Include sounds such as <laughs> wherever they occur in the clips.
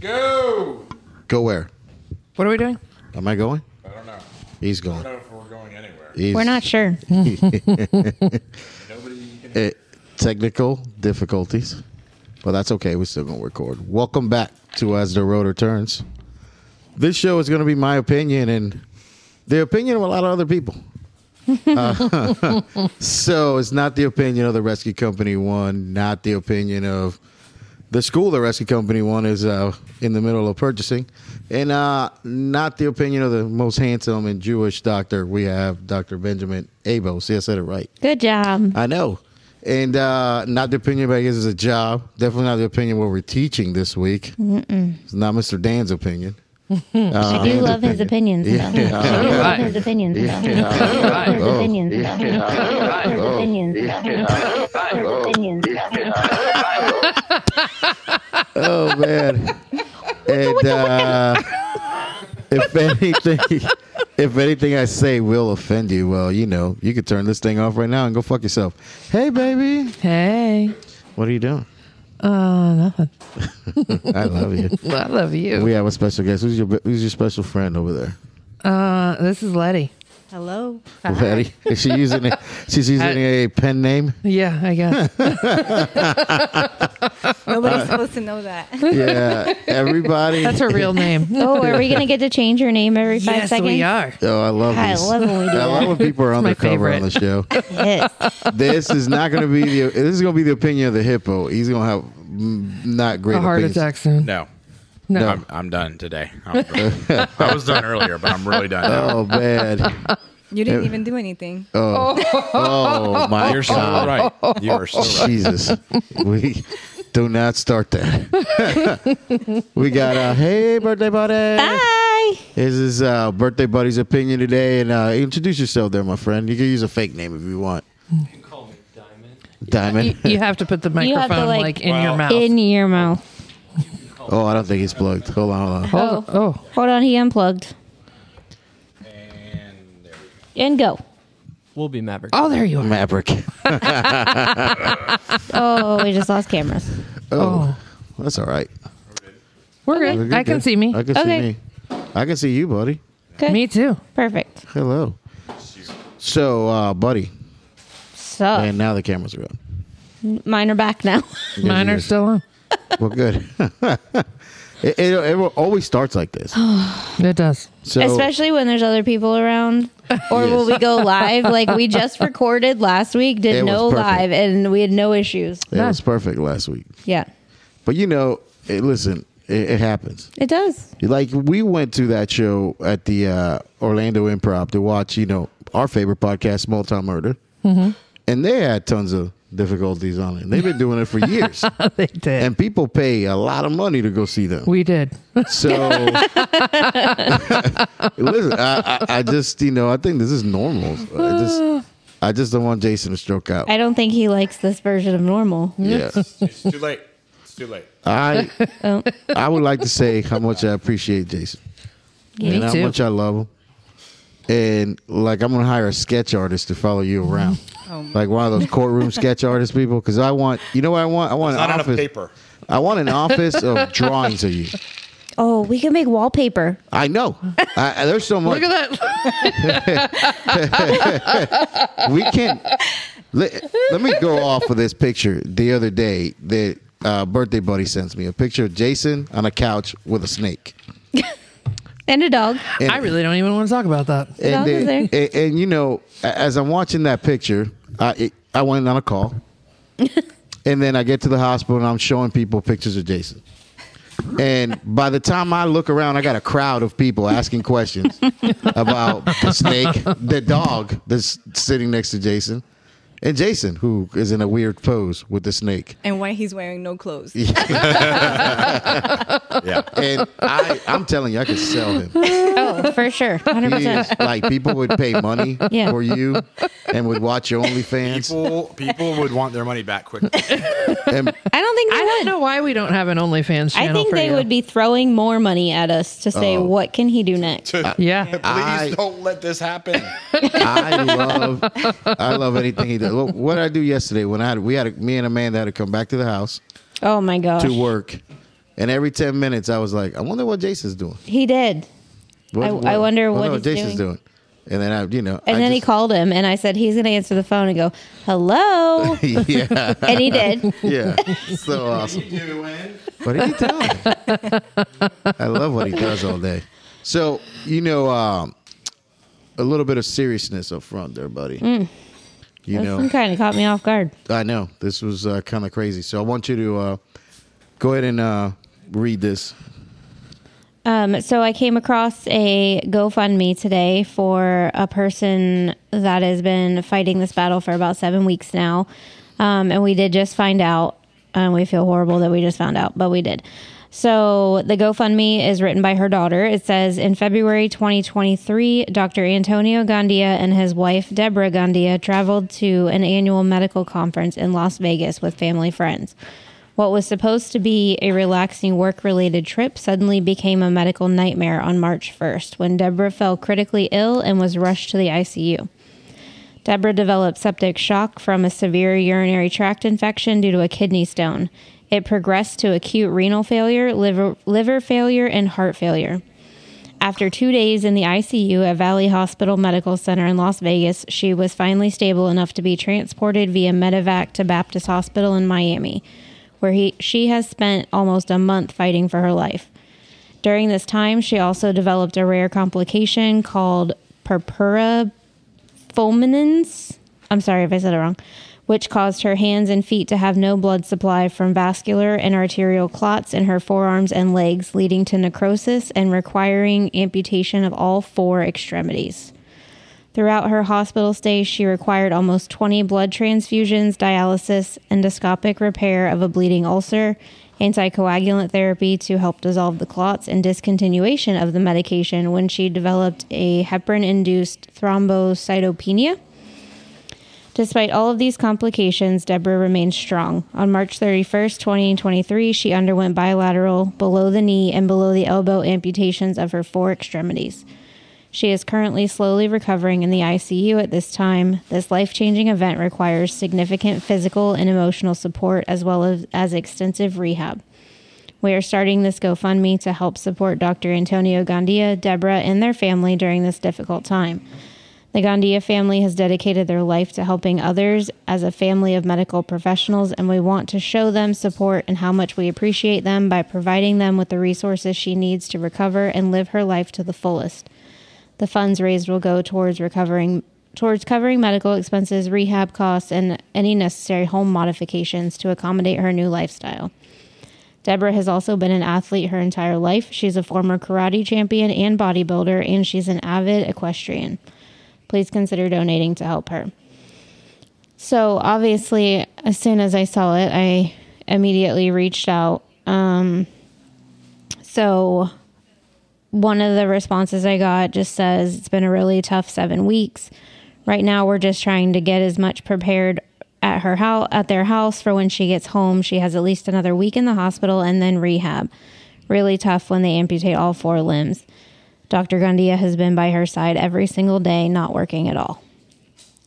Go! Go where? What are we doing? Am I going? I don't know. He's I going. don't know if we're going anywhere. He's- We're not sure. Nobody can eh, technical difficulties, but that's okay. We're still going to record. Welcome back to As the Rotor Turns. This show is going to be my opinion and the opinion of a lot of other people. Uh, <laughs> so it's not the opinion of the rescue company one, not the opinion of the school the rescue company one is uh, in the middle of purchasing, and uh, not the opinion of the most handsome and Jewish doctor we have, Dr. Benjamin Abo. See, I said it right. Good job. I know. And uh, not the opinion about his is a job. Definitely not the opinion what we're teaching this week. It's not Mr. Dan's opinion. I do love his opinions, though. I do love his opinions, though. I do love His opinions, though. I do love His opinions, though. I do love His opinions, though. Oh <laughs> man. and uh, if anything, if anything I say will offend you, well, you know, you could turn this thing off right now and go fuck yourself. Hey, baby, Hey. what are you doing? Uh, nothing. I love <laughs> you. I love you. We have a special guest. Who's your Who's your special friend over there? Uh, this is Letty. Hello. Patty? Is she using a, she's using a pen name? Yeah, I guess. Nobody's supposed to know that. Yeah, everybody. That's her real <laughs> name. Oh, are we going to get to change your name every five yes, seconds? we are. Oh, I love I this. love when we do I love that. when people are my undercover on the show. Yes. this is not going to be the. This is going to be the opinion of the hippo. He's going to have mm, not great. A heart opinions. attack soon. No. No. I'm, I'm done today. I'm, I was done earlier, but I'm really done. <laughs> Now. Oh man. You didn't even do anything. Oh my You're so God. right. You are so right. Jesus. We do not start that. <laughs> we got uh, hey birthday buddy. Hi. This is uh, birthday buddy's opinion today, and uh, introduce yourself there, my friend. You can use a fake name if you want. You can call me You, Diamond. Diamond. you have to put the You have to, microphone like, like, in your Well- mouth. In your mouth. Oh, I don't think he's plugged. Hold on, hold on. oh, oh, Hold on, he unplugged. And there we go. And go. We'll be Maverick. oh, there you <laughs> are. Maverick. Oh, we just lost cameras. Oh, That's all right. we're good. We're good, I can good. see me. I can Okay. see me. I can see you, buddy. Good. Me too. Perfect. Hello. So, uh, buddy, So, and now the cameras are up. mine are back now. Mine are yes. still on. Well, good. <laughs> it, it, it always starts like <gasps> this. It does. So, especially when there's other <laughs> people around or will we go live like we just recorded last week did It was no perfect. live and we had no issues it was perfect last week. yeah But you know, eh, listen, it, it happens. it does Like we went to that show at the uh, Orlando Improv to watch, you know, our favorite podcast, Small Town Murder, and they had tons of difficulties on it. They've been doing it for years, <laughs> They did. and people pay a lot of money to go see them. we did. So listen, I, I, I just you know I think this is normal. I just I just don't want Jason to stroke out. i don't think he likes this version of normal Yeah, It's too late. It's too late. <laughs> I oh, I would like to say how much I appreciate Jason Me and how too. much I love him. And like I'm gonna hire a sketch artist to follow you <laughs> around, Oh, like one of those courtroom sketch artist people. Because I want, you know what I want? I want Not an enough office. paper. I want an office <laughs> of drawings of you. oh we can make wallpaper I know. I, I- there's so much. Look at that. we can let, let me go off of this picture the other day that uh, birthday buddy sends me a picture of jason on a couch with a snake and a dog and, I really don't even want to talk about that. and, Dog is then- and, and, you know a- as i'm watching that picture i it, i went on a call and then i get to the hospital and i'm showing people pictures of jason and by the time I look around, I got a crowd of people asking questions about the snake, the dog that's sitting next to Jason, and Jason, who is in a weird pose with the snake. And why he's wearing no clothes. Yeah. And I, I'm telling you, I could sell him. <laughs> oh for sure 100% He is, like people would pay money Yeah. for you and would watch your OnlyFans. People, people would want their money back quick. And i don't think they I don't would know why we don't have an OnlyFans channel. i think for they you. would be throwing more money at us to say Oh. what can he do next Yeah. I- Please don't let this happen. I love, I love anything he does. Look, What did I do yesterday when I had, we had a, me and Amanda had to come back to the house oh my gosh to work, And every 10 minutes, I was like, I wonder what Jason's doing. He did. What- I- I wonder what no, he's Jason's doing. doing. And then I, you know, And I then he just- called him, and I said he's going to answer the phone and go, <laughs> "Hello," yeah, and he did. yeah, so awesome. What are you doing? <laughs> I love what he does all day. So you know, um, a little bit of seriousness up front there, buddy. Mm. You This know, one kind of caught me off guard. I know this was uh, kind of crazy. So I want you to uh, go ahead and uh, read this. Um, so I came across a GoFundMe today for a person that has been fighting this battle for about seven weeks now, um, and we did just find out. Um, we feel horrible that we just found out, but we did. So the GoFundMe is written by her daughter. It says in February 2023, Dr. Antonio Gandia and his wife Deborah Gandia traveled to an annual medical conference in Las Vegas with family friends. What was supposed to be a relaxing work related trip suddenly became a medical nightmare on March 1st when Deborah fell critically ill and was rushed to the ICU. Deborah developed septic shock from a severe urinary tract infection due to a kidney stone. It progressed to acute renal failure, liver, liver failure, and heart failure. After two days in the ICU at Valley Hospital Medical Center in Las Vegas, she was finally stable enough to be transported via medevac to Baptist Hospital in Miami, where he, she has spent almost a month fighting for her life. During this time, she also developed a rare complication called purpura fulminans. I'm sorry if I said it wrong, which caused her hands and feet to have no blood supply from vascular and arterial clots in her forearms and legs, leading to necrosis and requiring amputation of all four extremities. Throughout her hospital stay, she required almost 20 blood transfusions, dialysis, endoscopic repair of a bleeding ulcer, anticoagulant therapy to help dissolve the clots, and discontinuation of the medication when she developed a heparin induced thrombocytopenia. Despite all of these complications, Deborah remained strong. On March 31st, 2023, she underwent bilateral, below the knee, and below the elbow amputations of her four extremities. She is currently slowly recovering in the ICU at this time. This life changing event requires significant physical and emotional support as well as, as extensive rehab. We are starting this GoFundMe to help support Dr. Antonio Gandia, Deborah, and their family during this difficult time. The Gandia family has dedicated their life to helping others as a family of medical professionals, and we want to show them support and how much we appreciate them by providing them with the resources she needs to recover and live her life to the fullest. The funds raised will go towards recovering towards covering medical expenses, rehab costs, and any necessary home modifications to accommodate her new lifestyle. Deborah has also been an athlete her entire life. She's a former karate champion and bodybuilder, and she's an avid equestrian. Please consider donating to help her. So, obviously, as soon as I saw it, I immediately reached out. Um, so, one of the responses I got just says it's been a really tough seven weeks. Right now, we're just trying to get as much prepared at her house at their house for when she gets home. She has at least another week in the hospital and then rehab. Really tough when they amputate all four limbs. Dr. Gundia has been by her side every single day, not working at all.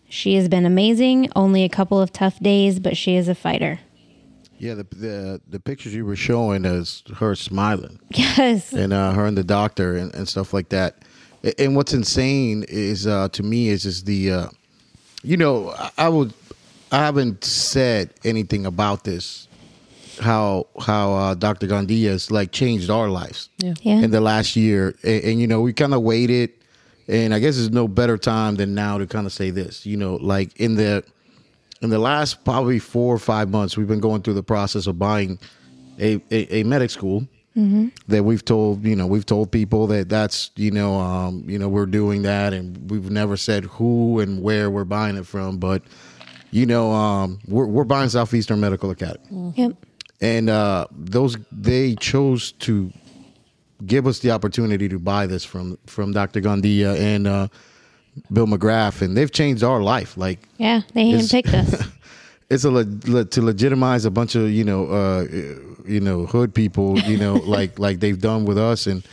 She has been amazing. Only a couple of tough days, but she is a fighter. Yeah, the the, the pictures you were showing is her smiling. <laughs> Yes. and uh, her and the doctor and, and stuff like that. A- And what's insane is uh, to me is is the, uh, you know, I- I would, I haven't said anything about this, how how uh, Dr. Gandia has like changed our lives Yeah. Yeah. in the last year, and, and you know we kind of waited, and I guess there's no better time than now to kind of say this, you know, like in the in the last probably four or five months, we've been going through the process of buying a a, a medic school that we've told you know we've told people that that's you know um, you know we're doing that, and we've never said who and where we're buying it from, but you know um, we're we're buying Southeastern Medical Academy, Yep. and uh, those they chose to give us the opportunity to buy this from from Dr. Gandia and uh, Bill McGrath, and they've changed our life like Yeah. They Is- handpicked us. it's a le- le- to legitimize a bunch of you know uh you know hood people <laughs> you know like like they've done with us and,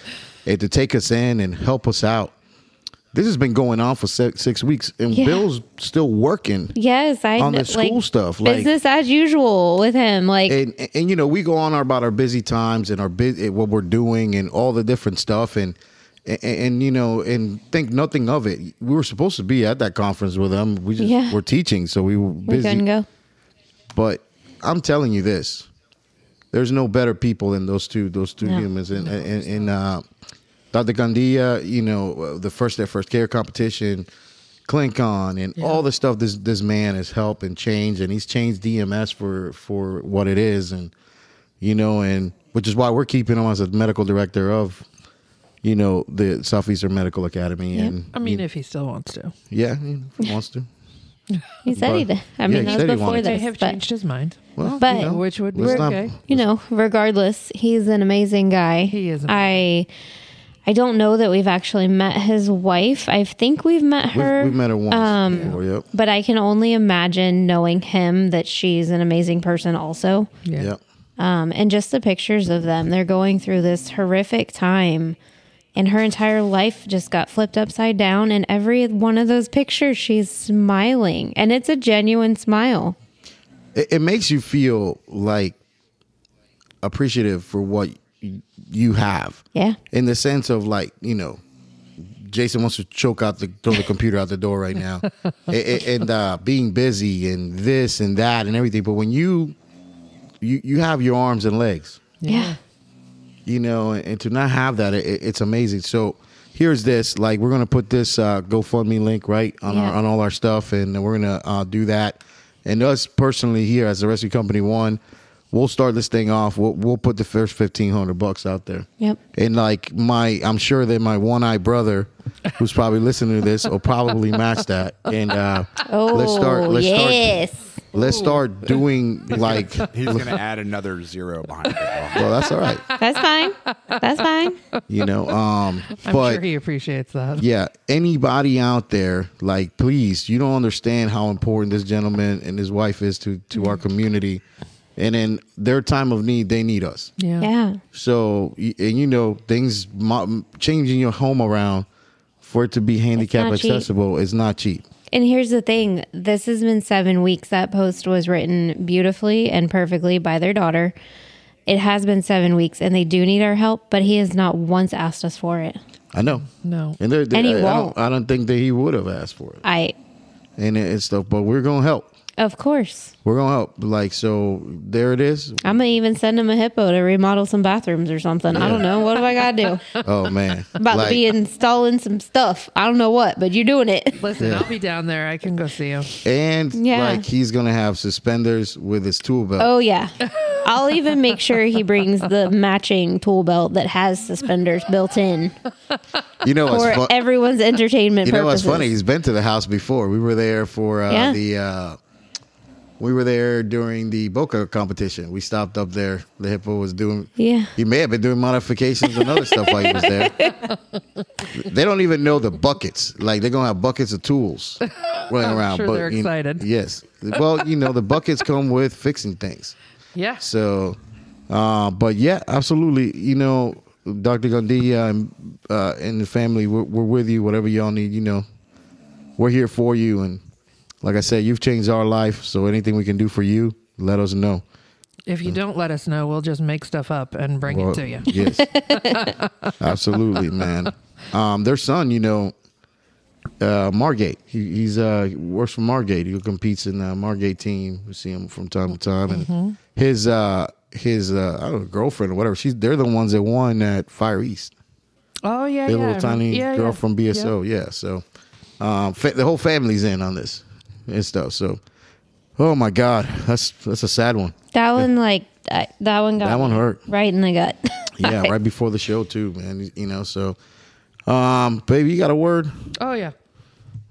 and to take us in and help us out this has been going on for six, six weeks, and Yeah. Bill's still working. Yes, I On the kn- school stuff, like- business as usual with him. Like and, and you know we go on about our busy times and our busy what we're doing and all the different stuff and, and and you know and think nothing of it. We were supposed to be at that conference with them. We just Yeah. were teaching, so we were we busy. couldn't go. But I'm telling you this: there's no better people than those two those two No. humans. And and, and uh, Dr. Gandia, you know, uh, the first their first care competition, Clinkon, and all the stuff this this man has helped and changed, and he's changed DMS for for what it is, and you know, and which is why we're keeping him as a medical director of. You know the Southeastern Medical Academy, Yep. and I mean, if he still wants to, yeah, you know, if he wants to. He said he But- did. I he mean, that said was he before wanted to. they this. have but, changed his mind. Well, But- you know, Which would eh? be let's not- okay. you know, regardless, he's an amazing guy. He is I I don't know that we've actually met his wife. I think we've met We've, her. we've met her once. Um, before, yep. But I can only imagine knowing him that she's an amazing person also. Yeah. Yep. Um, and just the pictures of them. They're going through this horrific time and her entire life just got flipped upside down and every one of those pictures she's smiling and it's a genuine smile. it, it makes you feel like appreciative for what y- you have Yeah. in the sense of like you know jason wants to choke out the throw the computer out the door right now A- a- and uh being busy and this and that and everything but when you you you have your arms and legs Yeah. you know and, to not have that it, it's amazing so here's this like we're gonna put this uh, gofundme link right on our Yeah. on all our stuff and we're gonna uh, do that and us personally here as the rescue company one we'll start this thing off we'll, we'll put the first 1500 bucks out there Yep. and like my i'm sure that my one-eyed brother who's probably listening to this will probably match that and uh Oh, let's start let's start yes. let's start doing like well He's gonna add another zero behind <laughs> it. that's all right That's fine. That's fine. you know um I'm but sure he appreciates that. yeah anybody out there like please you don't understand how important this gentleman and his wife is to to Mm-hmm. our community and in their time of need they need us Yeah. Yeah. so y- and you know things mo- changing your home around for it to be handicap not cheap. accessible is not cheap And here's the thing this has been seven weeks. That post was written beautifully and perfectly by their daughter. It has been seven weeks, and they do need our help, but he has not once asked us for it. i know No. and, they're, they And he I, I won't. don't, I don't think that he would have asked for it I, and, it- and stuff but we're gonna help of course, we're gonna help like so there it is I'm gonna even send him a hippo to remodel some bathrooms or something. I don't know. What do I gotta <laughs> do? oh man <laughs> About Like, to be installing some stuff. I don't know what, but you're doing it. <laughs> Listen, I'll be down there. I can go see him. and Yeah. like he's gonna have suspenders with his tool belt Oh yeah. I'll even make sure he brings the matching tool belt that has suspenders built in You know what's Oh, for fu- everyone's entertainment you know what's purposes. funny? He's been to the house before. We were there for uh, Yeah. the uh, we were there during the Boca competition. We stopped up there. The hippo was doing. Yeah. He may have been doing modifications and other stuff while he was <laughs> there. They don't even know the buckets. Like they're gonna have buckets of <laughs> tools running around. sure but they're you- excited. yes. Well, you know the buckets come with fixing things. Yeah. So, uh, but yeah, absolutely. You know, Dr. Gandia and, uh, and the family, we're, we're with you. Whatever y'all need, you know, we're here for you. And like I said, you've changed our life. So anything we can do for you, let us know. If you don't let us know, we'll just make stuff up and bring Well, it to you. <laughs> Yes. absolutely, man. Um, their son, you know, uh, Margate. He, he's uh, he works for Margate. He competes in the Margate team. We see him from time to time, and Mm-hmm. his uh, his uh, I don't know girlfriend or whatever. She's they're the ones that won at Fire East. Oh yeah, Their yeah. little tiny Yeah, girl yeah. from BSO. Yeah. So um, fa- the whole family's in on this and stuff. So. Oh my God, that's that's a sad one. That one, like that, that one got That one me hurt. right in the gut. <laughs> Yeah, right before the show too, man. You know, so um, baby, you got a word? Oh yeah. <laughs>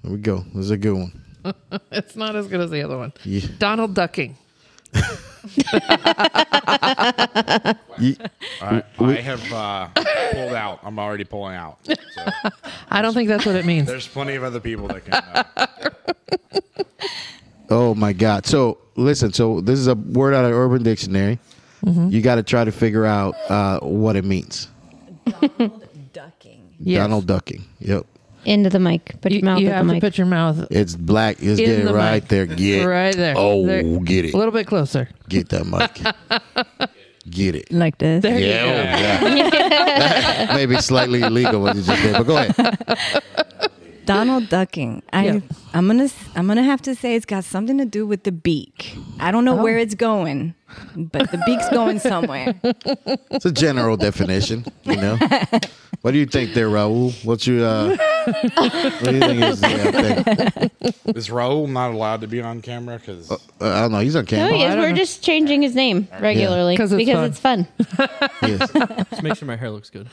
There we go. This is a good one. It's not as good as the other one. Yeah. Donald ducking. <laughs> I, I have uh, pulled out. I'm already pulling out. So I don't think that's what it means. <laughs> there's plenty of other people that can. Uh, Oh my God! So listen. So this is a word out of Urban Dictionary. Mm-hmm. You got to try to figure out uh, what it means. Ducking. Yes. Donald ducking. Yep. into the mic. Put You, your mouth you at have the to mic. put your mouth It's black. It's In get it the right mic. there. Get right there. Oh, There. get <laughs> it. A little bit closer. Get that mic. <laughs> get it. like this. There Yeah, you go. oh, yeah. That may be slightly illegal what you just did, but go ahead. Donald ducking. I Yeah. I'm gonna s- I'm gonna have to say it's got something to do with the beak. I don't know where it's going, but the beak's going somewhere. It's a general definition, you know. What do you think there, Raul? What's your uh, what do you think is the uh, thing? Is Raul not allowed to be on camera? Because Uh, I don't know. He's on No, camera. he is. don't We're know. just changing his name regularly 'Cause it's because fun. it's <laughs> fun. Yes. Just make sure my hair <laughs> looks good.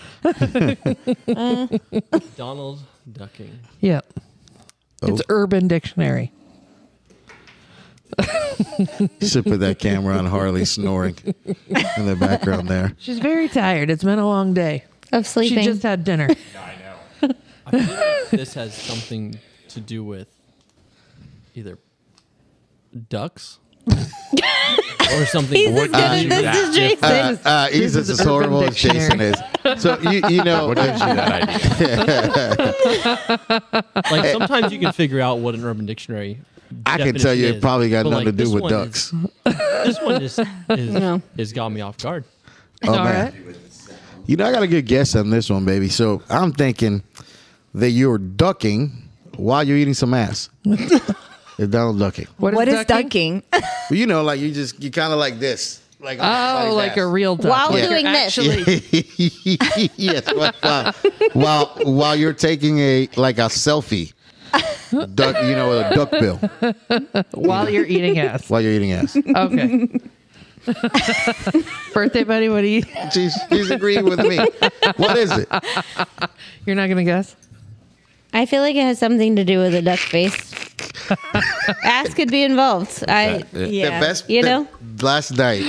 Donald ducking. Yeah. Oh. It's Urban Dictionary. You should put that camera on Harley snoring in the background there. She's very tired. It's been a long day. Of sleeping. She just had dinner. I feel like this has something to do with either <laughs> ducks or something. What gives you that? <laughs> this is Jason. Uh, uh, he's this as is Urban adorable as Jason is. So you you know what gives you that <laughs> idea? Like sometimes you can figure out what an urban dictionary. I can tell you definition it is, probably got but, nothing like, to do this with one is- ducks. This one just is, No. has got me off guard. Oh, All man. right. You know, I got a good guess on this one, baby. So I'm thinking that you're ducking while you're eating some <laughs> ass. it's Donald ducking. what is ducking? But you know, like you just you kind of like this, like Oh, like a real duck. While Like doing you're this. actually- <laughs> yes, while- while, while while you're taking a like a selfie, duck, you know, with a duck bill while you're eating ass. while you're eating ass. Okay. Birthday buddy, what do you? She's, she's agreeing with me. What is it? You're not gonna guess. I feel like it has something to do with a duck <laughs> face. Ass could be involved. I Yeah. The best, You the- know? last night,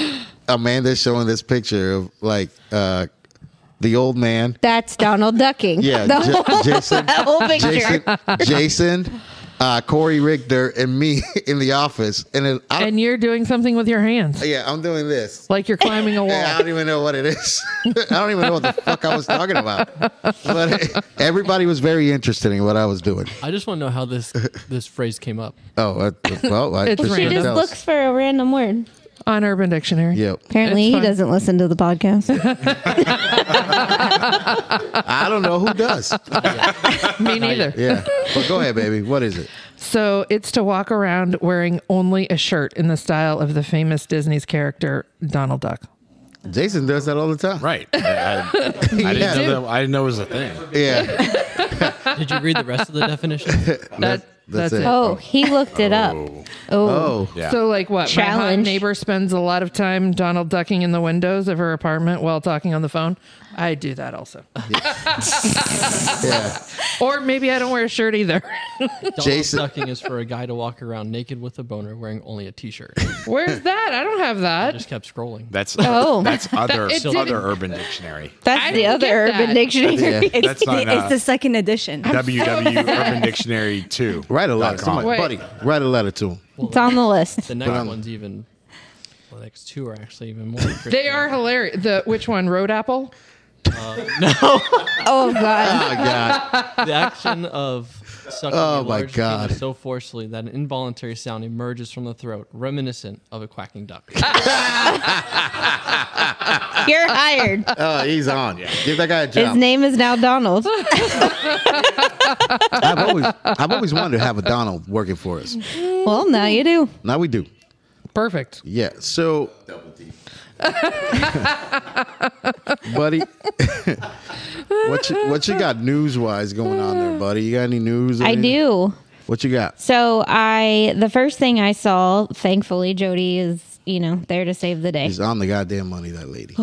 Amanda's showing this picture of like uh, the old man. that's Donald ducking. Yeah, <laughs> the Ja- whole, Jason- that whole <laughs> picture. Jason, Jason, uh, Corey Richter, and me <laughs> in the office, and then I, And you're doing something with your hands, yeah, I'm doing this. like you're climbing a And I wall. don't even know what it is. <laughs> I don't even know what the fuck I was talking about. But everybody was very interested in what I was doing. I just want to know how this this phrase came up. Oh, uh, well, I It's appreciate She random. just those. looks for a random word. On Urban Dictionary. Yep. Apparently, It's he fine. doesn't listen to the podcast. I don't know who does. Me neither. Yeah. But go ahead, baby. What is it? So it's to walk around wearing only a shirt in the style of the famous Disney's character Donald Duck. Jason does that all the time. Right. I, I- I didn't Yeah. know that. I didn't know it was a thing. Yeah. Did you read the rest of <laughs> the definition? That, that's that's, it. it. <laughs> Oh, he looked it up. Oh, Oh. Yeah. So like what? My hot Challenge. neighbor spends a lot of time Donald ducking in the windows of her apartment while talking on the phone. I do that also. Yeah. or maybe I don't wear a shirt either. <laughs> Donald Jason- ducking is for a guy to walk around naked with a boner wearing only a t-shirt. Where's that? I don't have I that. just kept scrolling. That's Oh. <laughs> that's other it didn't- other Urban Dictionary. that's I the don't other get Urban that. Dictionary. <laughs> Yeah. It's, That's the, not, uh, it's the second edition. WW <laughs> Urban Dictionary two. Write a letter. Dot com. Oh Somebody, Wait. buddy, write a letter to him. It's on the list. <laughs> The next um, one's even. Well, the next two are actually even <laughs> more. Interesting. They are hilarious. The which one? Road apple? Oh God, Oh, God. the action of sucking Oh, a my large God. penis so forcefully that an involuntary sound emerges from the throat, reminiscent of a <laughs> quacking duck. <laughs> you're hired. Oh, he's on. Give that guy a job. His name is now Donald. I've always, I've always wanted to have a Donald working for us. <laughs> Well, now you do. Now we do. Perfect. Yeah. So. Double D. <laughs> buddy, what you, what you got news wise going on there, buddy? You got any news? or I anything? do. What you got? So I, the first thing I saw, thankfully, Jody is you know there to save the day. He's on the goddamn money, that <sighs> lady.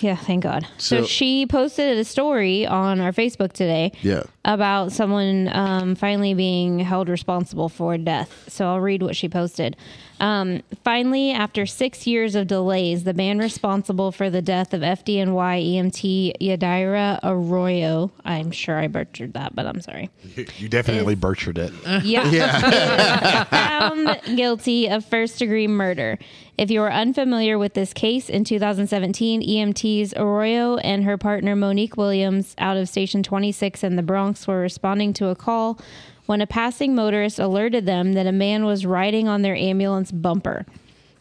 Yeah, thank God. So, So- she posted a story on our Facebook today. Yeah. About someone um, finally being held responsible for death. So I'll read what she posted. Um, finally, after six years of delays, the man responsible for the death of FDNY EMT E Yadira Arroyo, I'm sure I butchered that, but I'm sorry. You- You definitely butchered it. <laughs> Yeah. found guilty of first degree murder. If you are unfamiliar with this case, in 2017, EMTs E Arroyo and her partner Monique Williams out of Station 26 in the Bronx were responding to a call when a passing motorist alerted them that a man was riding on their ambulance bumper.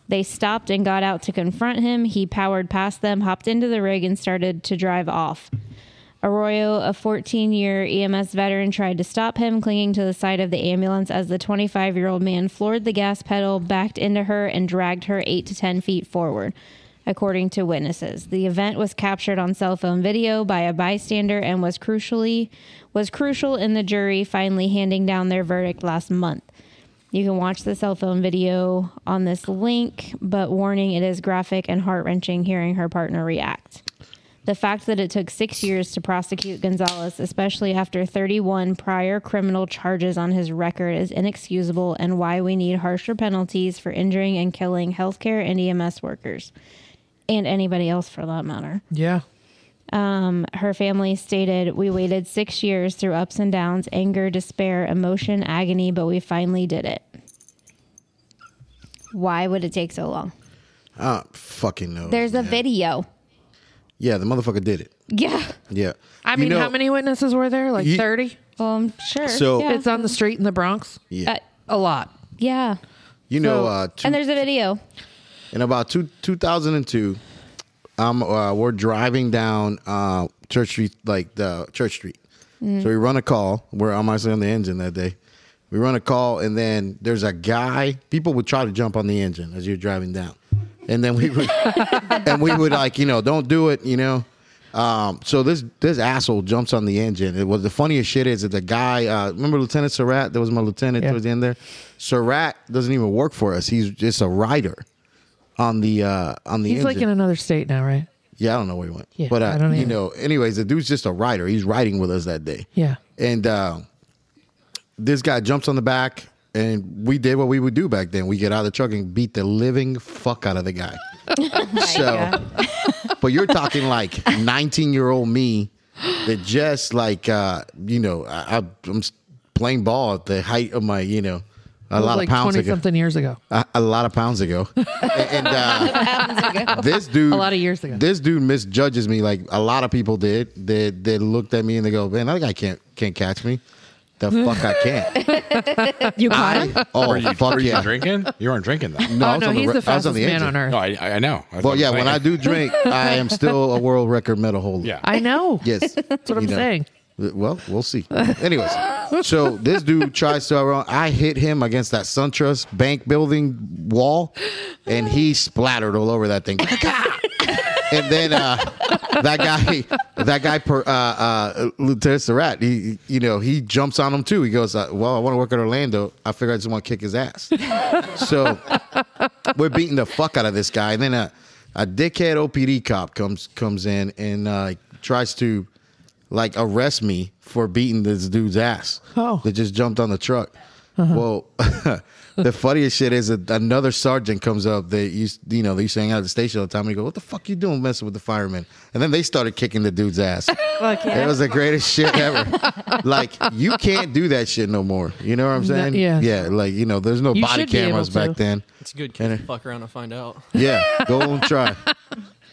They stopped and got out to confront him. He powered past them, hopped into the rig, and started to drive off. Arroyo, a 14 year EMS veteran, tried to stop him, clinging to the side of the ambulance as the 25 year old man floored the gas pedal, backed into her, and dragged her 8 to 10 feet forward, according to witnesses. The event was captured on cell phone video by a bystander and was crucially was crucial in the jury finally handing down their verdict last month. You can watch the cell phone video on this link, but warning it is graphic and heart wrenching hearing her partner react. The fact that it took six years to prosecute Gonzalez, especially after 31 prior criminal charges on his record, is inexcusable and why we need harsher penalties for injuring and killing healthcare and EMS workers, and anybody else for that matter. Yeah. Um, her family stated, We waited six years through ups and downs, anger, despair, emotion, agony, but we finally did it. Why would it take so long? Uh, fucking no. There's a video. <laughs> Yeah, the motherfucker did it. Yeah. Yeah. I You mean, know- how many witnesses were there? Like You- 30? Well, I'm sure. So- yeah. It's on the street in the Bronx? Yeah. Uh, A lot. yeah. you know, So- uh, two, and there's a video. <laughs> in about two, 2002, I'm, uh, we're driving down uh, Church Street, like the Church Street. So we run a call. We're I'm actually on the engine that day. We run a call, and then there's a guy. People would try to jump on the engine as you're driving down, and then we would, and we would like you know don't do it, you know. Um, so this this asshole jumps on the engine. It was the funniest shit is that the guy. Uh, remember Lieutenant Surratt? That was my lieutenant Yeah. towards the end there. Surratt doesn't even work for us. He's just a rider on the uh, on the He's engine. like in another state now, right? Yeah, I don't know where he went. Yeah, but uh, I don't you either. know, anyways, the dude's just a rider. He's riding with us that day. Yeah. And uh, this guy jumps on the back, and we did what we would do back then. We get out of the truck and beat the living fuck out of the guy. so, but you're talking like 19 year old me that just like uh, you know I, I, I'm playing ball at the height of my you know a It was lot like of pounds 20 ago. something years ago. A, a lot of pounds ago, <laughs> and, and, uh, this dude, A lot of years ago. this dude misjudges me like a lot of people did. They they looked at me and they go, "Man, that guy can't can't catch me." <laughs> The fuck I can't. You caught him? I, oh fuck Were you yeah! drinking? <laughs> You weren't drinking that. No, I oh, was no, on the he's re- the, I was fastest the man engine. on earth. No, I, I I know. That's Well, what I'm yeah, when saying. I do drink, I <laughs> am still a world record medal holder. Yeah. I know. <laughs> Yes. That's what I'm You know. saying. Well, we'll see. <laughs> Anyways, so this dude tries to run. I hit him against that SunTrust bank building wall, and he splattered all over that thing. <laughs> and then uh, that guy, that guy, per, uh, uh, Lieutenant Surratt, he, you know, he jumps on him too. He goes, uh, "Well, I want to work at Orlando. I figure I just want to kick his ass." so <laughs> we're beating the fuck out of this guy, and then a, a dickhead OPD cop comes comes in and uh, tries to like arrest me for beating this dude's ass Oh. Uh-huh. that just jumped on the truck. Well, <laughs> the funniest shit is that another sergeant comes up. They used, you know, they used to hang out at the station all the time. And he go, "What the fuck you doing messing with the firemen?" And then they started kicking the dude's <laughs> ass. It was the greatest shit ever. like you can't do that shit no more. You know what I'm saying? yeah. Yeah. Like you know, there's no You body should be able cameras back to. then. It's a good kid to fuck around and find out. uh, Yeah, go and <laughs> try.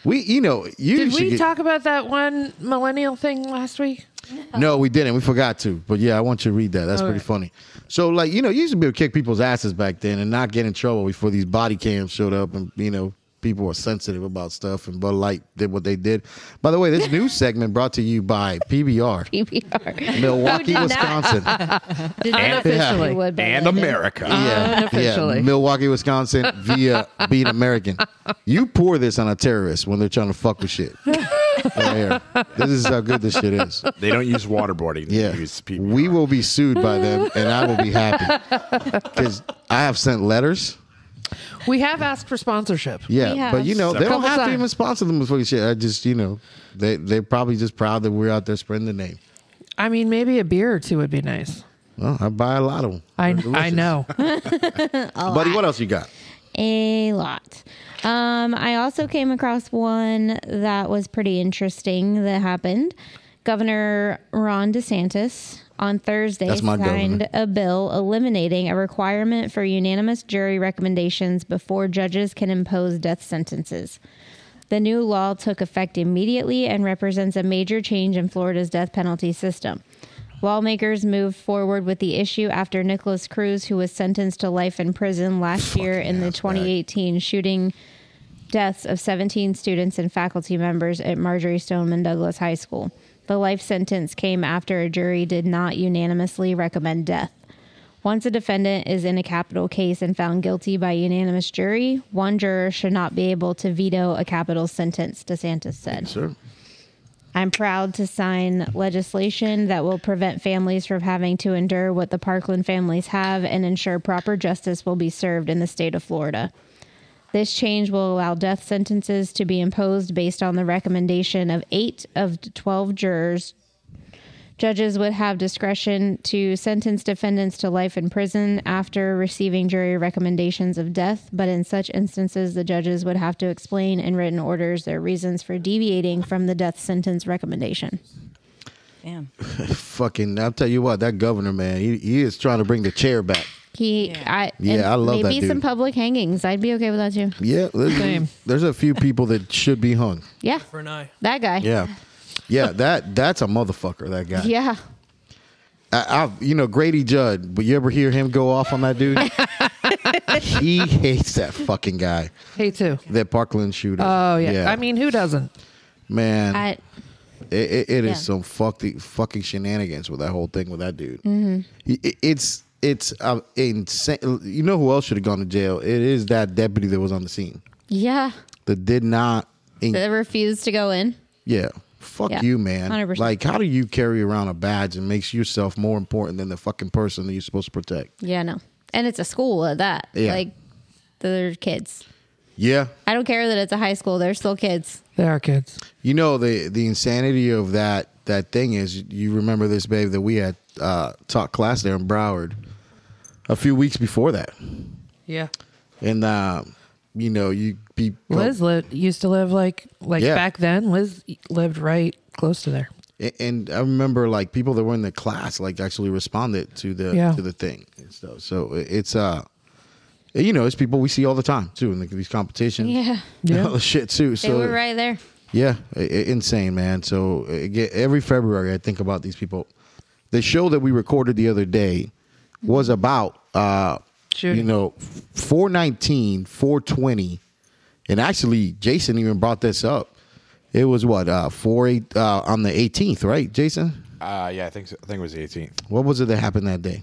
We, you know, you Did should we get- talk about that one millennial thing last week? No, we didn't. We forgot to. But yeah, I want you to read that. That's pretty right. funny. So, like, you know, you used to be able to kick people's asses back then and not get in trouble before these body cams showed up and, you know, people were sensitive about stuff and Bud Light did what they did. By the way, <laughs> this news segment brought to you by PBR, PBR. Milwaukee, Who did that? Wisconsin. Unofficially. Would by and London. America. Yeah, Unofficially. yeah, Milwaukee, Wisconsin, via being American. You pour this on a terrorist when they're trying to fuck with shit. Right here. This is how good this shit is. <laughs> They don't use waterboarding. They Yeah. use people. We will be sued by them and I will be happy. <laughs> Because I have sent letters. We have asked for sponsorship. Yeah. We have. But you know, they Several don't have to times. even sponsor them with fucking shit. I just, you know, they they're probably just proud that we're out there spreading the name. I mean, maybe a beer or two would be nice. Well, I buy a lot of them. I, They're I delicious. know. <laughs> Buddy, what else you got? a lot. Um, I also came across one that was pretty interesting that happened. Governor Ron DeSantis on Thursday That's my signed governor. a bill eliminating a requirement for unanimous jury recommendations before judges can impose death sentences. The new law took effect immediately and represents a major change in Florida's death penalty system. Lawmakers moved forward with the issue after Nicholas Cruz, who was sentenced to life in prison last year in the ass bag. 2018 shooting deaths of 17 students and faculty members at Marjorie Stoneman Douglas High School. The life sentence came after a jury did not unanimously recommend death. Once a defendant is in a capital case and found guilty by unanimous jury, one juror should not be able to veto a capital sentence, DeSantis said. Sure. I'm proud to sign legislation that will prevent families from having to endure what the Parkland families have and ensure proper justice will be served in the state of Florida. This change will allow death sentences to be imposed based on the recommendation of eight of 12 jurors. Judges would have discretion to sentence defendants to life in prison after receiving jury recommendations of death, but in such instances, the judges would have to explain in written orders their reasons for deviating from the death sentence recommendation. Damn. Fucking, I'll tell you what, that governor, man, he, he is trying to bring the chair back. He, I, Yeah, and I love that Maybe some dude. public hangings. I'd be okay with that too. Yeah, there's, Same. there's a few people that should be hung. Yeah, For an eye. that guy. Yeah, yeah, that that's a motherfucker. That guy. yeah. I, I've you know Grady Judd, but you ever hear him go off on that <laughs> dude? he hates that fucking guy. Hey, too. That Parkland shooter. Oh yeah. I mean, who doesn't? man, I, it, it, it is yeah. some fuck the, fucking shenanigans with that whole thing with that dude. Mm-hmm. it's it's uh, insane. You know who else should have gone to jail? It is that deputy that was on the scene yeah. that did not. en- They refused to go in. Yeah. Fuck Yeah, you, man. 100%. Like, how do you carry around a badge and makes yourself more important than the fucking person that you're supposed to protect? Yeah, no. And it's a school at that. Yeah. Like they're kids. Yeah. I don't care that it's a high school, they're still kids. They are kids. You know the the insanity of that that thing is. You remember this, babe, that we had uh, taught class there in Broward a few weeks before that, Yeah. and uh, you know you be Liz lived, used to live like like Yeah. back then. Liz lived right close to there. A- and I remember like people that were in the class like actually responded to the Yeah. to the thing and stuff. So it- it's uh you know it's people we see all the time too in like, these competitions. Yeah. And Yeah. <laughs> all the shit too. They So were right there. yeah, i- i- insane man. So uh, ge- every February I think about these people. The show that we recorded the other day was about uh you Shooting. know 419, 420 and actually Jason even brought this up. It was what uh 4 eight, uh on the 18th, right? Jason? Uh, yeah, I think so. I think it was the 18th. What was it that happened that day?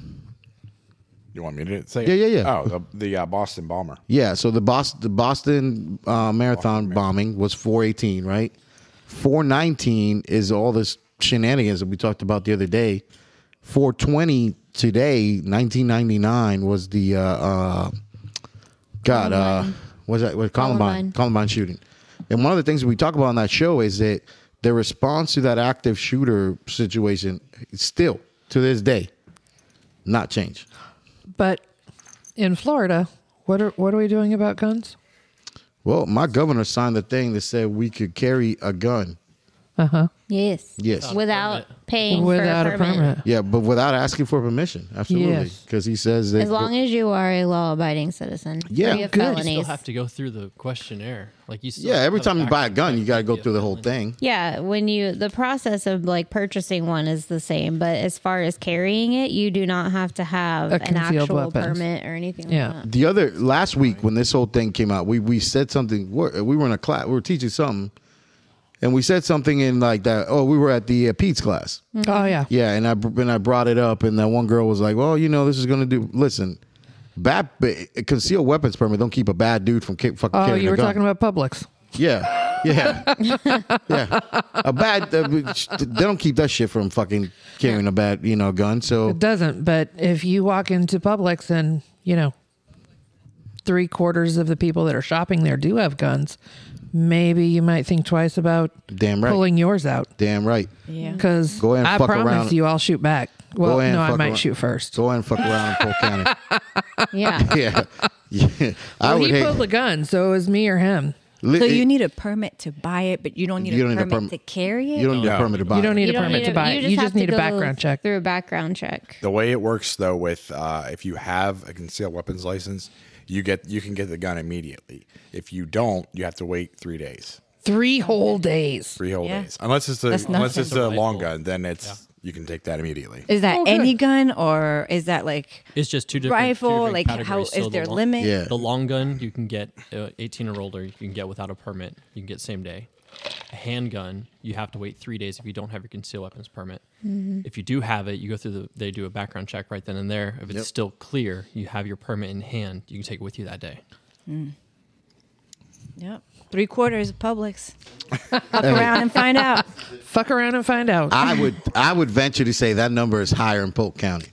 You want me to say? Yeah, it? yeah, yeah. Oh, the, the uh, Boston bomber. Yeah, so the Boston, the Boston uh, Marathon bombing was 418, right? 419 is all this shenanigans that we talked about the other day. 420 today, 1999 was the uh, uh, God, uh, was that was Columbine, Columbine. Columbine shooting. And one of the things that we talk about on that show is that the response to that active shooter situation is still to this day not changed. But in Florida, what are what are we doing about guns? Well, my governor signed the thing that said we could carry a gun. Yes. Yes. Without paying Without for a permit. Yeah, but without asking for permission. Absolutely. Yes. Because he says that. As long as you are a law abiding citizen. Yeah, free of good. You still felonies. have to go through the questionnaire. Like you. Still yeah, have every to have time you buy a actual gun, you got to go activity through the of whole felony. thing. Yeah, when you the process of like purchasing one is the same, but as far as carrying it, you do not have to have A an concealed actual weapons. permit or anything Yeah. like that. The other last week when this whole thing came out, we we said something. we're- We were in a class. We were teaching something, and we said something in like that. Oh, we were at the uh, Pete's class. Mm. Oh yeah. Yeah, and I br- and I brought it up, and that one girl was like, "Well, you know, this is gonna do." Listen, bad b- concealed weapons permit don't keep a bad dude from ki- fucking Oh, carrying you a were gun. talking about Publix. Yeah, yeah, yeah. A bad. uh, they don't keep that shit from fucking carrying a bad, you know, gun. So It doesn't, but if you walk into Publix and, you know, three quarters of the people that are shopping there do have guns, maybe you might think twice about damn right, pulling yours out. damn right. Yeah. Because Go ahead and I fuck promise around. you I'll shoot back. Well, Go ahead and no, I fuck might around. shoot first. Go ahead and fuck around in Polk <laughs> County. Yeah. Yeah, yeah. I Well, would he hate. pulled the gun, so it was me or him. Li- So you need a permit to buy it, but you don't need You a don't need a permit perm- to carry it. you don't need a No. permit to buy. You don't it. need You a don't permit need to buy it. You have just to need a go background check. Through a background check. The way it works though, with uh, if you have a concealed weapons license, you get you can get the gun immediately. If you don't, you have to wait three days, Three whole days. three whole Yeah. days. Unless it's a That's unless nothing. it's a long gun, then it's you can take that immediately. Is that any gun or is that like It's just two different rifle? Two different Like how categories. is So the there long- limit? Yeah. The long gun you can get uh, 18 or older. You can get without a permit. You can get same day. A handgun you have to wait three days if you don't have your concealed weapons permit. If you do have it, you go through the. They do a background check right then and there. If it's still clear, you have your permit in hand. You can take it with you that day. Yep. Three quarters of Publix. Up around and find out. Fuck around and find out. I would I would venture to say that number is higher in Polk <laughs> County.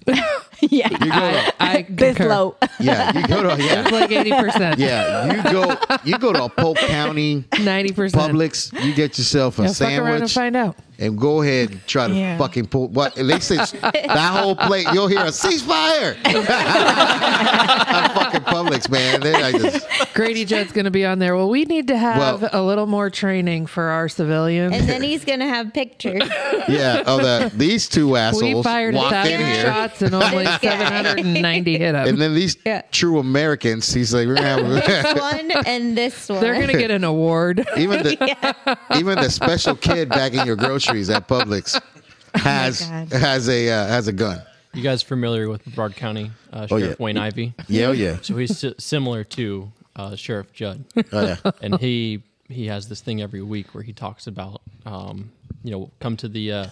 yeah. I, I <laughs> This concur. low. Yeah, you go to yeah. It's like eighty percent. Yeah, you go you go to a Polk <laughs> County ninety percent. Publix, you get yourself a fuck around and sandwich and, find out. go ahead and try to Yeah. fucking pull what at least it's that whole plate you'll hear a ceasefire. <laughs> At fucking Publix, man. They like this. Grady Judd's going to be on there. Well, we need to have Well- a little more training for our civilians. And then he's gonna have <laughs> pictures. Yeah, oh the these two assholes we fired a walked thousand in here. shots and <laughs> only This guy. 790 hit ups. And then these Yeah. true Americans, he's like, we're gonna have this one and this one. They're going to get <laughs> an award. even the even the special kid bagging your groceries at Publix Oh has God. has a uh, has a gun. You guys familiar with Broward County uh, Sheriff Oh, yeah. Wayne Ivy? Yeah, oh, yeah, So he's si- similar to uh, Sheriff <laughs> Judd. oh, yeah. and he he has this thing every week where he talks about um, you know come to the uh,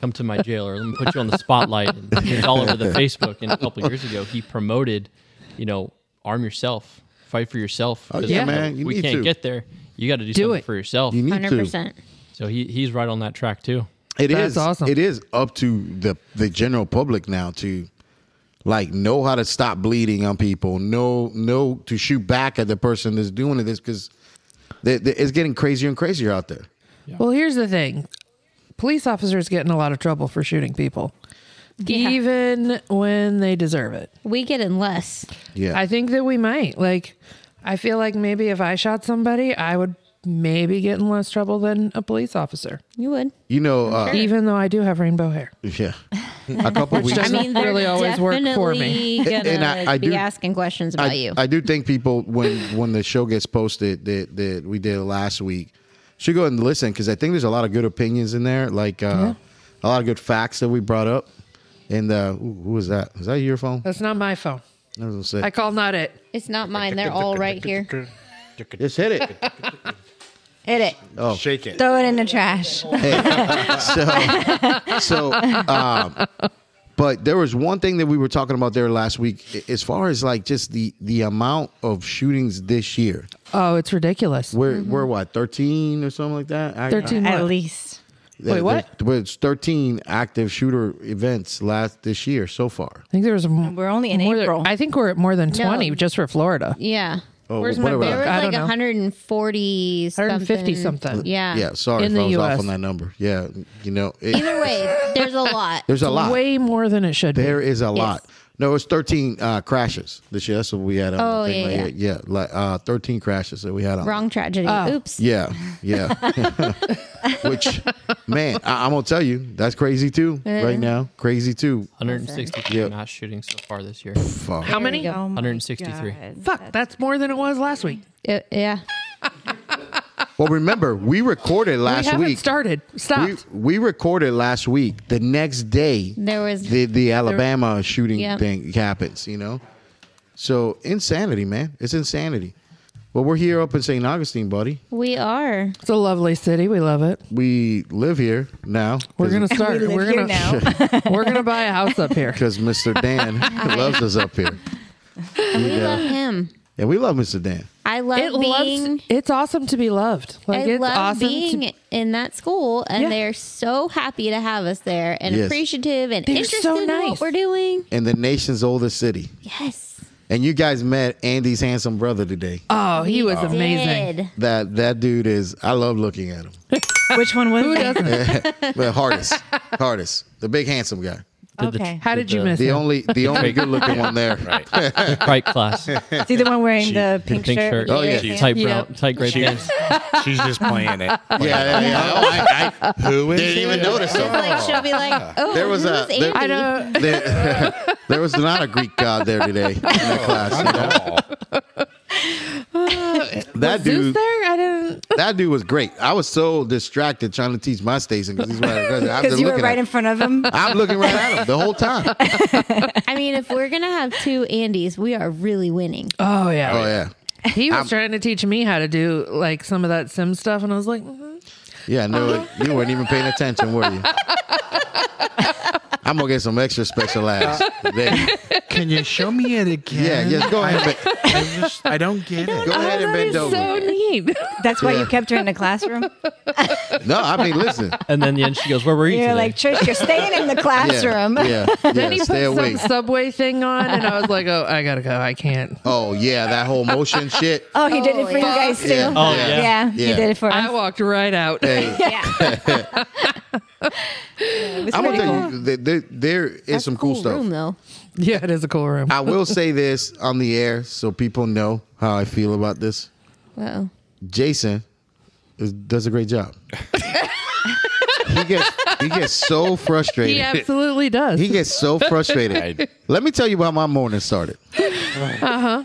come to my jail or let me put you on the spotlight and it's all over the facebook and a couple years ago he promoted you know arm yourself fight for yourself oh, yeah, man, you we need can't to. get there you got to do, something it. for yourself You need hundred percent. so he, he's right on that track too to. It is That's awesome. It is up to the the general public now to like know how to stop bleeding on people. Know know to shoot back at the person that's doing this because it's getting crazier and crazier out there. Well, here's the thing police officers get in a lot of trouble for shooting people, even when they deserve it. We get in less. Yeah, I think that we might. Like, I feel like maybe if I shot somebody, I would maybe get in less trouble than a police officer, You would. you know. Uh, even though I do have rainbow hair. yeah, <laughs> a couple weeks. I mean, they're really always work for me. definitely Gonna <laughs> And I- I be do- asking questions about I, you. I do think people when when the show gets posted that that we did last week should go and listen because I think there's a lot of good opinions in there, like uh, a lot of good facts that we brought up. And uh, who who was that? Was that your phone? That's not my phone. I was gonna say. I call not it. it's not mine. They're all right here. just hit it. Hit it. Oh. Shake it. Throw it in the trash. so, so, um, but there was one thing that we were talking about there last week, i- as far as like just the the amount of shootings this year. Oh, it's ridiculous. We're we're what thirteen or something like that. I- 13 At what? least. There- Wait, what? there- well, it's 13 active shooter events last this year so far. I think there was. m- We're only in more than- April. I think we're at more than No. twenty just for Florida. <laughs> Yeah. Oh, Where's my what There about was I don't like know. 140 150 something. Yeah. Yeah, sorry In if I the was off US. on that number. Yeah, you know, it- Either way, there's a lot. there's a lot. Way more than it should there be. is a lot. No, it's 13 uh, crashes this year. That's what we had. On Oh, the thing yeah, right here. yeah, like uh, 13 crashes that we had on. Wrong tragedy. Oh. Oops. Yeah, yeah. Which, man, I, I'm gonna tell you, that's crazy too. Right now, crazy too. 163 Yep. mass shootings so far this year Fuck. How many? go. Oh my 163. God. Fuck, that's more than it was last week. Yeah. Uh, yeah. Well, remember, we recorded we last haven't week. started. Stop. we we recorded last week. The next day, There was- the the Alabama shooting Yeah. thing happens. You know, so insanity, man. It's insanity. Well, we're here up in St. Augustine, buddy. We are. it's a lovely city. We love it. We live here now. We're gonna <laughs> start. We live are here gonna. <laughs> we're gonna buy a house up here. because Mr. Dan loves us up here, And we love him. and we love Mr. Dan. I love It being. loves. It's awesome to be loved. Like I it's love awesome. being to, in that school, and Yeah. they're so happy to have us there, and Yes. appreciative, and They're interested so in nice. what we're doing. And the nation's oldest city. Yes, And you guys met Andy's handsome brother today. oh, he was amazing. Did. That that dude is. I love looking at him. Which one <laughs> was Who it? doesn't? But hardest, hardest, the big handsome guy. Did the- Okay. How did you the- miss The it? only <laughs> the only good looking one there. Right. <laughs> right class? See the one wearing the pink, Pink shirt. with the Oh, yeah. ears? Tight Yeah. brown, tight gray She- pants. She's just playing <laughs> it. Yeah, yeah, yeah. Oh, I- Who is Didn't it? even notice She's him. like, <laughs> she'll be like, oh, <laughs> There was a- who's there- I Andy? <laughs> don't. there, <laughs> there was not a Greek god there today in that class. you know? Oh, <laughs> That Was Zeus dude, there? I didn't. that dude was great. I was so distracted trying to teach my Stason because he's right. Because <laughs> Because you were right in front of him. I'm looking right at him the whole time. I mean, if we're gonna have two Andys, we are really winning. Oh yeah. Oh yeah, He was trying to teach me how to do like some of that sim stuff, and I was like, mhm. yeah. No, <laughs> you weren't even paying attention, were you? I'm gonna get some extra special laughs. Uh, today. Can you show me it Yeah, again? yeah. Go ahead, and I just I don't get it. go ahead and Oh, "That is bend over. so neat." <laughs> That's why you kept her in the classroom. no, I mean listen. And then the end, she goes, "Where were you You're today?" like, Trish, you're staying in the Yeah, classroom. yeah, then yeah, he put stay some awake. subway thing on, and I was like, "Oh, I gotta go. I can't." Oh yeah, that whole motion shit. Oh, he did it for you guys too. Yeah. Oh, yeah. he Yeah. did it for I us. walked right out. Hey, <laughs> It was I'm gonna pretty tell cool. you that there, there is That's some cool, stuff. Room, though. <laughs> Yeah, it is a cool room. I will say this on the air so people know how I feel about this. Wow. Jason is, does a great job. he gets he gets so frustrated. He absolutely does. He gets so frustrated. I- Let me tell you how my morning started. Uh-huh.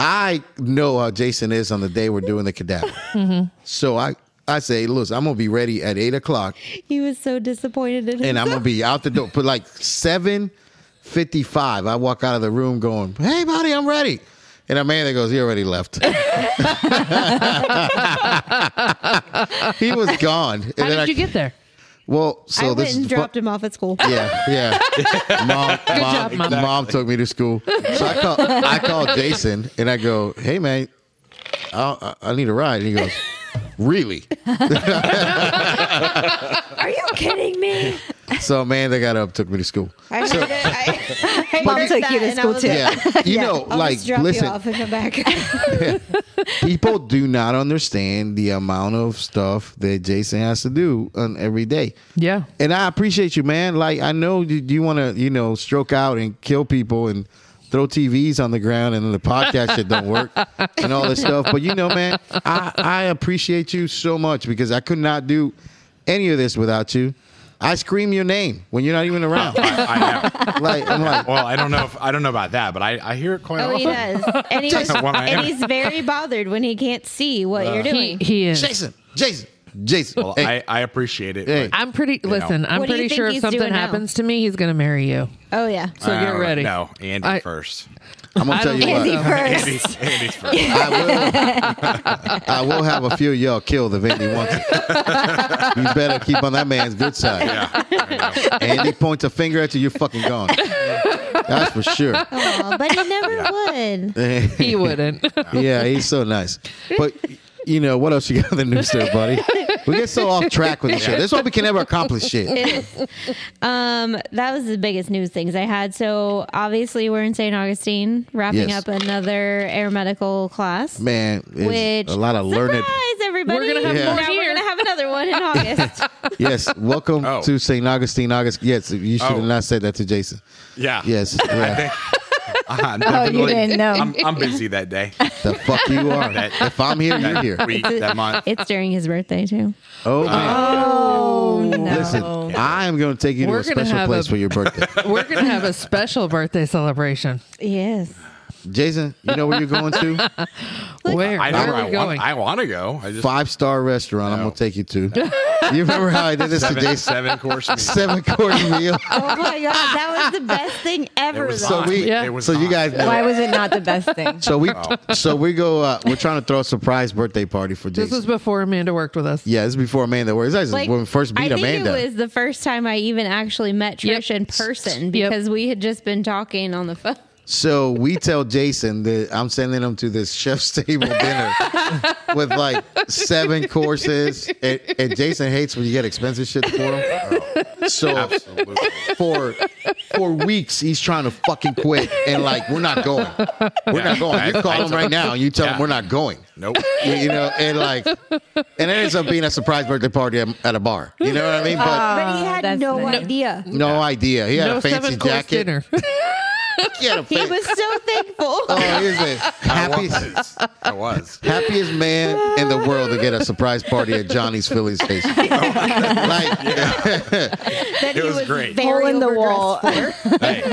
I know how Jason is on the day we're doing the cadaver. So I, I say, listen, I'm gonna be ready at eight o'clock He was so disappointed in and I'm himself. gonna be out the door. But like seven fifty five, I walk out of the room going, "Hey, buddy, I'm ready." And a man that goes, "He already left." <laughs> he was gone. And how did I, you get there? Well, so I this went is and fu- dropped him off at school. Yeah, <laughs> yeah. Mom, mom, job, Mom. mom took me to school. So I call, I call Jason and I go, "Hey, man, I, I I need a ride." And he goes, "Really?" Are you kidding me? So man, they got up, took me to school. I heard it. I, I Mom heard took that, you to and I school, was too. like, Yeah, <laughs> you know, I'll like just drop listen, you off and come <laughs> back. people do not understand the amount of stuff that Jason has to do on every day. Yeah. And I appreciate you, man. Like I know you, you want to, you know, stroke out and kill people and throw TVs on the ground and the podcast that don't <laughs> work and all this stuff. But you know, man, I I appreciate you so much because I could not do any of this without you. I scream your name when you're not even <laughs> around. <laughs> I, I know. like I'm like, Well, I don't know if I don't know about that, but I, I hear it quite oh, he often. does, <laughs> and, he, Jason, what I am. and he's very bothered when he can't see what Uh, you're He, doing. he is. Jason, Jason, Jason. Well, Hey, I, I appreciate it. Hey. but- I'm pretty. listen, I'm What do you pretty think sure if he's something doing now? happens to me, he's gonna marry you. Oh yeah. So I Uh, get don't ready. know. uh, No, Andy I- <laughs> first. I'm gonna I tell don't you think what. Andy first. Andy, Andy's first. I will. <laughs> I will have a few of y'all killed if Andy wants it. You better keep on that man's good side. Yeah. <laughs> I know. Andy points a finger at you, you're fucking gone. That's for sure. <laughs> Aw, but he never would. <laughs> He wouldn't. <laughs> yeah, he's so nice. But you know what else you got in the news there, buddy? We get so off track with this shit. That's why we can never accomplish shit. Um, that was the biggest news things I had. So obviously we're in St. Augustine, wrapping Yes. up another air medical class. Man, it's which a lot of learned. surprise, everybody. We're gonna have Yeah. Now more We're here. gonna have another one <laughs> in August. Yes, welcome Oh. to St. Augustine, August. Yes, you should have Oh. not said that to Jason. Yeah. Yes, yeah. <laughs> Oh, Uh, you definitely- didn't know. I'm, I'm busy that day. the fuck you <laughs> are. That- if I'm here, you're That here. week, that month. it's during his birthday too. Oh, man. Oh, no. Listen, I am going to take you We're to a gonna special have place a- for your birthday. We're gonna have a special birthday celebration. Yes. Jason, you know where you're going to? Where? <laughs> I know where where are I we want. going? I want to go. I just Five star restaurant. I'm No. going to take you to. You remember how I did this to seven, Jason? seven <laughs> course meal. Seven course meal. Oh my god, <laughs> that was the best thing It ever. was though. So hot. we, Yeah. It was so you hot. <laughs> guys, know. Why was it not the best thing? so we, Oh. so we go. Uh, we're trying to throw a surprise birthday party for Jason. this was before Amanda worked with us. yeah, this is before Amanda. Where is that? Like, when we first I meet think Amanda? it was the first time I even actually met Yep. Trish in person Yep. because we had just been talking on the phone. So we tell Jason that I'm sending him to this chef's <laughs> table dinner with like seven courses, and, and Jason hates when you get expensive shit for him. So Absolutely. for for weeks he's trying to fucking quit, and like we're not going, we're Yeah. not going. You I- call I- him right now and you tell him Yeah. we're not going. Nope. you, you know, and like, and it ends up being a surprise birthday party at, at a bar. You know what I mean? But Ah. but he had Oh, that's no nice. idea. no idea. He had no a fancy seven course jacket. dinner. He had a He fa- was so thankful. oh, he's a <laughs> happy, I <laughs> was. happiest man in the world to get a surprise party at Johnny's Philly <laughs> Station. Oh, like, that It he was great. very Hole in the wall. overdressed for. Hey,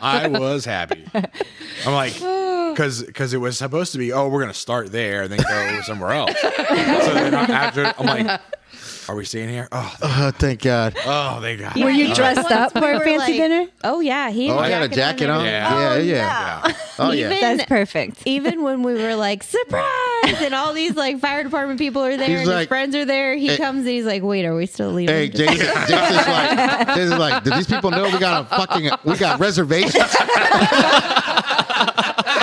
I was happy. I'm like, <sighs> because because it was supposed to be, oh, we're gonna start there and then go somewhere else. So then I- after, I'm like, are we staying here? Oh, th- oh, thank God. oh, they got. Were it. you dressed up for a were fancy like- dinner? Oh yeah, he. Oh, I got a jacket on. everything. Yeah, yeah. Yeah. Oh, yeah. even That's perfect. even when we were like surprise, and all these like fire department people are there, He's and his like- friends are there, he Eh. comes and he's like, "Wait, are we still leaving?" Hey, Jason, Jason's like, Jason's like, did these people know we got a fucking, we got reservations? <laughs>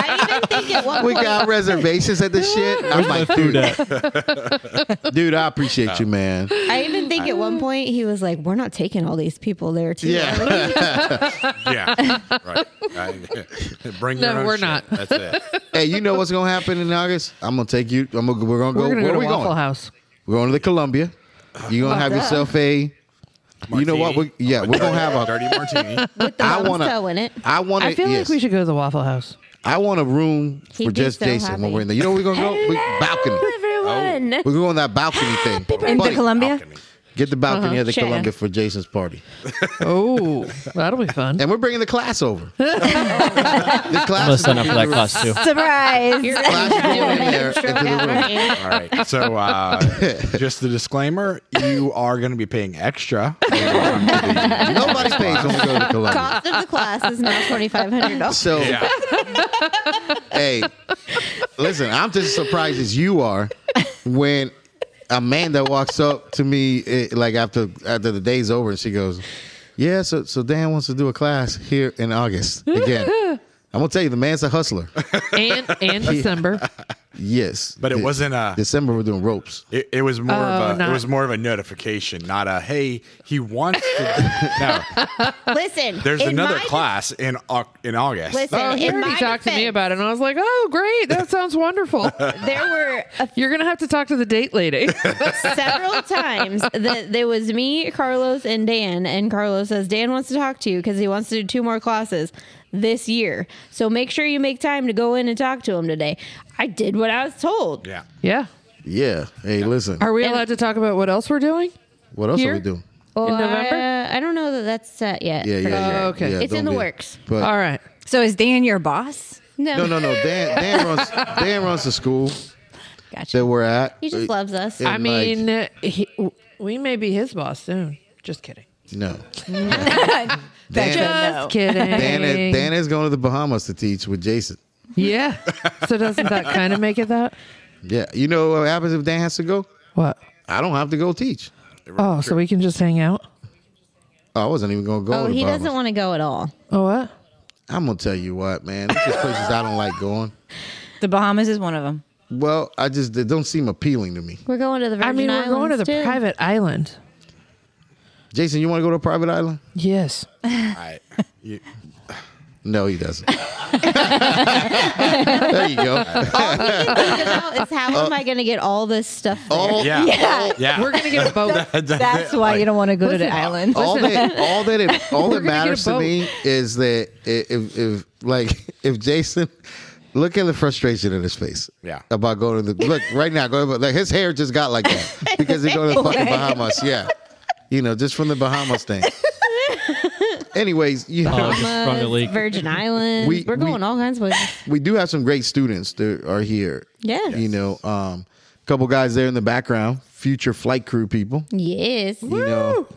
I even think at one We point got reservations at this shit. I'm like, dude, dude, I appreciate you, man. I even think at one point he was like, "We're not taking all these people there too." early." <laughs> Yeah. <laughs> Yeah. Right. <laughs> I- bring your No, own we're shit. not. That's it. hey, you know what's gonna happen in August? I'm gonna take you. I'm gonna. We're gonna go. We're where gonna go to are we Waffle going? House. We're going to the Columbia. You're gonna have yourself a. You know what? We, Martini. yeah, we're gonna have a. dirty martini. with the I mom's want toe in to. it. I want to. I feel yes. like we should go to the Waffle House. I want a room He'd for be just so Jason when happy. we're in there. You know where we're gonna go? We, balcony. Everyone, We're going on that balcony thing. In the Buddy, Columbia? Get the balcony of the Sure. Columbia for Jason's party, Oh, that'll be fun. and we're bringing the class over. the class. gonna is sign up gonna be for that in the class too. Surprise. you're Class is going in there Extra into the room. calories. All right. So, uh, just a disclaimer: you are going to be paying extra. Uh, when you come to the- Nobody pays when we go to the Columbia. Cost of the class is now twenty five hundred dollars. So Yeah. hey, listen, I'm just as surprised as you are when Amanda walks up to me eh, like after after the day's over and she goes, "Yeah, so so Dan wants to do a class here in August again." <laughs> I'm gonna tell you, the man's a hustler. And and December. Yes, But it De- wasn't uh, a- December. We're doing ropes. It, it was more Oh, of a not- it was more of a notification, not a hey he wants to. no, Listen, there's in another my- class in Au- in August. Listen, Oh, he in already my talked to me defense, about it, and I was like, "Oh, great! That <laughs> sounds wonderful." There were a You're gonna have to talk to the date lady. several times that there was me, Carlos, and Dan, and Carlos says Dan wants to talk to you because he wants to do two more classes this year. So make sure you make time to go in and talk to him today. I did what I was told. yeah, yeah. Yeah. Hey, listen. Are we And- allowed to talk about what else we're doing? What else Here? are we doing? Well, November? I, I don't know that that's set yet. Yeah, yeah, for yeah. sure. Oh, okay. yeah, It's don't in the be- works. But All right. So is Dan your boss? No, no, no, no. Dan, <laughs> Dan runs. Dan runs the school Gotcha. that we're at. He just loves us. Uh, Yeah. I And, mean, uh, he, w- we may be his boss soon. Just kidding. No. That's Just a no. kidding. Dan is, Dan is going to the Bahamas to teach with Jason. Yeah. So doesn't that kind of make it that? Yeah, you know what happens if Dan has to go? What? I don't have to go teach. Oh, so we can just hang out? Oh, I wasn't even going to go. Oh, to the he Bahamas. doesn't want to go at all. Oh, what? I'm gonna tell you what, man. There's just places I don't like going. The Bahamas is one of them. Well, I just they don't seem appealing to me. We're going to the Virgin I mean, we're going to the Islands, too. private island. Jason, you want to go to a private island? Yes. I, you, No, he doesn't. <laughs> there you go. Think about is <laughs> how am I going to get all this stuff? There? Uh, All, yeah, yeah, We're going to get a boat. That's why you don't want to go to the Listen, island. all that, all that, <laughs> it, all that We're gonna get a matters to boat. me is that i- if, if, like, <laughs> if Jason, look at the frustration in his face. Yeah. About going to the look right now. Going like his hair just got like that <laughs> because he going to the fucking Bahamas. Yeah. You know, just from the Bahamas <laughs> thing. Anyways, you Um, know, just sprung a leak. Virgin Islands. We- We, are going we- all kinds of places. we do have some great students that are here. Yeah. You know, um, couple guys there in the background, future flight crew people. Yes. you know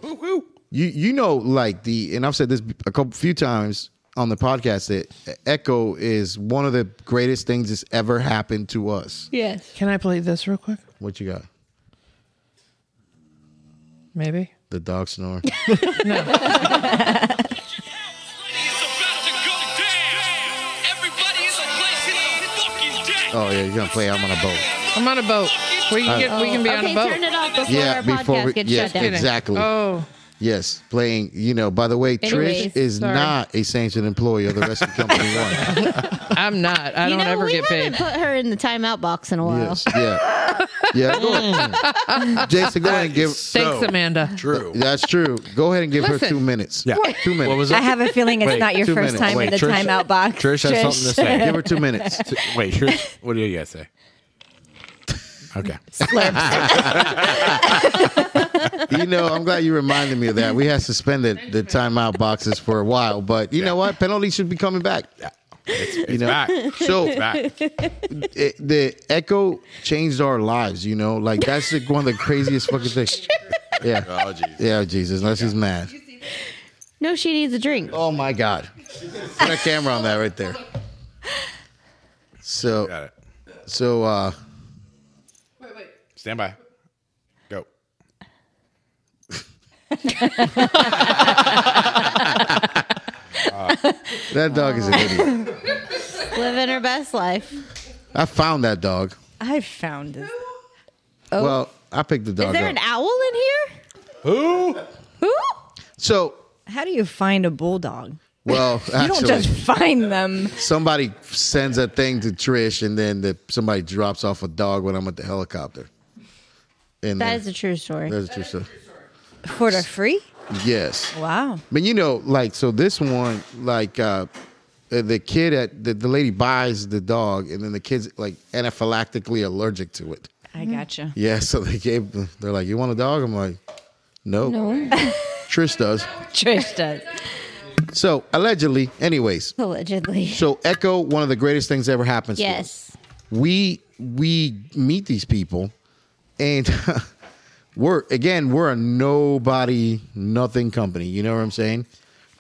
you you know like the and i've said this a couple few times on the podcast that echo is one of the greatest things that's ever happened to us Yes. Can I play this real quick? what you got Maybe. the dog <laughs> snore It's about to go down. Everybody in the place is a fucking dead. oh yeah you're gonna play i'm on a boat I'm on a boat. We can get. we can be okay, on a boat. turn it off before yeah our before podcast we gets yeah shut down. exactly Oh, Yes, playing. You know. By the way, Anyways, Trish is sorry. not a sanctioned employee of the Wrestling Company One. <laughs> I'm not. I you don't know, ever we get haven't paid. put her in the timeout box in a while. Yes. Yeah. Yeah. Go Mm. ahead. Jason, go ahead and give. Thanks, Amanda. <laughs> True. That's true. Go ahead and give her Listen. two minutes. Yeah. What? Two minutes. What was it? <laughs> I have a feeling it's Wait, not your two first minutes. time Wait, in the Trish- timeout box. Trish has something to say. give her two minutes. T- Wait, Trish, what do you guys say? Okay. you know, I'm glad you reminded me of that. We had suspended the timeout boxes for a while, but you know what? Penalties should be coming back. Yeah. It's, it's You know, <laughs> back. so It's back. it- the echo changed our lives. You know, like that's like one of the craziest <laughs> fucking things. Yeah, Oh, jeez. yeah, Jesus, unless he's mad. No, she needs a drink. Oh my God, put a camera on that right there. Got So, it. so uh, Stand by. Go. that dog is an idiot. Living her best life. I found that dog. I found it. Well, I picked the Oh. Is dog there up. an owl in here? Who? so, How do you find a bulldog? well, actually, You don't just find them. somebody sends a thing to Trish, and then the, somebody drops off a dog when I'm at the helicopter. And That then- is a true story. that's true. So, For the free? yes. Wow. But you know, like so, this one, like uh, uh, the kid at the, the lady buys the dog, and then the kid's like anaphylactically allergic to it. I gotcha. Yeah, so they gave. them- They're like, "You want a dog?" I'm like, "No." No. <laughs> Trish does. Trish does. So allegedly, anyways. <laughs> Allegedly. So Echo, one of the greatest things ever happens. to us. Yes. we we meet these people and <laughs> we're again we're a nobody nothing company you know what i'm saying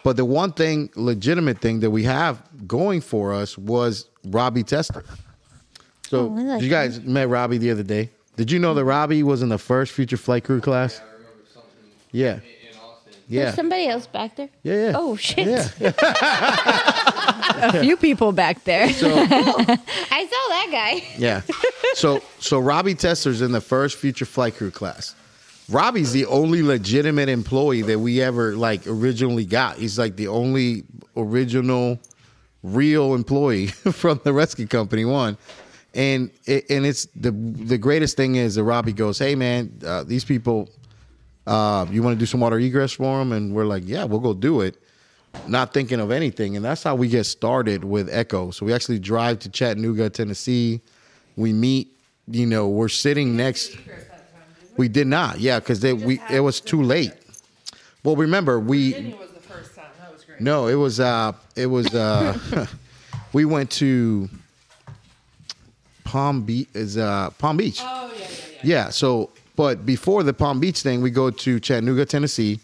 but the one thing legitimate thing that we have going for us was robbie tester so Oh, I like you guys met robbie the other day did you know that robbie was in the first future flight crew class yeah yeah There's somebody else back there? yeah yeah Oh, shit. yeah A few people back there. <laughs> Oh, I saw that guy. Yeah. So so Robbie Tester's in the first future flight crew class. Robbie's the only legitimate employee that we ever like originally got. He's like the only original real employee <laughs> from the rescue company one. And it, and it's the the greatest thing is that Robbie goes, "Hey man, uh, these people uh, you want to do some water egress for them?" And we're like, "Yeah, we'll go do it." not thinking of anything. And that's how we get started with Echo. So we actually drive to Chattanooga, Tennessee. We meet, you know, we're sitting next. We did not, yeah, because we it was too late. Well, remember we was the first time. That was great. no, it was uh it was uh <laughs> we went to Palm Beach is uh Palm Beach. Oh, yeah, yeah, Yeah. So, but before the Palm Beach thing, we go to Chattanooga, Tennessee.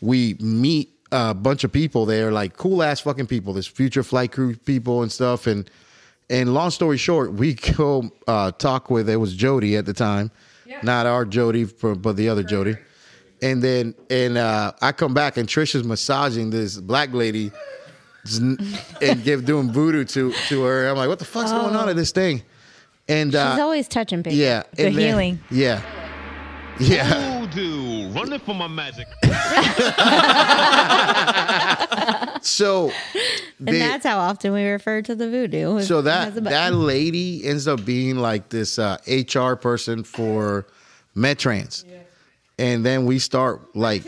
We meet a bunch of people there, like cool ass fucking people. This future flight crew people and stuff. And and long story short, we <laughs> go uh, talk with it was Jody at the time, not our Jody, but but the other Jody. And then and uh, I come back and Trisha's massaging this black lady and give doing voodoo to to her. I'm like, what the fuck's going on at this thing? And uh, He's always touching people. yeah. The and then- healing. Yeah. Yeah. Voodoo, running for my magic. So And that's how often we refer to the voodoo. so as that a button. that lady ends up being like this uh, HR person for Metrans. And then we start like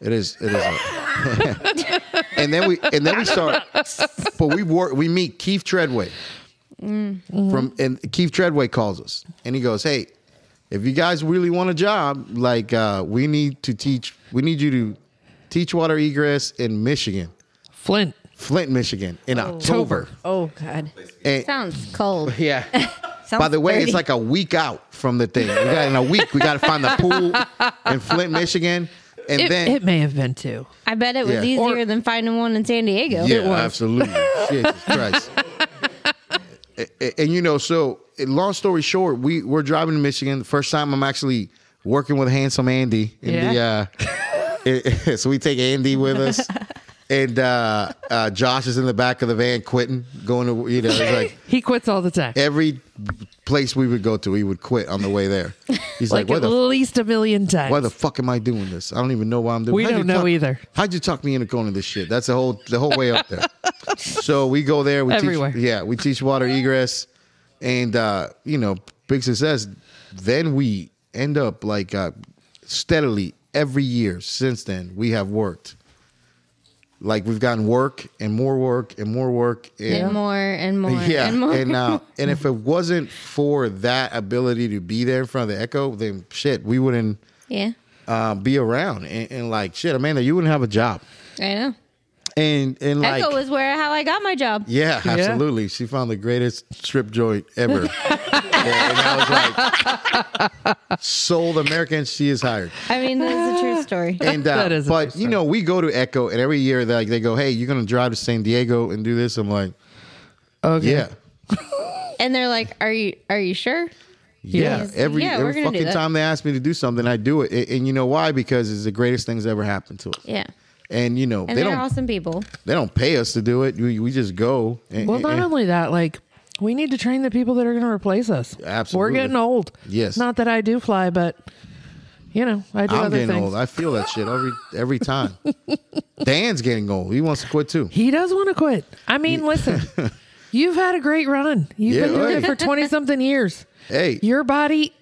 it is it is up. <laughs> and then we and then we start but we work we meet Keith Treadway. Mm-hmm. From and Keith Treadway calls us and he goes, Hey, if you guys really want a job, like uh, we need to teach we need you to teach water egress in Michigan. Flint. Flint, Michigan, in October. Oh, God. And sounds cold. yeah. Sounds By the way, dirty. it's like a week out from the thing. We got in a week. We got to find the pool in Flint, Michigan, and It, then it may have been two. I bet it was Yeah. easier than finding one in San Diego. yeah, absolutely. Jesus Christ. A- a- and you know, so eh, long story short, we we're driving to Michigan. The first time I'm actually working with handsome Andy in Yeah. the uh, <laughs> so we take Andy with us. And uh, uh, Josh is in the back of the van quitting, going to you know, it's like He quits all the time. every place we would go to, we would quit on the way there. He's like, like, why at the least a million times. why the fuck am I doing this? I don't even know why I'm doing. We How'd you don't know talk- either. How'd you talk me into going to this shit? That's the whole the whole way up there. so we go there. We Everywhere. Teach, yeah, we teach water egress, and uh, you know, big success. Then we end up like uh, steadily every year since then. We have worked. Like we've gotten work and more work and more work and and more and more yeah, and more. <laughs> uh, and if it wasn't for that ability to be there in front of the echo, then shit, we wouldn't yeah, uh, be around and, and like shit, Amanda, you wouldn't have a job. I know. And and like Echo was where how I got my job. yeah, absolutely. She found the greatest strip joint ever. <laughs> and, and I was like, sold American, she is hired. I mean, that's a <laughs> true story. And uh, That is a but nice you know, we go to Echo, and every year they like they go, hey, you're gonna drive to San Diego and do this. I'm like, okay. yeah. And they're like, "Are you are you sure?" Yeah, Yes. every Yeah, we're every gonna do fucking that. time they ask me to do something, I do it, and, and you know why? Because it's the greatest things that ever happened to us. Yeah. And you know And they they are don't awesome people. they don't pay us to do it. We, we just go. And, Well, and- not and- only that, like we need to train the people that are going to replace us. Absolutely. we're getting old. Yes. not that I do fly, but you know, I do I'm other getting things. old. I feel that shit every every <laughs> time. Dan's getting old. He wants to quit too. he does want to quit. I mean, listen, <laughs> you've had a great run. You've Yeah, been doing right. it for twenty something years. Hey, Your body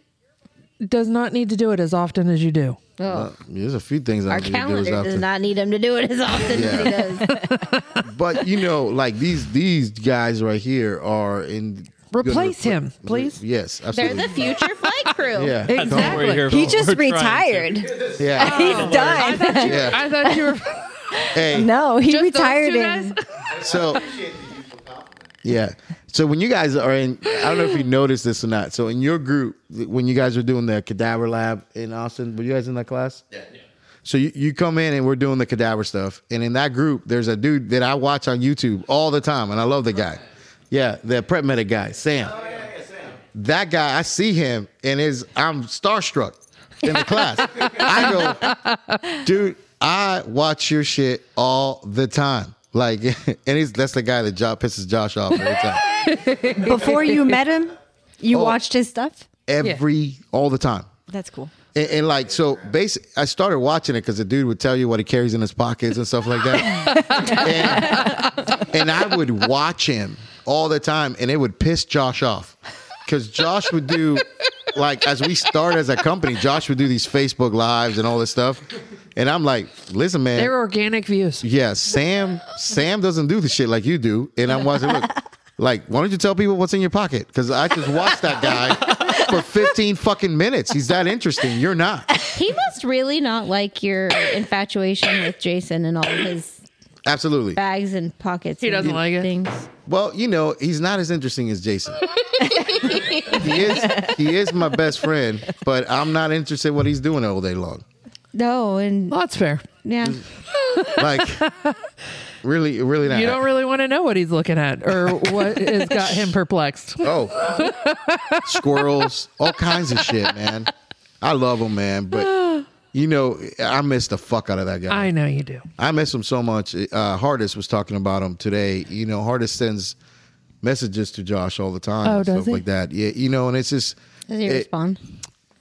does not need to do it as often as you do. uh, there's a few things I Our need to do calendar is out does there. not need him to do it as often as he does. <laughs> But you know, like these these guys right here are in. gonna Replace repla- him, please. Yes, They're absolutely. the future flight crew. yeah, Exactly. Don't worry here, He but just we're trying to. retired. yeah, <laughs> He's done. yeah. I thought <laughs> you were Hey, <laughs> No, he those retired two in. guys? So yeah. So when you guys are in, I don't know if you noticed this or not. So in your group, when you guys were doing the cadaver lab in Austin, were you guys in that class? Yeah. So you, you come in and we're doing the cadaver stuff, and in that group, there's a dude that I watch on YouTube all the time, and I love the guy. Yeah, the prep medic guy, Oh, Sam. That guy, I see him, and is I'm starstruck in the class. I go, dude i watch your shit all the time like <laughs> and he's that's the guy that job pisses josh off every time <laughs> Before you met him, you Oh. watched his stuff. every all the time That's cool. and, and like so basically i started watching it because the dude would tell you what he carries in his pockets and stuff like that and, and i would watch him all the time and it would piss josh off because josh would do like as we start as a company josh would do these facebook lives and all this stuff and i'm like listen man They're organic views. Yeah, Sam. Sam doesn't do the shit like you do, and I'm watching. Look, like, why don't you tell people what's in your pocket? Because I just watched that guy for 15 fucking minutes. He's that interesting. You're not. He must really not like your infatuation with Jason and all of his Absolutely. bags and pockets. He doesn't like it. Things. Well, you know, he's not as interesting as Jason. he is. He is my best friend, but I'm not interested in what he's doing all day long. No, and Well, that's fair. yeah, Like, really, really not. You don't really want to know what he's looking at or what has got him perplexed. Oh, squirrels, all kinds of shit, man. I love him, man. But you know, I miss the fuck out of that guy. I know you do. I miss him so much. Uh, Hardest was talking about him today. You know, Hardest sends messages to Josh all the time, Oh, and does stuff he? like that. Yeah, you know, and it's just does he it- respond?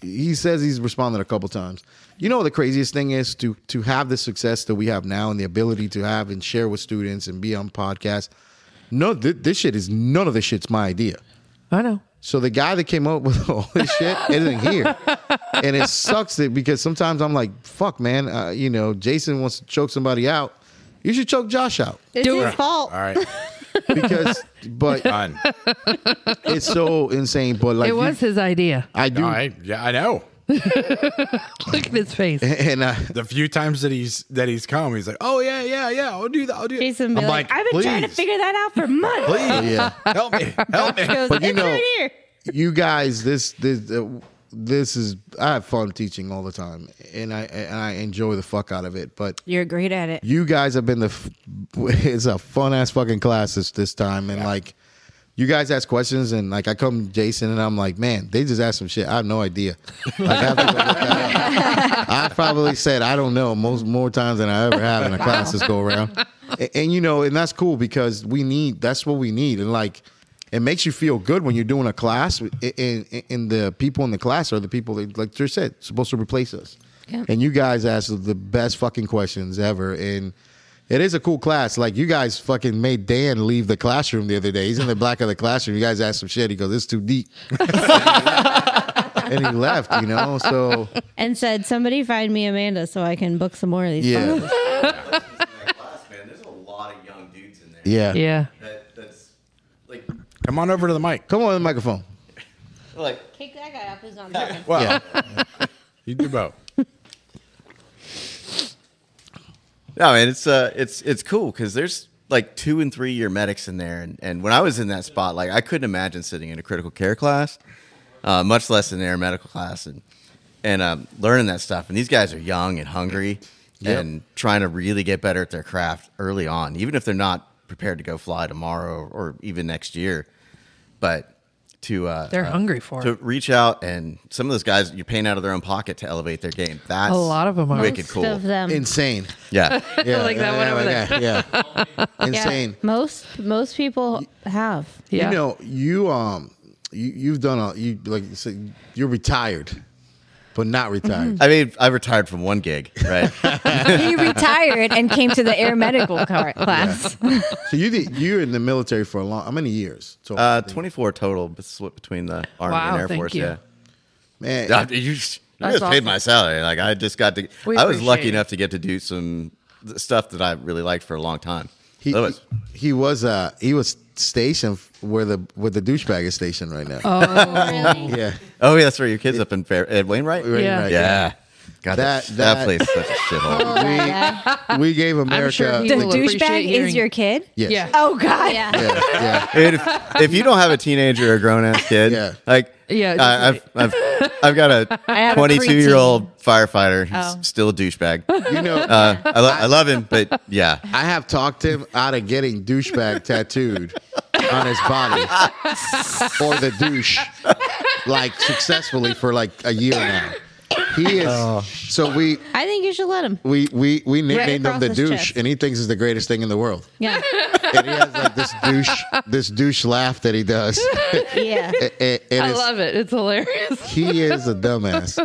he says he's responded a couple times. You know, the craziest thing is to to have the success that we have now and the ability to have and share with students and be on podcasts. No, th- this shit is none of this shit's my idea. I know. So the guy that came up with <laughs> all this shit isn't <laughs> here, and it sucks it because sometimes I'm like, "Fuck, man, uh, you know, Jason wants to choke somebody out. You should choke Josh out It's his All fault. Uh, right, <laughs> because, but done. it's so insane. But like, It was his idea. I All do, right, yeah, I know. Look at his face. <laughs> and I, The few times that he's that he's come, he's like, "Oh yeah, yeah, yeah, I'll do that. I'll do." that." Jason, be I'm like, I've been trying to "Please, figure that out for months. Please, yeah. help me, help me. Goes, But you it's know- right here. you guys, this this uh, this is I have fun teaching all the time, and I and I enjoy the fuck out of it. But You're great at it. you guys have been the f- <laughs> it's a fun ass fucking class this, this time and like you guys ask questions and like I come to Jason and I'm like man they just asked some shit I have no idea like, I, have to go look that up. I probably said I don't know most more times than I ever have in a class this go around and, and you know and that's cool because we need that's what we need and like It makes you feel good when you're doing a class, with- i- in in, in the people in the class are the people that, like you said, supposed to replace us. Yeah. And you guys asked the best fucking questions ever, and it is a cool class. Like you guys fucking made Dan leave the classroom the other day. He's in the back of the classroom. You guys asked some shit. He goes, "It's too deep," <laughs> and he left. You know, so and said, "Somebody find me Amanda so I can book some more of these." classes." yeah, class, man, there's a lot of young dudes in there. yeah, Yeah. That that's like Come on over to the mic. Come on, the <laughs> microphone. like Kick that guy off who's not talking. Well, Yeah. you do <laughs> both. no man, it's uh it's it's cool because there's like two and three year medics in there, and, and when I was in that spot, like I couldn't imagine sitting in a critical care class, uh, much less an air medical class, and and um, learning that stuff. And these guys are young and hungry and trying to really get better at their craft early on, even if they're not prepared to go fly tomorrow or even next year. But to uh, They're uh, hungry for to it. reach out and some of those guys you're paying out of their own pocket to elevate their game. That's A lot of 'em are. wicked cool. Of them. Insane. <laughs> Yeah, Yeah, Like that one yeah, over like <laughs> that, Yeah, Yeah. insane. Most most people have. Yeah. You know, you um, you you've done a you like you said, you're retired, but not Mm-hmm. retired. I mean, I retired from one gig, <laughs> right? <laughs> he retired and came to the air medical car- class. so you did, you're in the military for a long how many years? So uh, 24 total bes- between the Army Wow, and Air thank Force. you. Yeah, man, Uh, you, you just paid awesome. my salary. Like I just got to. We I was appreciate lucky it. enough to get to do some th- stuff that I really liked for a long time. he, he Otherwise- he was uh he was stationed where the where the douchebag is stationed right now. Oh <laughs> Really? yeah, oh yeah, that's right. Your kids up in Fair Ed Wainwright. right, Yeah. right, Yeah, God, that That- that, that- place is <laughs> such a shithole. Oh, Yeah. We gave America. sure he <laughs> The will appreciate douchebag hearing- is your kid? yes. Yeah. Oh, God. yeah. Yeah, yeah. Dude, if, if you don't have a teenager or a grown ass kid, Yeah. like Yeah, it I, I've, doesn't I've I've <laughs> got a have a 22 year old firefighter who's Oh. still a douchebag. <laughs> You know, Uh, I, lo- I love him, but yeah, I have talked him out of getting douchebag tattooed on his body or the douche, like successfully for like a year now. He is Oh. so we I think you should let him. we we we nicknamed him across the his douche, chest. and he thinks it's the greatest thing in the world. <laughs> Yeah. And he has like this douche this douche laugh that he does. <laughs> Yeah. And- and I it's- love it. It's hilarious. He is a dumbass.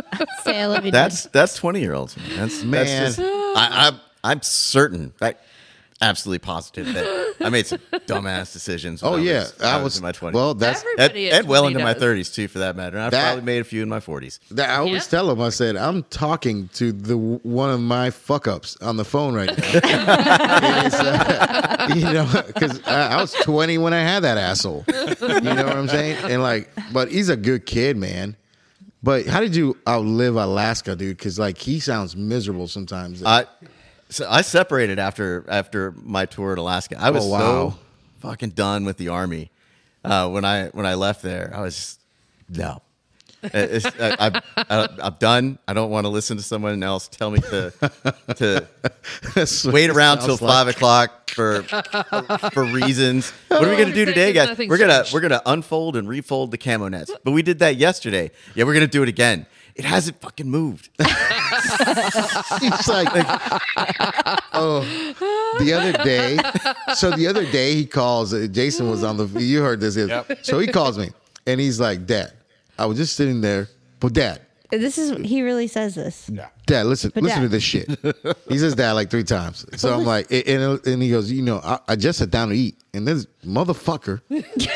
Say I love you. that's that's 20 year olds. man. That's Man. That's just, I, I'm I'm certain, right? Absolutely positive that I made some dumbass decisions. when Oh yeah, when I was in my 20s. well. That's and, Everybody and well into my 30s. 30s too, for that matter. And I That- probably made a few in my 40s. That I always Yeah. tell him, I said, I'm talking to the one of my fuck ups on the phone right now. And it's, uh, you know, because I, I was 20 when I had that asshole. You know what I'm saying? And like, but he's a good kid, man. But how did you outlive Alaska, dude? Because like he sounds miserable sometimes. I so I separated after after my tour in Alaska. I was Oh, wow. so fucking done with the army uh, when I when I left there. I was just, no. It- it's- I, I, I, I'm done. I don't want to listen to someone else tell me to to That's what wait it around till sounds like. five o'clock for for reasons. What are we gonna do Nothing- today, guys? nothing's We're gonna changed. we're gonna unfold and refold the camo nets. But we did that yesterday. Yeah, we're gonna do it again. It hasn't <laughs> fucking moved. <laughs> He's like, oh, the other day. So the other day he calls. uh, Jason was on the. You heard this. So he calls me and he's like, Dad, I was just sitting there. But Dad, this is he really says this. Dad, listen, listen Dad." to this shit. He says Dad like three times. So I'm like, and- and, and he goes, you know, I, I just sat down to eat, and this motherfucker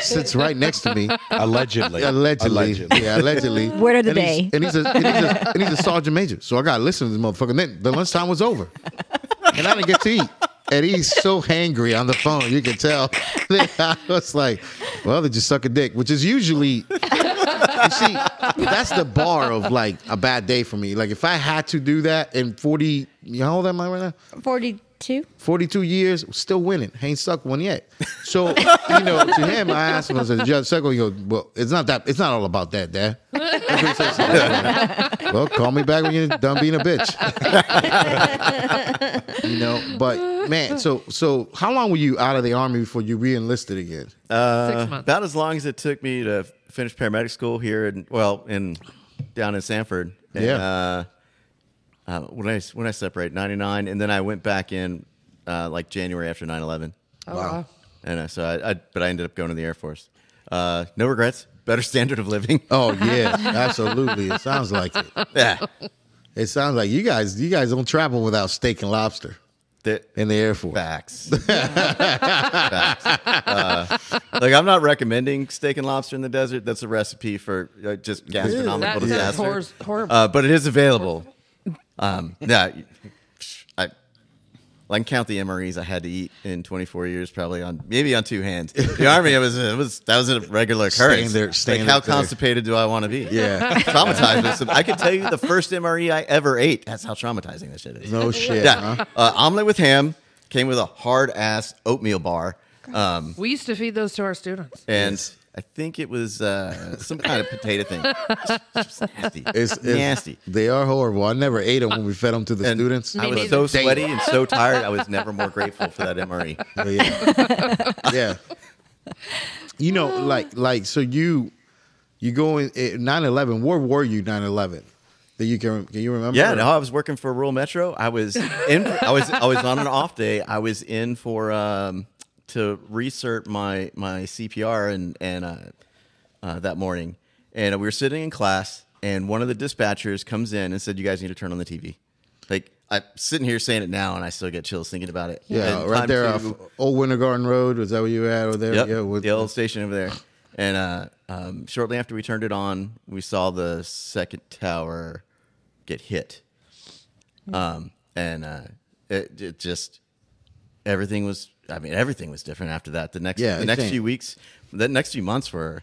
sits right next to me. Allegedly. Allegedly, yeah, allegedly. <laughs> Word of the and day. He's, and he's a and he's a, and he's a sergeant major, so I got to listen to this motherfucker. And then the lunchtime was over, and I didn't get to eat. And he's so hangry on the phone, you can tell. <laughs> I was like, "Well, they just suck a dick," which is usually, you see, that's the bar of like a bad day for me. Like if I had to do that in forty, you know, how old am I right now? Forty two. 42 years, still winning. Ain't suck one yet. So, you know, to him, I asked him, I said, Judge Suckle, he goes, Well, it's not that, it's not all about that, Dad. That's what he says to me. well, call me back when you're done being a bitch. <laughs> you know, but man, so so how long were you out of the army before you re enlisted again? Uh, Six months. About as long as it took me to finish paramedic school here, and well, in down in Sanford. And, Yeah. Uh, uh, when I when I separated ninety nine, and then I went back in uh, like January after 9-11. Oh, wow. and uh, so I, I but I ended up going to the Air Force. Uh, no regrets, better <laughs> standard of living. Oh yeah, absolutely. It sounds like it. Yeah. It sounds like you guys. You guys don't travel without steak and lobster The- in the Air Force. <laughs> Facts. Facts. Uh, like I'm not recommending steak and lobster in the desert. That's a recipe for uh, just gastronomical That sounds disaster. hor- horrible. Uh, but it is available. Um, yeah, I, I can count the MREs I had to eat in 24 years, probably on maybe on two hands. The army, it was it was that was a regular occurrence. Standard- standard like how there. constipated do I want to be? Yeah. traumatized. with some- I could tell you the first MRE I ever ate. That's how traumatizing this shit is. No shit. Yeah, Huh? uh, omelet with ham came with a hard ass oatmeal bar, um, we used to feed those to our students. and I think it was uh, some kind of potato thing. It's nasty. It's, it's nasty. They are horrible. I never ate them when we fed them to the And students. I but was <laughs> so damn. sweaty and so tired. I was never more grateful for <laughs> that MRE. Oh, yeah. yeah. You know, like like so you you go in eh, 9/11. Where were you 9/11? That you can can you remember? Yeah, no, I was working for Rural Metro. I was in. I was I was on an off day. I was in for um, to recert my my CPR and and uh, uh, that morning, and we were sitting in class, and one of the dispatchers comes in and said, "You guys need to turn on the TV." Like I'm sitting here saying it now, and I still get chills thinking about it. Yeah, And right time there uh, to- off Old Winter Garden Road. Was that where you were at? Over there? Yep, Yeah. what- the old station over there. And uh, um, shortly after we turned it on, we saw the second tower get hit. Um, and uh, it, it just everything was. I mean, everything was different after that. The next, Yeah, the it next changed. few weeks, the next few months were.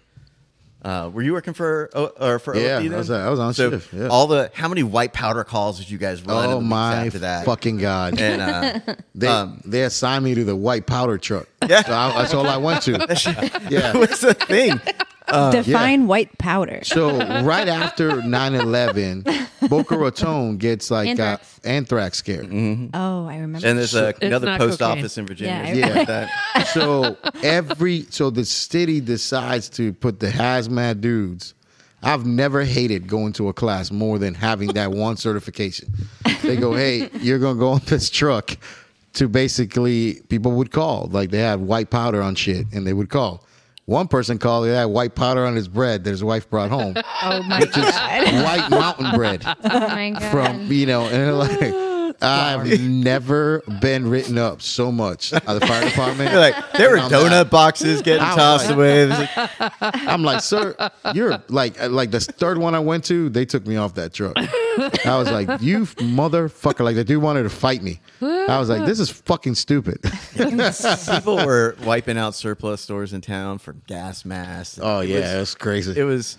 Uh, were you working for O- or for Yeah, OFD I then? was- I was on so shift, yeah. All the how many white powder calls did you guys run? in the oh weeks my after that? fucking god! And uh, <laughs> They they assigned me to the white powder truck. Yeah. so I, that's all I went <laughs> to. yeah. what's the thing? Define white powder. So right after 9-11, Boca Raton gets like Anthrax. Uh, anthrax scare. Oh, I remember. And there's uh, another not post cocaine. office in Yeah, I Virginia. or something remember. like that. So every so the city decides to put the hazmat dudes. I've never hated going to a class more than having that one certification. They go, "Hey, you're gonna go on this truck." To basically, people would call like they had white powder on shit, and they would call. One person called. They had white powder on his bread that his wife brought home, oh my god. white mountain bread Oh my god. from you know, and they're like I've never been written up so much by the fire department. <laughs> You're like <laughs> there were And I'm donut not- boxes getting I was tossed like- away. <laughs> It was like, I'm like, sir, you're like, uh, like the third one I went to, they took me off that truck. I was like, you motherfucker! Like the dude wanted to fight me. I was like, this is fucking stupid. people were wiping out surplus stores in town for gas masks. <laughs> Oh It yeah, was, it's crazy. it was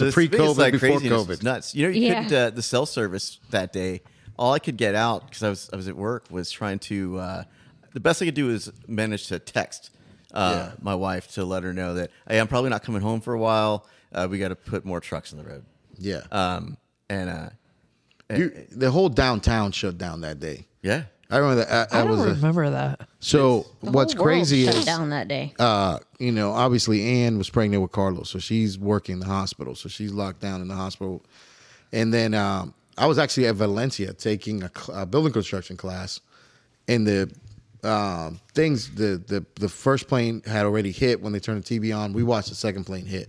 a the pre-COVID thing is, like before craziness was COVID. nuts. You know, you Yeah. couldn't uh, the cell service that day. All I could get out because I was I was at work was trying to. Uh, the best I could do is manage to text uh, my wife to let her know that hey, I'm probably not coming home for a while. Uh, we got to put more trucks on the road. yeah, Um, and uh, you, the whole downtown shut down that day. yeah, I remember that. I, I I don't was a, remember that. so. What's Whole world crazy shut is down that day. <laughs> uh, you know, obviously Ann was pregnant with Carlos, so she's working in the hospital, so she's locked down in the hospital. And then um, I was actually at Valencia taking a, cl- a building construction class, and the um, things the, the the first plane had already hit when they turned the TV on. We watched the second plane hit,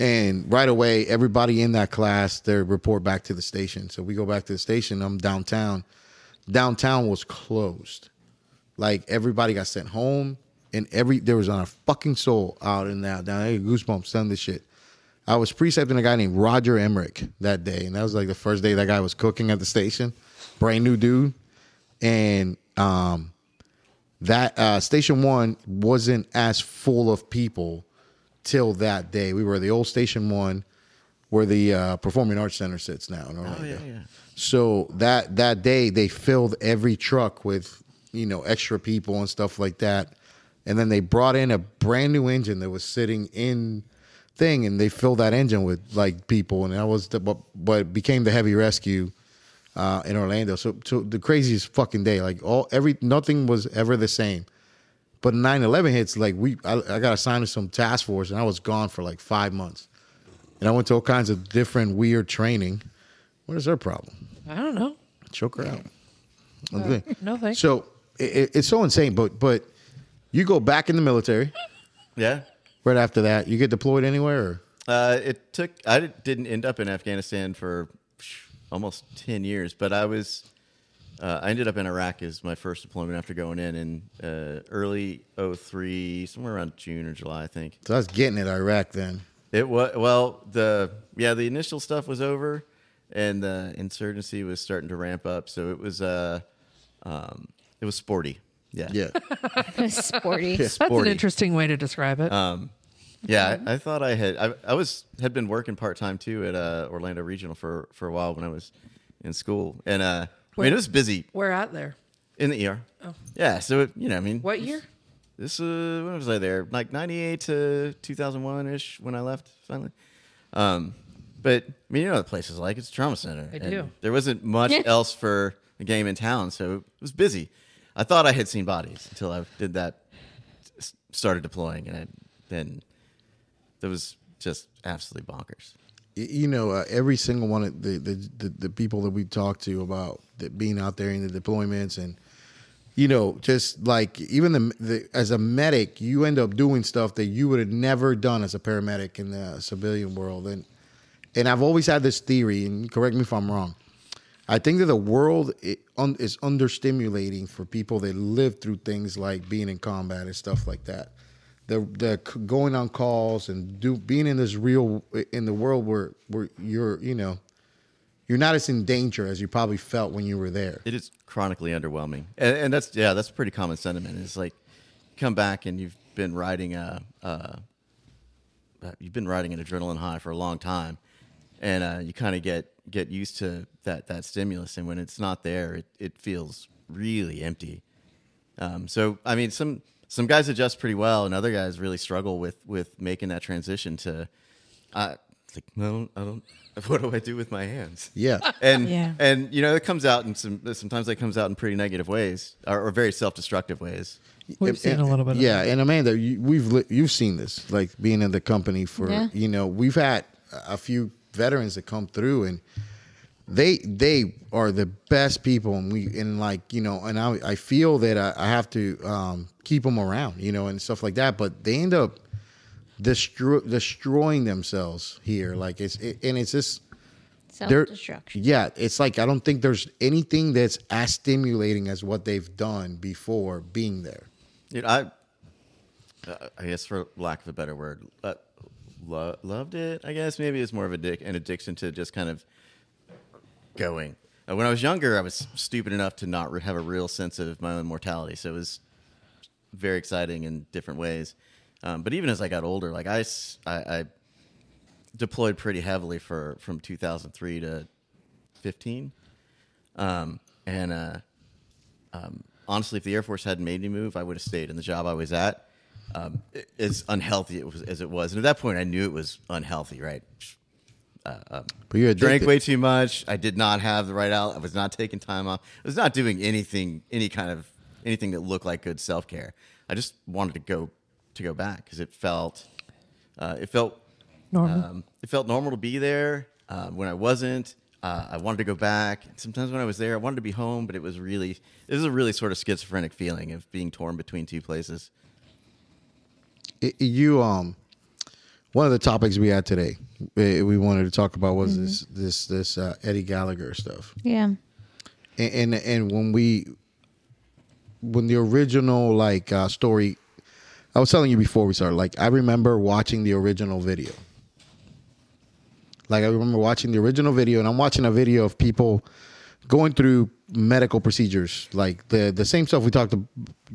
and right away everybody in that class they report back to the station. So we go back to the station. I'm downtown. Downtown was closed like everybody got sent home and every there was not a fucking soul out in that down there goosebumps telling this shit i was precepting a guy named roger emmerich that day and that was like the first day that guy was cooking at the station brand new dude and um that uh station one wasn't as full of people till that day we were the old station one where the uh, performing arts center sits now in Orlando. So that that day they filled every truck with you know extra people and stuff like that, and then they brought in a brand new engine that was sitting in thing, and they filled that engine with like people, and that was the but, but it became the heavy rescue uh, in Orlando. So, so the craziest fucking day, like all every nothing was ever the same. But 9-11 hits like we I, I got assigned to some task force and I was gone for like five months. And I went to all kinds of different weird training. What is their problem? I don't know. choke her out. Okay. <laughs> No thanks. So it, it's so insane, but but you go back in the military, yeah. right after that, you get deployed anywhere? Or? Uh, it took. I di- didn't end up in Afghanistan for psh, almost ten years, but I was. Uh, I ended up in Iraq as my first deployment after going in in uh, early 03, somewhere around June or July, I think. So I was getting it Iraq then. It was well the yeah the initial stuff was over, and the insurgency was starting to ramp up. So it was uh, um, it was sporty. Yeah, Yeah. Sporty. That's sporty. an interesting way to describe it. Uh, Yeah, I, I thought I had I, I was had been working part time too at uh, Orlando Regional for for a while when I was in school, and uh, I mean it was busy We're out there. in the ER. Oh. Yeah, so it, you know, I mean, What year? <laughs> This uh, when was I there? Like ninety eight to two thousand one ish when I left finally. Um, but I mean, you know what the place is like. It's a trauma center. I do. There wasn't much else for a game in town, so it was busy. I thought I had seen bodies until I did that, s- started deploying, and I, then that was just absolutely bonkers. Y- You know, uh, every single one of the, the, the, the people that we talked to about that being out there in the deployments and, you know, just like even the, the as a medic, you end up doing stuff that you would have never done as a paramedic in the civilian world. And, and I've always had this theory, and correct me if I'm wrong. I think that the world i- un- is understimulating for people that live through things like being in combat and stuff like that. The the c- going on calls and do being in this real in the world where where you're you know you're not as in danger as you probably felt when you were there. It is chronically underwhelming, and, and that's yeah, that's a pretty common sentiment. It's like come back and you've been riding a, uh uh, you've been riding an adrenaline high for a long time, and uh, you kind of get get used to that that stimulus, and when it's not there, it it feels really empty. Um, so I mean, some some guys adjust pretty well, and other guys really struggle with with making that transition to. I it's like no, I don't. <laughs> What do I do with my hands? Yeah, and Yeah. and you know it comes out in some sometimes that comes out in pretty negative ways or, or very self-destructive ways We've And- seen and- a little bit of Yeah, and Amanda, you, we've li- you've seen this, like being in the company for Yeah. you know we've had a few veterans that come through and they they are the best people and we and like you know and I I feel that I, I have to um, keep them around you know and stuff like that, but they end up destroy, destroying themselves here like it's it, and it's just Self there- destruction. Yeah, it's like I don't think there's anything that's as stimulating as what they've done before being there. you know, i uh, i guess for lack of a better word uh, lo- loved it i guess maybe it's more of a dick an addiction to just kind of going Uh, when i was younger i was stupid enough to not re- have a real sense of my own mortality so it was very exciting in different ways um, but even as i got older like i s- I- I deployed pretty heavily for from 2003 to 15 um, and uh honestly, if the Air Force hadn't made me move, I would have stayed in the job I was at. Um, it- as unhealthy it was, as it was, and at that point, I knew it was unhealthy. Right? But you're Drank addicted. way too much. I did not have the right out. I was not taking time off. I was not doing anything, any kind of anything that looked like good self care. I just wanted to go to go back because it felt, uh, it felt normal. um, it felt normal to be there uh, when I wasn't. Uh, I wanted to go back. Sometimes when I was there, I wanted to be home, but it was really, it was a really sort of schizophrenic feeling of being torn between two places. it- you um one of the topics we had today eh, we wanted to talk about was this this this uh, Eddie Gallagher stuff Yeah. and and, and when we when the original like uh, story I was telling you before we started like I remember watching the original video like I remember watching the original video and I'm watching a video of people going through medical procedures like the the same stuff we talked to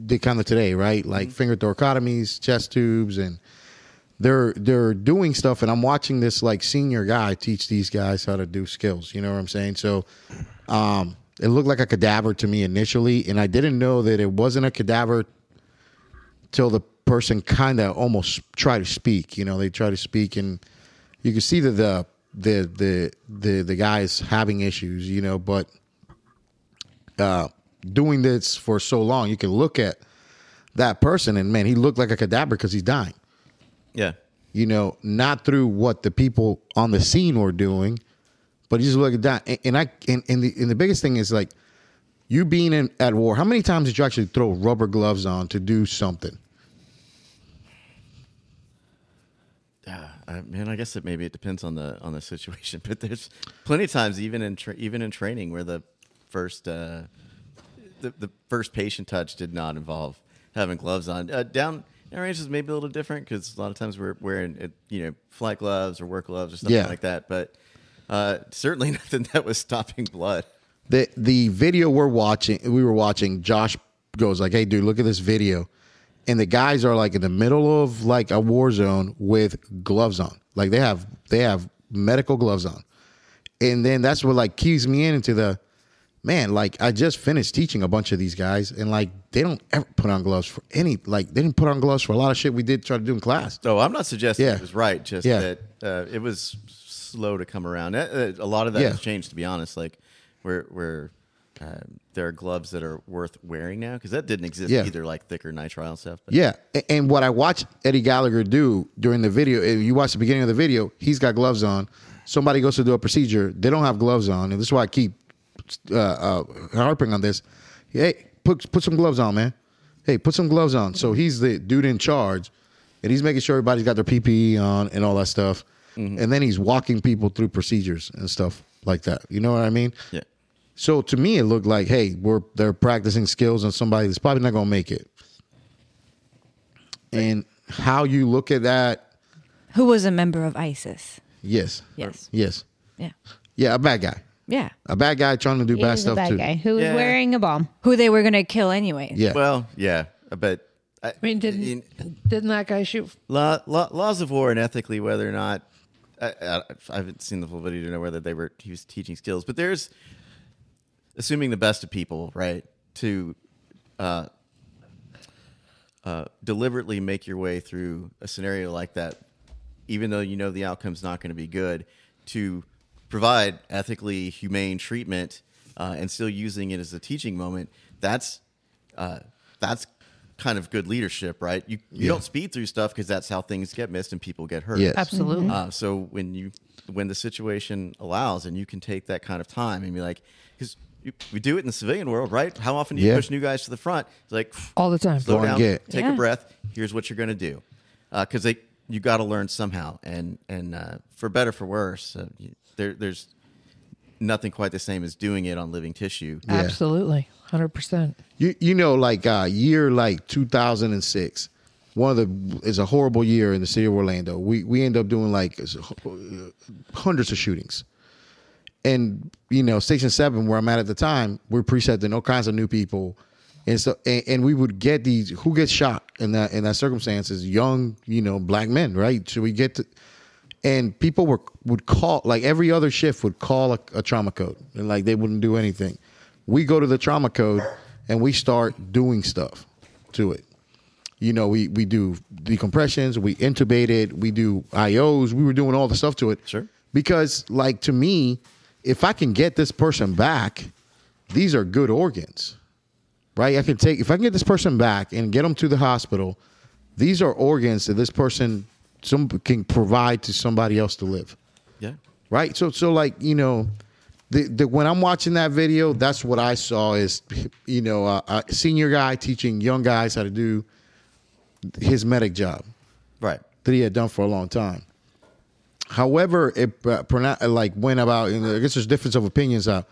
did kind of today right like finger thoracotomies chest tubes and they're they're doing stuff and I'm watching this like senior guy teach these guys how to do skills you know what I'm saying so um it looked like a cadaver to me initially and I didn't know that it wasn't a cadaver till the person kind of almost try to speak. You know, they try to speak, and you can see that the the the the the guy is having issues. You know, but uh, doing this for so long, you can look at that person, and man, he looked like a cadaver because he's dying Yeah, you know, not through what the people on the scene were doing, but you just look at that. And, and I and, and the and the biggest thing is like you being in at war. How many times did you actually throw rubber gloves on to do something? I mean, I guess it maybe it depends on the on the situation, <laughs> but there's plenty of times even in tra- even in training where the first uh, the, the first patient touch did not involve having gloves on. Uh, down down range is maybe a little different because a lot of times we're wearing uh, you know flight gloves or work gloves or something Yeah. like that, but uh, certainly <laughs> nothing that was stopping blood. the the video we're watching we were watching josh goes like hey dude look at this video and the guys are like in the middle of like a war zone with gloves on like they have they have medical gloves on and then that's what like keys me in into the man like i just finished teaching a bunch of these guys and like they don't ever put on gloves for any like they didn't put on gloves for a lot of shit we did try to do in class So Oh, I'm not suggesting Yeah. it was right, just Yeah. that uh, it was slow to come around. Uh, uh, A lot of that Yeah. has changed, to be honest. Like, where where uh, there are gloves that are worth wearing now because that didn't exist Yeah. either, like thicker nitrile stuff. But Yeah, a- and what I watched Eddie Gallagher do during the video, if you watch the beginning of the video, he's got gloves on. Somebody goes to do a procedure, they don't have gloves on, and this is why I keep uh, uh, harping on this. Hey, put put some gloves on, man. Hey, put some gloves on. So he's the dude in charge, and he's making sure everybody's got their PPE on and all that stuff. And then he's walking people through procedures and stuff like that. You know what I mean? yeah, So to me, it looked like, hey, we're they're practicing skills on somebody that's probably not gonna make it. And how you look at that, Who was a member of ISIS? yes, Yes. yes, Yeah. yeah, a bad guy, Yeah. a bad guy trying to do He bad was stuff a bad too. guy who was Yeah. wearing a bomb. Who they were going to kill anyway. Yeah, well, yeah, but I, I mean, didn't in- didn't that guy shoot? law, law, laws of war and ethically whether or not I, I, I haven't seen the full video to know whether they were he was teaching skills, but there's assuming the best of people, right? To uh, uh, deliberately make your way through a scenario like that, even though you know the outcome's not going to be good, to provide ethically humane treatment uh, and still using it as a teaching moment. That's uh, that's kind of good leadership, right? You you don't speed through stuff because that's how things get missed and people get hurt. Yes. Absolutely. Uh, so when you when the situation allows and you can take that kind of time and be like, because we do it in the civilian world, right? How often do you Yeah. push new guys to the front? It's like All the time. Slow Go and down, get it. take Yeah. a breath. Here's what you're going to do, because they you got to learn somehow, and and uh, for better for worse, uh, you- there there's nothing quite the same as doing it on living tissue. Absolutely. Hundred percent. you you know like uh year like 2006 one of the is a horrible year in the city of orlando we we end up doing like s- hundreds of shootings and you know station 7 where i'm at at the time we're precepting all kinds of new people and so and, and we would get these who gets shot in that in that circumstances young you know black men right so we get to and people were would call like every other shift would call a, a trauma code and like they wouldn't do anything we go to the trauma code and we start doing stuff to it you know we we do decompressions we intubate it we do ios we were doing all the stuff to it Sure. because like to me if i can get this person back these are good organs right? I can take if I can get this person back and get them to the hospital. These are organs that this person some can provide to somebody else to live, Yeah, right? So so like you know, the, the when I'm watching that video, that's what I saw is you know a, a senior guy teaching young guys how to do his medic job right. that he had done for a long time. However, it uh, pronoun- like went about. And I guess there's difference of opinions. Out.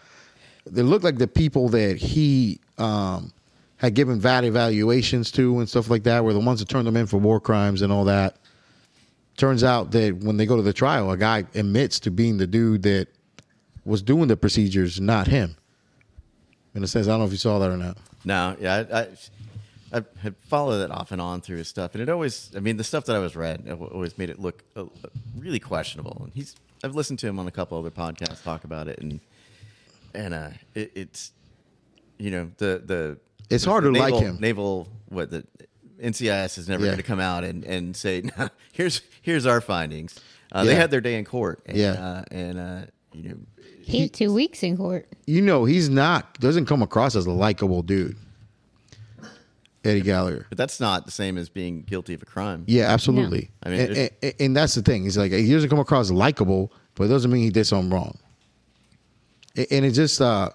They looked like the people that he um, had given bad evaluations to and stuff like that were the ones that turned them in for war crimes and all that. Turns out that when they go to the trial, a guy admits to being the dude that was doing the procedures, not him. In a sense, I don't know if you saw that or not. No, yeah, I, I, I had followed it off and on through his stuff, and it always, I mean, the stuff that I was read it wa- always made it look uh, really questionable. And he's, I've listened to him on a couple other podcasts talk about it, and and uh, it, it's, you know, the the It's the hard to like naval, him. Naval, what the NCIS is never Yeah. going to come out and and say, <laughs> nah, here's here's our findings. Uh, They Yeah. had their day in court, and, Yeah. uh, and uh, you know, He had two weeks in <laughs> court. you know he's not doesn't come across as a likable dude. Eddie Gallagher. but that's not the same as being guilty of a crime. Yeah, absolutely. I mean, and, it- and- and that's the thing. He's like he doesn't come across as likable, but it doesn't mean he did something wrong. A- And it just uh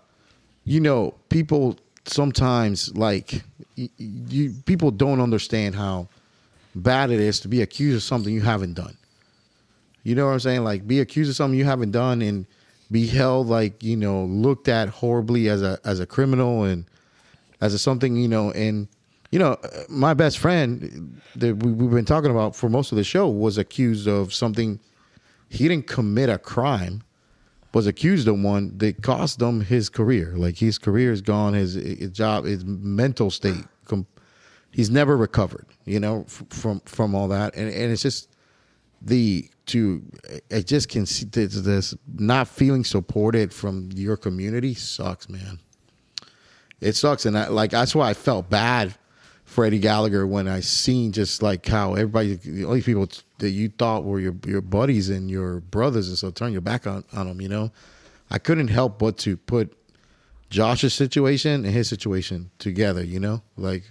you know, people sometimes like y- y- you people don't understand how bad it is to be accused of something you haven't done. You know what I'm saying? Like be accused of something you haven't done and be held like, you know, looked at horribly as a as a criminal and as a something, you know, and you know, uh, my best friend that we, we've been talking about for most of the show was accused of something he didn't commit a crime was accused of one that cost him his career. Like his career is gone, his, his job, his mental state. Com- he's never recovered, you know, f- from from all that. And and it's just the to I just can see this, this not feeling supported from your community sucks, man. It sucks, and I, like that's why I felt bad for Eddie Gallagher when I seen just like how everybody, all these people that you thought were your your buddies and your brothers, and so turn your back on on them. You know, I couldn't help but to put Josh's situation and his situation together. You know, like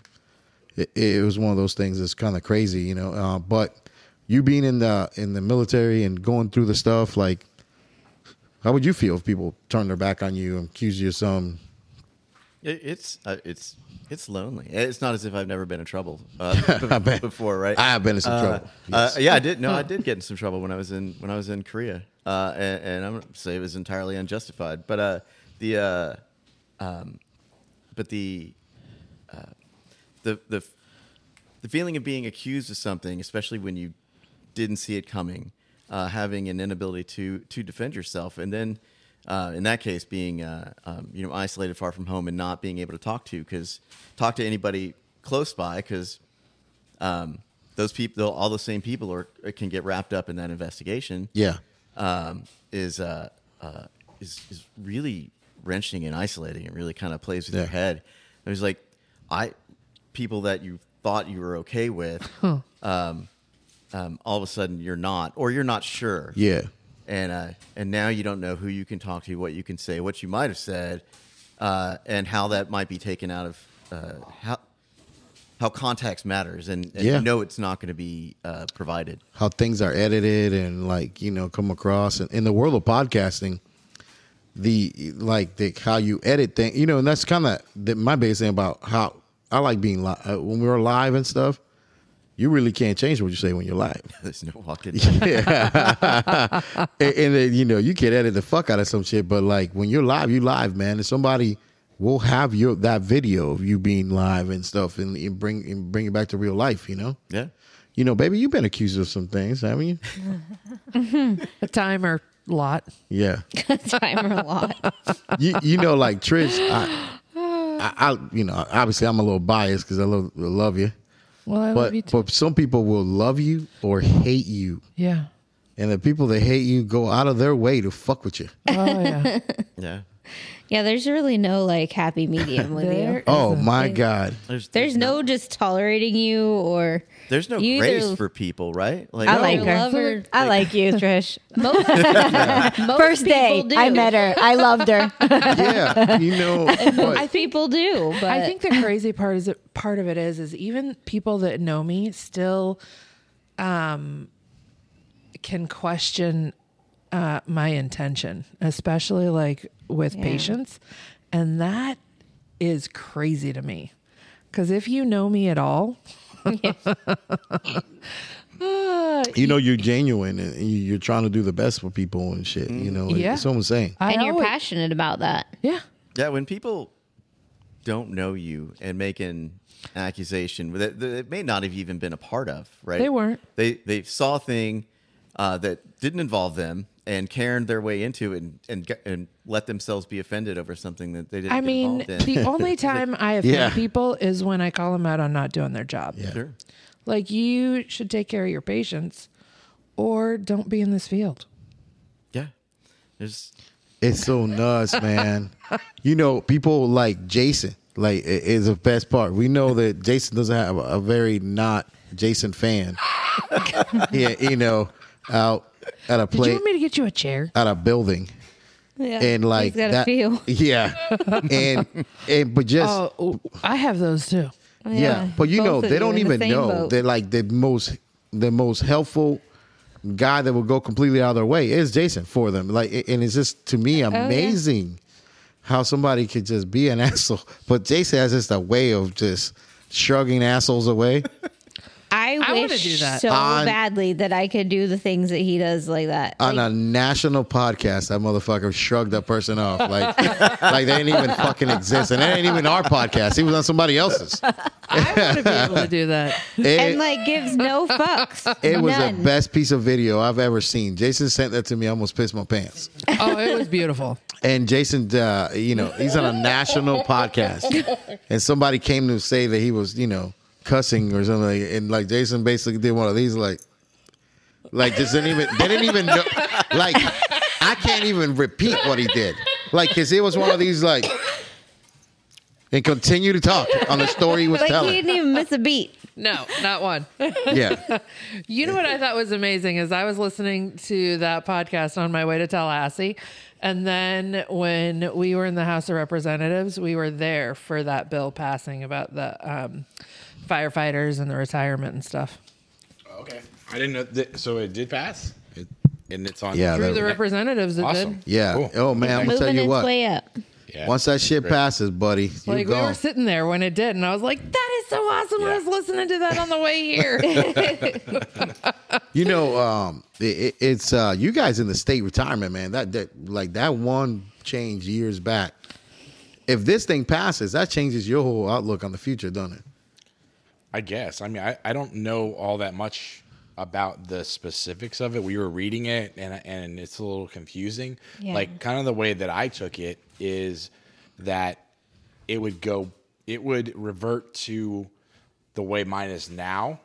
it, it was one of those things that's kind of crazy. You know, uh, but you being in the in the military and going through the stuff, like, how would you feel if people turned their back on you and accused you of some? It, it's uh, it's it's lonely. It's not as if I've never been in trouble <laughs> uh, b- I bet. before, right? I have been in some Uh, trouble. uh, yeah, I did. <laughs> No, I did get in some trouble when I was in when I was in Korea, uh, and, and I'm gonna say it was entirely unjustified. But uh, the uh, um, but the uh, the the the feeling of being accused of something, especially when you didn't see it coming, uh, having an inability to to defend yourself, and then uh, in that case being uh, um, you know isolated far from home and not being able to talk to because talk to anybody close by because um, those people all the same people are can get wrapped up in that investigation Yeah, um, is, uh, uh, is is really wrenching and isolating. It really kind of plays with your Yeah. head. It was like I people that you thought you were <laughs> okay with, um, um, all of a sudden you're not, or you're not sure. yeah. And uh, and now you don't know who you can talk to, what you can say, what you might have said, uh, and how that might be taken out of uh, how how context matters, and, and Yeah. you know it's not going to be uh, provided. <laughs> how things are edited and like you know come across and in the world of podcasting the like the how you edit things you know and that's kind of the, my biggest thing about how i like being live uh, when we were live and stuff you really can't change what you say when you're live <laughs> There's no walking. and, and then, you know you can edit the fuck out of some shit but like when you're live you live man and somebody will have your that video of you being live and stuff and, and bring and bring it back to real life you know Yeah. you know baby you've been accused of some things haven't you A timer lot. yeah timer a lot. you, you know, like Trish, I, I, I, you know, obviously I'm a little biased because I love, love you, Well, I love but you too. but some people will love you or hate you, Yeah. and the people that hate you go out of their way to fuck <laughs> with you. Oh yeah. Yeah. Yeah, there's really no like happy medium with you. There- Oh my god, There's, There's no- no just tolerating you or There's no You grace either- for people, right? Like, I no. like her. love her. I like <laughs> you, Trish. Most, most First day people do. I met her, I <laughs> loved her. yeah, you <laughs> know, but, people do, but I think the crazy part is part of it is is even people that know me still um can question uh my intention, especially like with patients. And that is crazy to me. Cuz if you know me at all, uh, you know you're genuine and you- you're trying to do the best for people and shit. You know, Yeah. it's almost saying. I and you're always- passionate about that. Yeah. Yeah, when people don't know you and make an accusation that that it may not have even been a part of, right? They weren't. They they saw a thing uh, that didn't involve them and cared their way into it and and, got- and let themselves be offended over something that they didn't. I get mean, involved in. the <laughs> only time I offend Yeah. people is when I call them out on not doing their job. Sure. Like you should take care of your patients or don't be in this field. yeah, there's It's so nuts, man. You know, people like Jason, like i- is the best part. We know that Jason doesn't have a, a very not Jason fan. <laughs> yeah, you know, out at a Did you place, want me to get you a chair? at a building, Yeah. and like got a that. few. <laughs> Yeah, and and but just Oh, oh, I have those too. yeah. Yeah, But you both know, of they you don't in the even same know. boat. They're like the most the most helpful guy that will go completely out of their way is Jason for them. Like a- and it's just to Oh, me amazing how somebody could just be an <laughs> <laughs> asshole. But Jason has just a way of just shrugging assholes away. I, I I wanna wish do that. so On- badly that I could do the things that he does like that. on a national podcast, that motherfucker shrugged that person <laughs> off like, like they didn't even fucking exist, and that ain't even our podcast. He was on somebody <laughs> else's. I want to be able to do that. It, and like gives no fucks. it was None. the best piece of video I've ever seen. Jason sent that to me, I almost pissed my pants. <laughs> Oh, it was beautiful. And Jason, uh, you know, he's on a national podcast, and somebody came to say that he was, you know, cussing or something, like, and like Jason basically did one of these, like, like just didn't even they didn't even know, like I can't even repeat what he did, like, cause it was one of these like, and continue to talk on the story he was Like he telling, didn't even miss a beat. No, not one. yeah, You know what I thought was amazing is I was listening to that podcast on my way to Tallahassee. And then when we were in the House of Representatives, we were there for that bill passing about the um, firefighters and the retirement and stuff. Okay. I didn't know. That, so it did pass? It, and it's on. Yeah, Through that- the representatives, it Awesome. did. yeah. Cool. Oh man, I'm gonna tell Moving you its what. way up. Yeah. Once that shit passes, buddy, you Like we gone. were sitting there when it did, and I was like, "That is so awesome!" I was listening to that on the way <laughs> here. You know, um, it, it- it's uh, you guys in the state retirement, man. That that like that one change years back. If this thing passes, that changes your whole outlook on the future, doesn't it? I guess. I mean, I, I don't know all that much about the specifics of it. We were reading it and and it's a little confusing. Yeah. Like kind of the way that I took it is that it would go it would revert to the way mine is now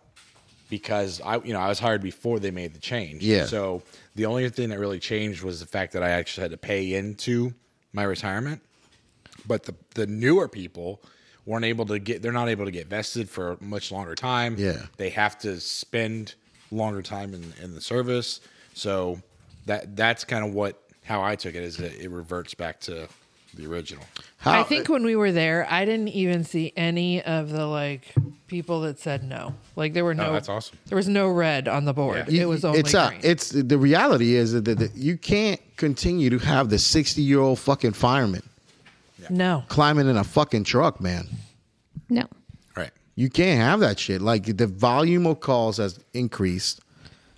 because I you know, I was hired before they made the change. Yeah. So the only thing that really changed was the fact that I actually had to pay into my retirement but the the newer people weren't able to get they're not able to get vested for a much longer time Yeah. they have to spend longer time in, in the service so that that's kind of what how i took it is that it reverts back to the original How, I think when we were there, I didn't even see any of the like people that said no. Like Oh, there were no. that's awesome. There was no red on the board. Yeah. It was only it's uh, green. it's the reality is that, that you can't continue to have the sixty year old fucking fireman no. climbing in a fucking truck, man. No. right You can't have that shit. Like the volume of calls has increased.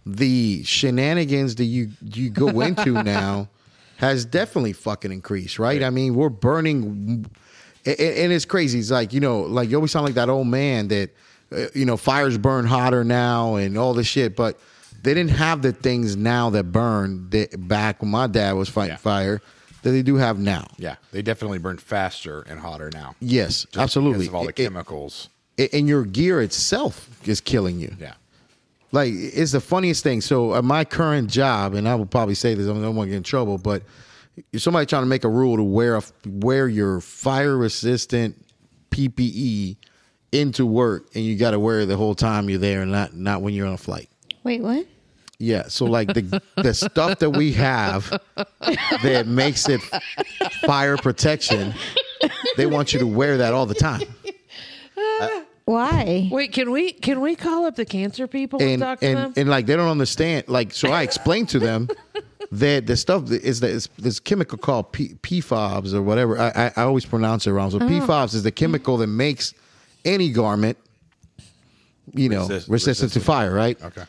The shenanigans that you you go <laughs> into now has definitely fucking increased, right? I mean, we're burning, and, and it's crazy. It's like you know, like you always sound like that old man that uh, you know fires burn hotter now and all this shit, but they didn't have the things now that burn that back when my dad was fighting Yeah. fire that they do have now. yeah they definitely burn faster and hotter now Yes, Just absolutely. because of all the It- it- chemicals and your gear itself is killing you. yeah like it's the funniest thing. So at my current job, and I will probably say this, I don't want to get in trouble, but if somebody trying to make a rule to wear a, wear your fire resistant PPE into work, and you got to wear it the whole time you're there, and not not when you're on a flight. Wait, what? Yeah. So like the the stuff that we have that makes it fire protection, they want you to wear that all the time. Why? Wait, can we can we call up the cancer people and, and talk to them? and, and like they don't understand. Like so, I explained to <laughs> them that the stuff that is that is this chemical called P, PFOBs or whatever. I, I I always pronounce it wrong. So Oh. PFOBs is the chemical that makes any garment, you know, Resist- resistant, to fire. Right. Okay.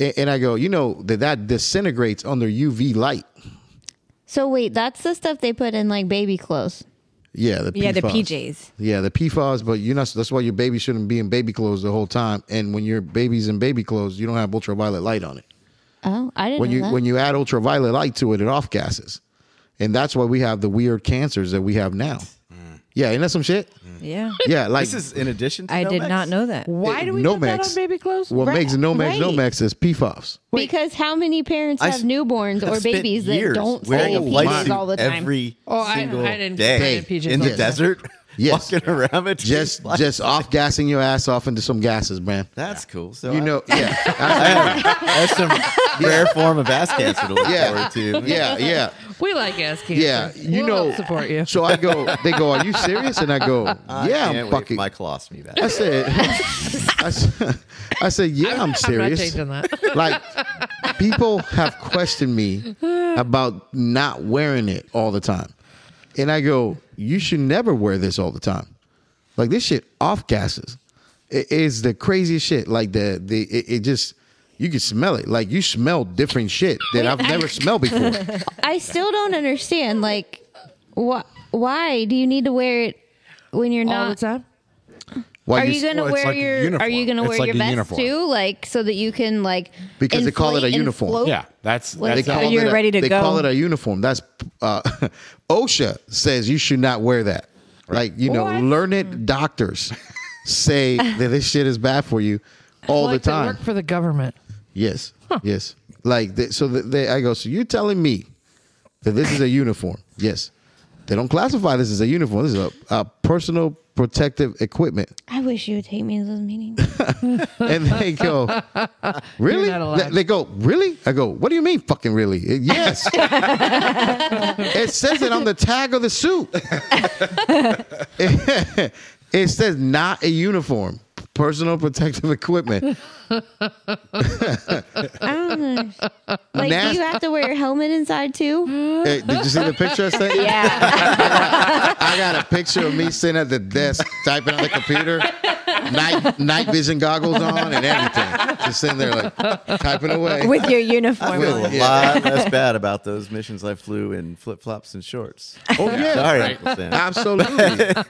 A- And I go, you know that that disintegrates under UV light. So wait, that's the stuff they put in like baby clothes. Yeah, the PFOBs. Yeah, the PJs. Yeah, the PFAS, but you're not. That's why your baby shouldn't be in baby clothes the whole time. And when your baby's in baby clothes, you don't have ultraviolet light on it. Oh, I didn't when know you that. when you add ultraviolet light to it, it off gases, and that's why we have the weird cancers that we have now. Yeah, ain't that some shit? Yeah. Yeah, like eh, This is in addition to I did Nomex? not know that. Why do we put that Nomex. on baby clothes? what Right, makes Nomex right. Nomex is PFAS. because how many parents I have s- newborns I've or spent babies that years don't stay wearing a in flight PJs suit all the time? every Oh, I- I single didn't- I day didn't PJs in the all the time. desert, Yes. walking around with Just like- just off gassing your ass off into some gases, man. that's cool. So You I- <laughs> know, yeah, I have- that's some rare form of ass cancer to look Yeah. forward to. yeah, yeah, We like ass cancer. yeah. You We'll know, help <laughs> support you. So I go, they go, are you serious? And I go, I yeah, can't I'm wait fucking. for my colostomy back. I said, I said, <laughs> I said, yeah, I'm serious. I'm not changing that. like people have questioned me about not wearing it all the time and i go you should never wear this all the time like this shit off gases i- is the craziest shit. Like the the it, it just you can smell it. Like you smell different shit that I've never smelled before. I still don't understand. Like, what? Why do you need to wear it when you're <laughs> all the not? time. While Are you you s- gonna well, it's wear like a your? Are uniform. you gonna It's wear like your a vest uniform. too? Like, so that you can like Because they call it a inflate and uniform. float? Yeah, that's Like- that's So call you're it a- ready to they go. call it a uniform. That's uh, <laughs> OSHA says you should not wear that. Like you know, What? learned doctors say that this shit is bad for you all like the they time. work for the government. Yes, yes. Like they, so, th they, I go. So you're telling me that this is a uniform? Yes. They don't classify this as a uniform. This is a, a personal protective equipment. I wish you would take me to those meetings. And they go, <laughs> really? not allowed. They- They go, really? I go, what do you mean, fucking really? It- <laughs> Yes. it says it on the tag of the suit. <laughs> it, says not a uniform, personal protective equipment. <laughs> Oh, I don't know. Like, Nas- do you have to wear your helmet inside too? Hey, did you see the picture I sent? Yeah. Yeah. I got a picture of me sitting at the desk typing on the computer, night night vision goggles on and everything, just sitting there like typing away. <laughs> with your I uniform. feel on. a lot less bad about those missions I flew in flip flops and shorts. oh <laughs> yeah, Sorry, Uncle <laughs> Sam. absolutely,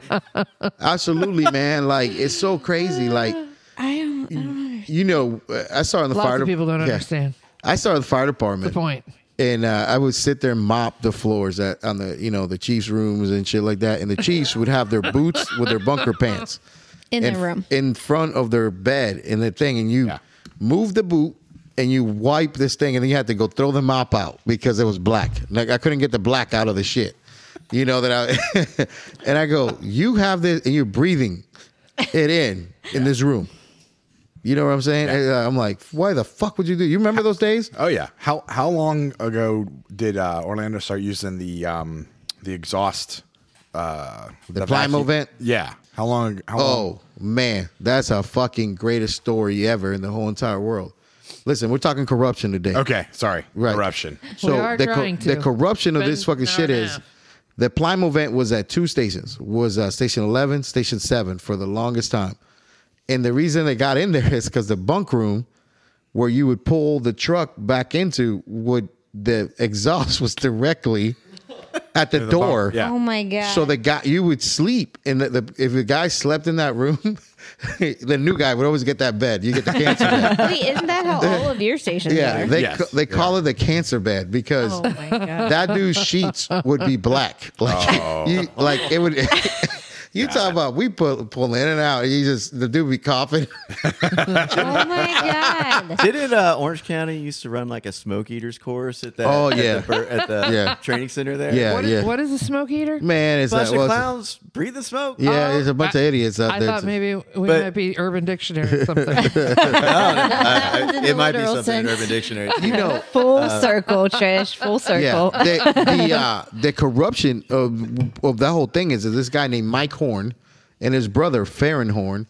absolutely, man. Like it's so crazy. Like I don't. I don't understand. you know, uh, I saw in the Lots fire. of people don't yeah. understand I saw in the fire department. the point. and uh, I would sit there and mop the floors at on the you know the Chiefs rooms and shit like that. And the Chiefs would have their boots with their bunker pants In their f- room. in front of their bed in the thing, and you Yeah. move the boot and you wipe this thing, and then you had to go throw the mop out because it was black. Like I couldn't get the black out of the shit, you know that I. <laughs> and I go, you have this, and you're breathing it in in this room. You know what I'm saying? And, uh, I'm like, why the fuck would you do? You remember those days? Oh yeah. How how long ago did uh, Orlando start using the um the exhaust uh the, Plymouth vacuum- vent? Yeah. How long how long Oh man, that's a fucking greatest story ever in the whole entire world. Listen, we're talking corruption today. Okay, sorry. Right. Corruption. So We are the, co- trying to. the corruption of But this fucking no, shit no. is the Plymouth event was at two stations, was uh, station 11, station 7 for the longest time. And the reason they got in <laughs> there is cuz the bunk room where you would pull the truck back into would the exhaust was directly at the, door. Yeah. Oh my god. So the guy, you would sleep, and the, the, if the guy slept in that room, <laughs> the new guy would always get that bed. You get the cancer <laughs> bed. Wait, isn't that how <laughs> all of your stations Yeah, are? they Yes. ca- they call it the cancer bed because Oh my god. that dude's sheets would be black. <laughs> Like you, like it would. <laughs> you talk about we pull pull in and out. You just the dude be coughing. <laughs> oh my god. Didn't uh, Orange County used to run like a smoke eaters course at that? Oh, at yeah. the, bur- at the <laughs> Yeah. training center there. Yeah, What is, yeah. what is a smoke eater? Man, is bunch that of was clowns Uh, breathing smoke. yeah? There's a bunch I- of idiots out I there. thought too. maybe we But- might be Urban <laughs> Dictionary or something. I- one's in Oh, it the might be literal something in sense. Urban Dictionary. you know, Full circle, Trish. Full Yeah, circle. <laughs> the the, uh, the corruption of of that whole thing is that this guy named Mike Horn and his brother Farron Horn.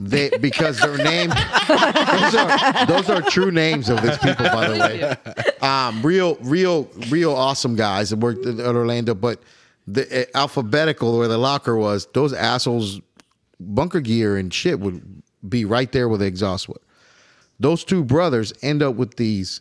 They, because their name, those are, those are true names of these people, by the way. Um, real, real, real awesome guys that worked at Orlando, but the uh, alphabetical where the locker was, those assholes, bunker gear and shit would be right there where the exhaust was those two brothers end up with these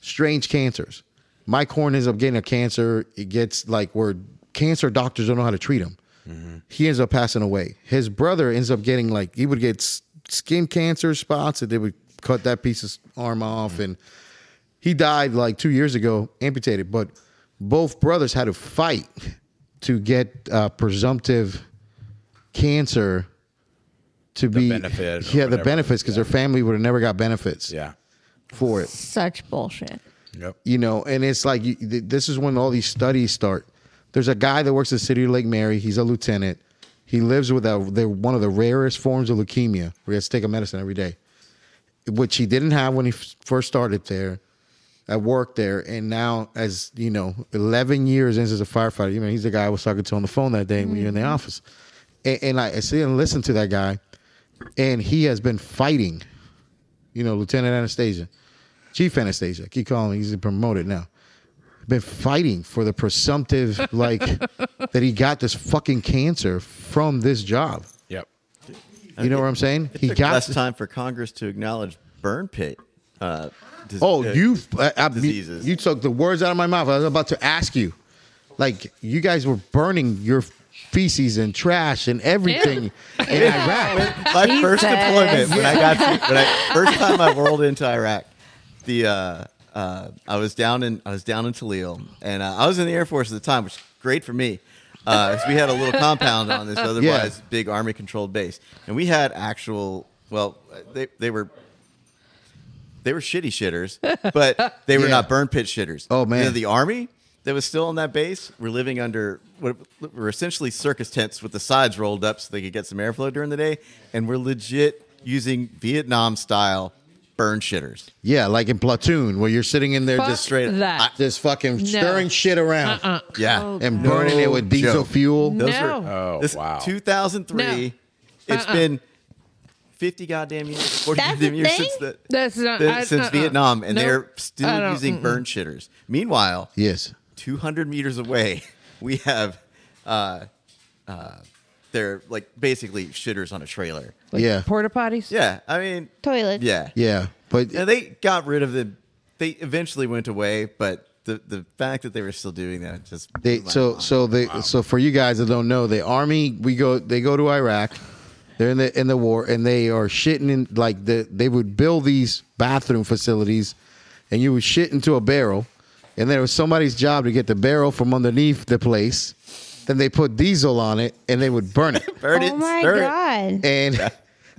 strange cancers. Mike Horn ends up getting a cancer. It gets like where cancer doctors don't know how to treat him. Mm-hmm. He ends up passing away. His brother ends up getting like he would get s- skin cancer spots, and they would cut that piece of s- arm Mm-hmm. off, and he died like two years ago, amputated. But both brothers had to fight to get uh, presumptive cancer to be benefit or Yeah, the whatever. benefits because their family would have never got benefits Yeah. for it, Such bullshit. Yep. you know. And it's like you, th- this is when all these studies start. There's a guy that works at the city of Lake Mary. He's a lieutenant. He lives with a, they're one of the rarest forms of leukemia. Where he has to take a medicine every day, which he didn't have when he f- first started there. I worked there, and now as you know, eleven years in as a firefighter. You know, he's the guy I was talking to on the phone that day when you're in the office, and, and I sit and listen to that guy, and he has been fighting, you know, Lieutenant Anastasia, Chief Anastasia. I keep calling him; he's promoted now. Been fighting for the <laughs> presumptive like that he got this fucking cancer from this job Yep. You know what I'm saying? <laughs> It He took got less to- time for Congress to acknowledge burn pit. Uh, dis- Oh, uh, you I, I, diseases. you took the words out of my mouth. I was about to ask you, like you guys were burning your feces and trash and <laughs> everything in Iraq. my first deployment when I got to, when I first time I rolled into Iraq, the uh, uh, I was down in I was down in Talil, and uh, I was in the Air Force at the time, which is great for me. Uh, 'cause we had a little compound on this otherwise big army controlled base, and we had actual. Well, they they were they were shitty shitters, but they were Yeah. not burn pit shitters. Oh, You know, man. the army that was still on that base were living under what were essentially circus tents with the sides rolled up so they could get some airflow during the day, and we're legit using Vietnam style burn shitters, Yeah, like in platoon where you're sitting in there just just straight that. I- just fucking stirring shit around yeah, and burning it with diesel Oh, joke. fuel. Those No. were Oh, this wow. 2003. No. It's been 50 goddamn years, 40 That's goddamn a years thing? since the. That's not the- I- since uh-uh. Vietnam, and Nope. they're I still don't- using mm-mm. burn shitters. Meanwhile, Yes. 200 meters away, <laughs> we have uh, uh, they're like basically shitters on a trailer. Like Yeah. uh, porta potties. Yeah, I mean, Toilet. yeah, Yeah, but And they got rid of the. They eventually went away, but the the fact that they were still doing that just They blew my so mind. so they so for you guys that don't know, the army we go they go to Iraq, they're in the in the war and they are shitting in like the they would build these bathroom facilities, and you would shit into a barrel, and then it was somebody's job to get the barrel from underneath the place, then they put diesel on it and they would burn it, Burn it, Oh my burn it. god. and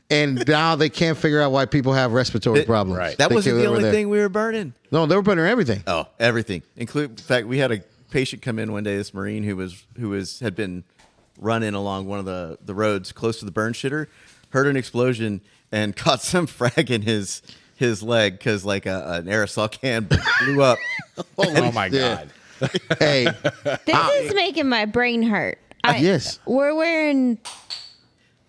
and now they can't figure out why people have respiratory It- problems. Right. That They wasn't came the over only there. thing we were burning. No, they were burning everything. Oh, everything, include. In fact, we had a patient come in one day. This Marine who was who was had been running along one of the the roads close to the burn shitter, heard an explosion and <laughs> caught some frag in his his leg because like a, an aerosol can blew up. Oh my <laughs> Yeah. god. hey, This is making my brain hurt. I, yes. We're <laughs> wearing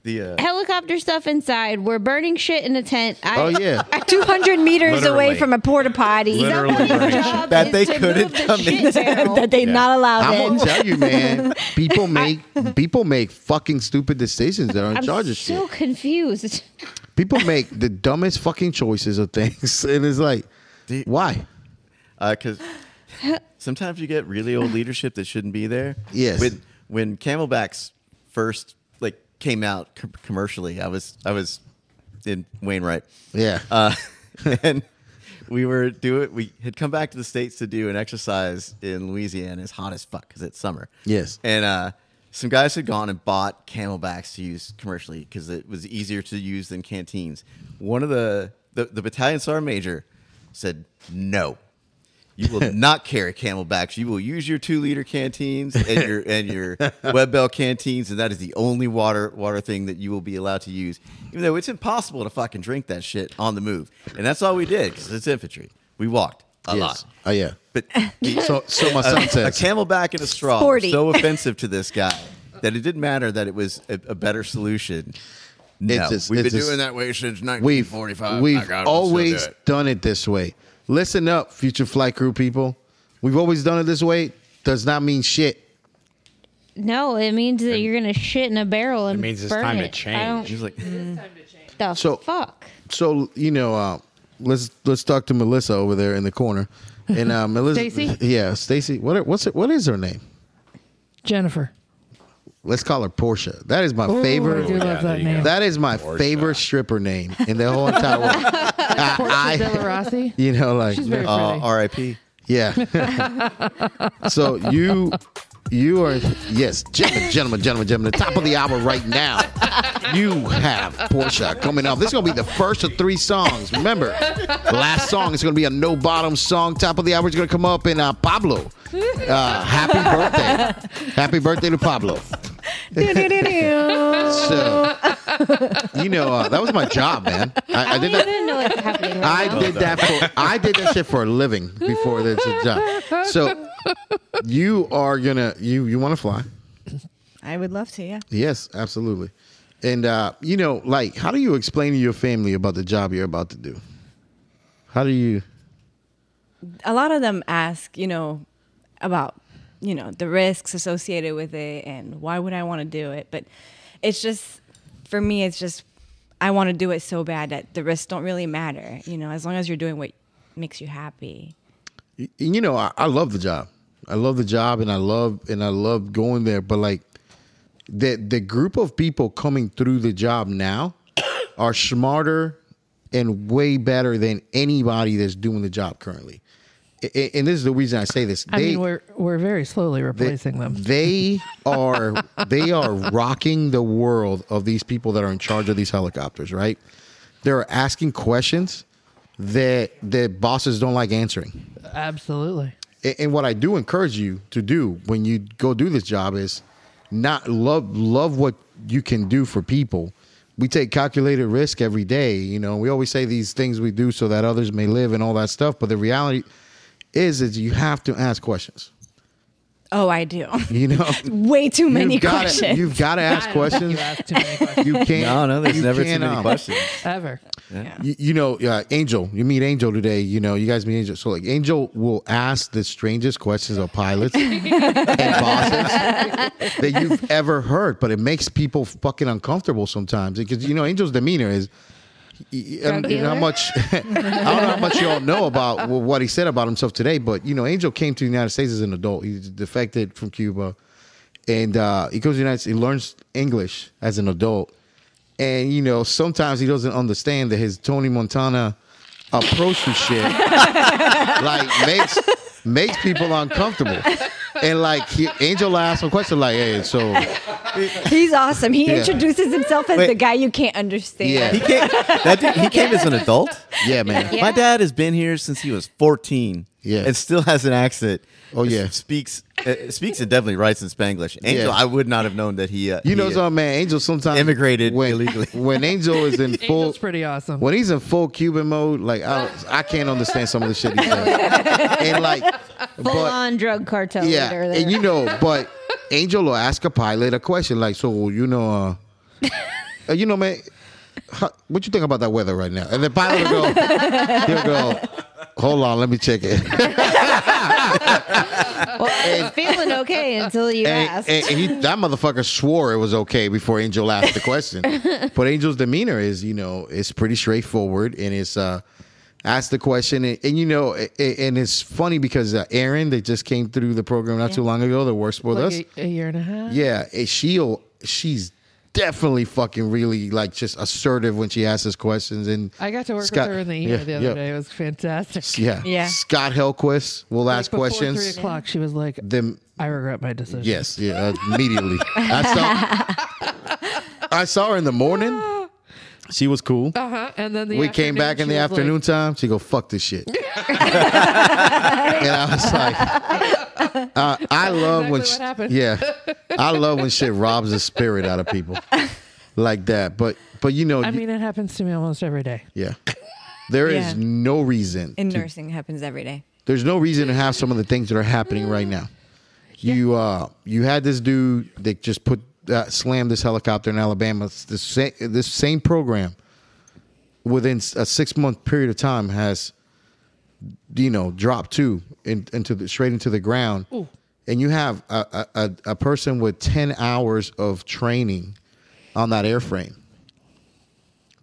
The uh, helicopter stuff inside. We're burning shit in a tent. I, oh yeah, 200 meters away Literally. from a porta potty Literally burning shit. That they couldn't come in. <laughs> that they Yeah. not allowed I'm in. gonna tell <laughs> you, man. People make people make fucking stupid decisions that are in I'm charge of so shit. confused. People make the dumbest fucking choices of things, <laughs> and it's like, The- why? because uh, sometimes you get really old leadership that shouldn't be there. Yes. When when Camelbacks first like came out com- commercially, I was I was in Wainwright. Yeah, Uh, <laughs> and we were doing we had come back to the states to do an exercise in Louisiana. It's hot as fuck because it's summer. Yes. And uh, some guys had gone and bought Camelbacks to use commercially because it was easier to use than canteens. One of the the, the battalion sergeant major said no. <laughs> You will not carry camelbacks. You will use your two liter canteens and your and your <laughs> web bell canteens, and that is the only water water thing that you will be allowed to use. Even though it's impossible to fucking drink that shit on the move, and that's all we did because it's infantry. We walked a yes. lot, Oh yeah. but the- So so my a, son a says, camelback and a straw were Sporty. so offensive to this guy that it didn't matter that it was a, a better solution. No, just- we've it's been just- doing that way since we've 1945. My we've God, we'll still do always it. done it this way. Listen up, future flight crew people. We've always done it this way. Does not mean shit. No, it means that you're gonna shit in a barrel and It means it's burn time it. to I change. don't He's like, Mm. the So- fuck. so you know, uh, let's let's talk to Melissa over there in the corner, and <laughs> um, Melissa, Stacy? yeah, Stacy, what what's it, what is her name? Jennifer. Let's call her Portia. That is my Ooh, I do favorite. love there that you go. name. That is my Portia. favorite stripper name in the whole entire <laughs> world. I- I- Portia <laughs> De La Rossi. you know, like She's very uh, pretty. R.I.P. yeah. <laughs> so you you are yes, gentlemen, gentlemen, gentlemen, gentlemen. The top of the hour right now. You have Portia coming up. This is gonna be the first of three songs. Remember, last song is gonna be a no bottom song. Top of the hour is gonna come up in uh, Pablo. Uh, happy birthday, happy birthday to Pablo. <laughs> So, you know, uh, that was my job, man. I, I Oh, I don't did that. even know what's <laughs> happening. Right I now. did that for I did that shit for a living before this job. So you are gonna you you want to fly? I would love to, yeah. Yes, absolutely. And uh, you know, like, how do you explain to your family about the job you're about to do? How do you? a lot of them ask, you know, about, you know, the risks associated with it and why would I want to do it? But it's just for me, it's just I want to do it so bad that the risks don't really matter. You know, as long as you're doing what makes you happy. Y- you know I, I love the job i love the job and i love and i love going there but like the the group of people coming through the job now <coughs> are smarter and way better than anybody that's doing the job currently A- a- and this is the reason i say this I mean, we're we're very slowly they- replacing them. They are they are rocking the world of these people that are in charge of these helicopters, right? They're asking questions that that bosses don't like answering. Absolutely. A- and what I do encourage you to do when you go do this job is not love love what you can do for people. We take calculated risk every day, you know. We always say these things we do so that others may live and all that stuff, but the reality is is you have to ask questions. Oh, I do. <laughs> You know, Way too many you've gotta- <laughs> questions. You've got to <laughs> ask questions. You asked too many questions You can't. No, no, there's you never too can't, many um, <laughs> questions. <laughs> ever. You, you know, uh, Angel. You meet Angel today. You know, you guys meet Angel. So like, Angel will ask the strangest questions of pilots and bosses that you've ever heard, but it makes people fucking uncomfortable sometimes because you know Angel's demeanor is. I don't, Drug know how dealer? much <laughs> I don't know how much y'all know about wh- what he said about himself today, but you know, Angel came to the United States as an adult. He defected from Cuba, and uh, he goes to the United States. He learns English as an adult, and you know, sometimes he doesn't understand that his Tony Montana approach to <laughs> shit like makes makes people uncomfortable. And like he, Angel asked a question like, "Hey, so He's awesome. He Yeah. introduces himself as Wait. the guy you can't understand. Yeah. He came. That dude, he came as an adult. yeah, man, My dad has been here since he was 14. Yeah. and still has an accent. Oh, S- yeah. speaks uh, speaks and definitely writes in Spanglish. Angel, Yeah. I would not have known that he. Uh, you know, he, so man, Angel sometimes Immigrated when, illegally. <laughs> When Angel is in full, Angel's pretty awesome. when he's in full Cuban mode, like I, I can't understand some of the shit he's <laughs> saying. and like, Full but on drug cartel yeah, leader. There. and you know, <laughs> but Angel will ask a pilot a question like, "So you know, uh, <laughs> uh, you know, man, how, what you think about that weather right now?" And the pilot will <laughs> go, "He'll go, hold on, let me check it." well, I'm <laughs> feeling okay <laughs> until you and, ask. and- and he, that motherfucker swore it was okay before Angel asked the <laughs> question. but Angel's demeanor is, you know, it's pretty straightforward and it's uh asked the question and, and you know a- a- and it's funny because uh, Aaron that just came through the program not too long ago that works with us. like a, a year and a half. Yeah, and she'll she's definitely fucking really like just assertive when she asks us questions and I got to work Scott- with her in the yeah, ER the other yeah. day. It was fantastic. Yeah. Yeah. Scott Helquist will Like ask before Three questions. o'clock. She was like, Then "I regret my decision." Yes, yeah, uh, immediately. I saw I saw her in the morning. <laughs> She was cool. Uh huh. And then the we came back in she the was like, afternoon time. She go fuck this <laughs> shit, and I was like, uh, I love when exactly sh- what happened. yeah, <laughs> I love when shit robs the spirit out of people like that. But but you know, I mean, it happens to me almost every day. yeah, there is Yeah. no reason In to nursing happens every day. there's no reason to have some of the things that are happening right now. You uh, you had this dude that just put uh, slammed this helicopter in Alabama. It's The same this same program within s- a six month period of time has you know dropped two in, into the straight into the ground, and you have a, a a- a person with ten hours of training on that airframe.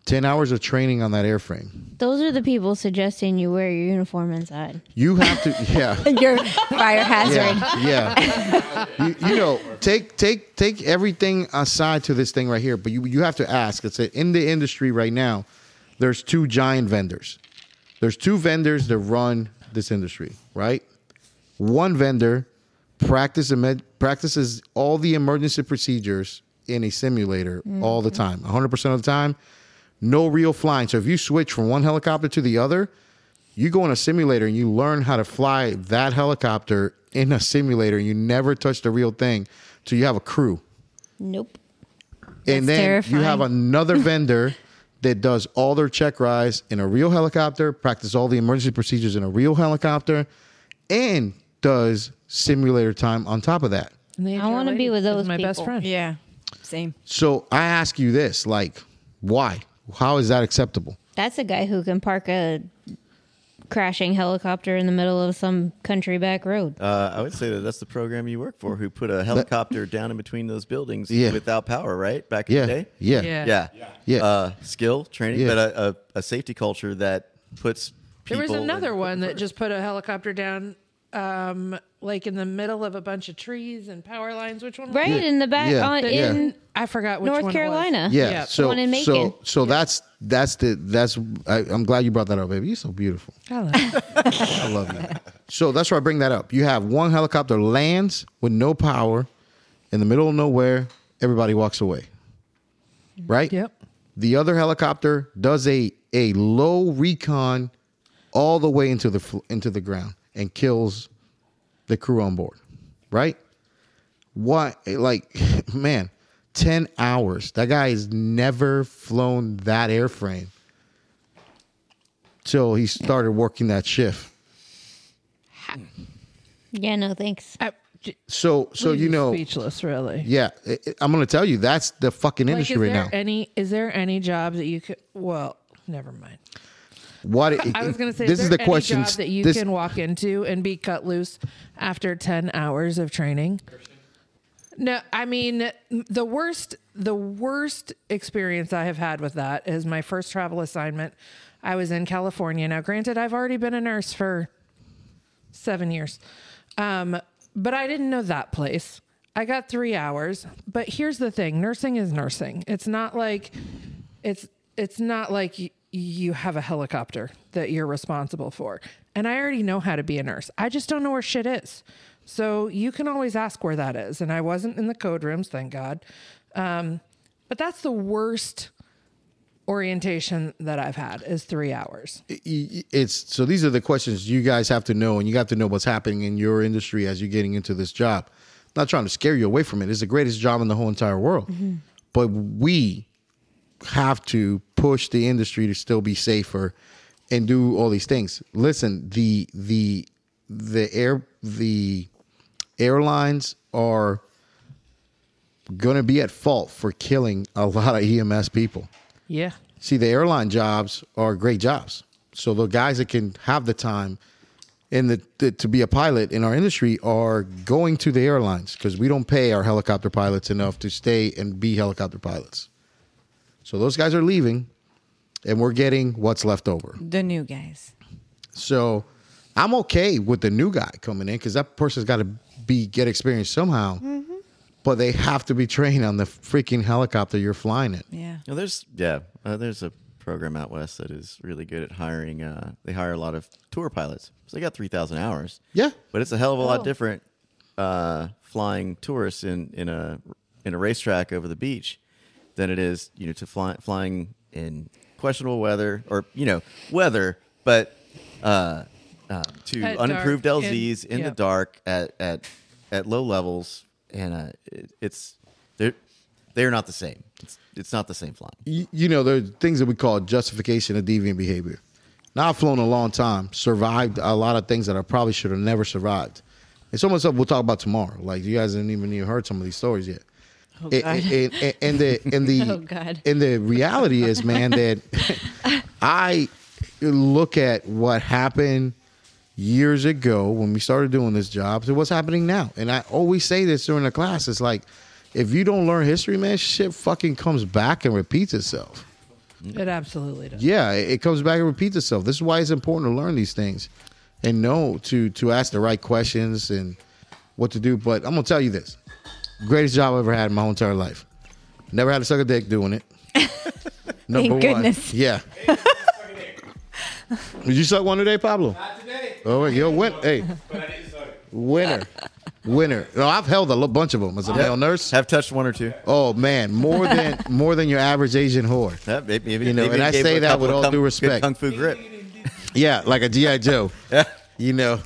Ten hours of training on that airframe. Those are the people suggesting you wear your uniform inside. You have to, <laughs> yeah. Your <laughs> fire hazard. Yeah, <laughs> yeah. you, you know, take take take everything aside to this thing right here, but you you have to ask. It's in the industry right now. There's two giant vendors. There's two vendors that run this industry, right? One vendor practice, emer- practices all the emergency procedures in a simulator all the time, 100% of the time. No real flying. So if you switch from one helicopter to the other, you go in a simulator and you learn how to fly that helicopter in a simulator and you never touch the real thing till you have a crew Nope. and then terrifying. you have <laughs> another vendor that does all their check rides in a real helicopter, practice all the emergency procedures in a real helicopter, and does simulator time on top of that. And the I wanna HR be with lady is those My best people. friend. Yeah. Same. So I ask you this, like, why? How is that acceptable? That's a guy who can park a crashing helicopter in the middle of some country back road. Uh, I would say that that's the program you work for, who put a helicopter down in between those buildings Yeah. without power, right? Back in Yeah. the day? Yeah. Yeah. Yeah. Yeah. Uh, skill, training, Yeah. but a, a, a safety culture that puts There people. was another in- <laughs> one that just put a helicopter down, um, like in the middle of a bunch of trees and power lines. Which one? was Right it? in the back Yeah. on, But in in- I forgot which North one it was. Carolina. Yeah. Yeah. So One in Macon. so so that's that's the that's I, I'm glad you brought that up, baby. You're so beautiful. Hello. I love you. so that's why I bring that up. You have one helicopter lands with no power in the middle of nowhere. Everybody walks away. Right. Yep. The other helicopter does a a low recon all the way into the fl- into the ground and kills the crew on board. Right. What like <laughs> man, ten hours. That guy has never flown that airframe till he started working that shift. Yeah, no thanks. Uh, I, Uh, j- So so you know speechless. Really. yeah, i i- I'm gonna tell you that's the fucking Like, is industry there right now. any? Is there any job that you could? Well, never mind. what I was going to say, this is is there the question any job that you this- can walk into and be cut loose after 10 hours of training? No, I mean the worst the worst experience I have had with that is my first travel assignment. I was in California. Now, granted, I've already been a nurse for 7 years. Um, but I didn't know that place. I got 3 hours, but here's the thing, nursing is nursing. It's not like it's it's not like y- you have a helicopter that you're responsible for. And I already know how to be a nurse. I just don't know where shit is. So you can always ask where that is. And I wasn't in the code rooms, thank God. Um, but that's the worst orientation that I've had is three hours. y- y- it's so these are the questions you guys have to know and you have to know what's happening in your industry as you're getting into this job I'm not trying to scare you away from it it's the greatest job in the whole entire world but we have to push the industry to still be safer and do all these things listen the the the air the airlines are going to be at fault for killing a lot of EMS people Yeah. see the airline jobs are great jobs so the guys that can have the time and the, the, to be a pilot in our industry are going to the airlines because we don't pay our helicopter pilots enough to stay and be helicopter pilots so those guys are leaving and we're getting what's left over The new guys. so i'm okay with the new guy coming in because that person's got to be get experience somehow but they have to be trained on the freaking helicopter you're flying in Yeah. Well, there's yeah, uh, there's a program out west that is really good at hiring. Uh, they hire a lot of tour pilots, so they got three thousand hours. Yeah. but it's a hell of a lot Oh. different uh, flying tourists in in a in a racetrack over the beach than it is you know to fly, flying in questionable weather or you know weather, but uh, uh, to At unimproved dark and- LZs in yeah. the dark at at at low levels, and uh, it, it's they're they're not the same. It's it's not the same flying. you, you know, there are things that we call justification of deviant behavior. Now I've flown a long time, survived a lot of things that I probably should have never survived. It's almost something we'll talk about tomorrow. Like you guys haven't even even heard some of these stories yet. and, and- and- and the and the <laughs> Oh, God. and the reality is, man, <laughs> that I look at what happened years ago when we started doing this job to what's happening now. And I always say this during the class. It's like if you don't learn history, man, shit fucking comes back and repeats itself. It absolutely does. Yeah, it it comes back and repeats itself. This is why it's important to learn these things and know to to ask the right questions and what to do. But I'm gonna tell you this: greatest job I ever had in my whole entire life. Never had to suck a dick doing it. Number goodness. one, yeah. Did you suck one today, Pablo? Not today. Oh, wait, yo, win. Hey, winner, winner. No, I've held a lo- bunch of them as a male nurse. Have touched one or two. Oh man, more than more than your average Asian whore. Yeah, maybe, maybe, You know, maybe and it I gave say him a that couple with of all kung- due good respect. Kung fu grip. Yeah, like a GI Joe. You <laughs> know,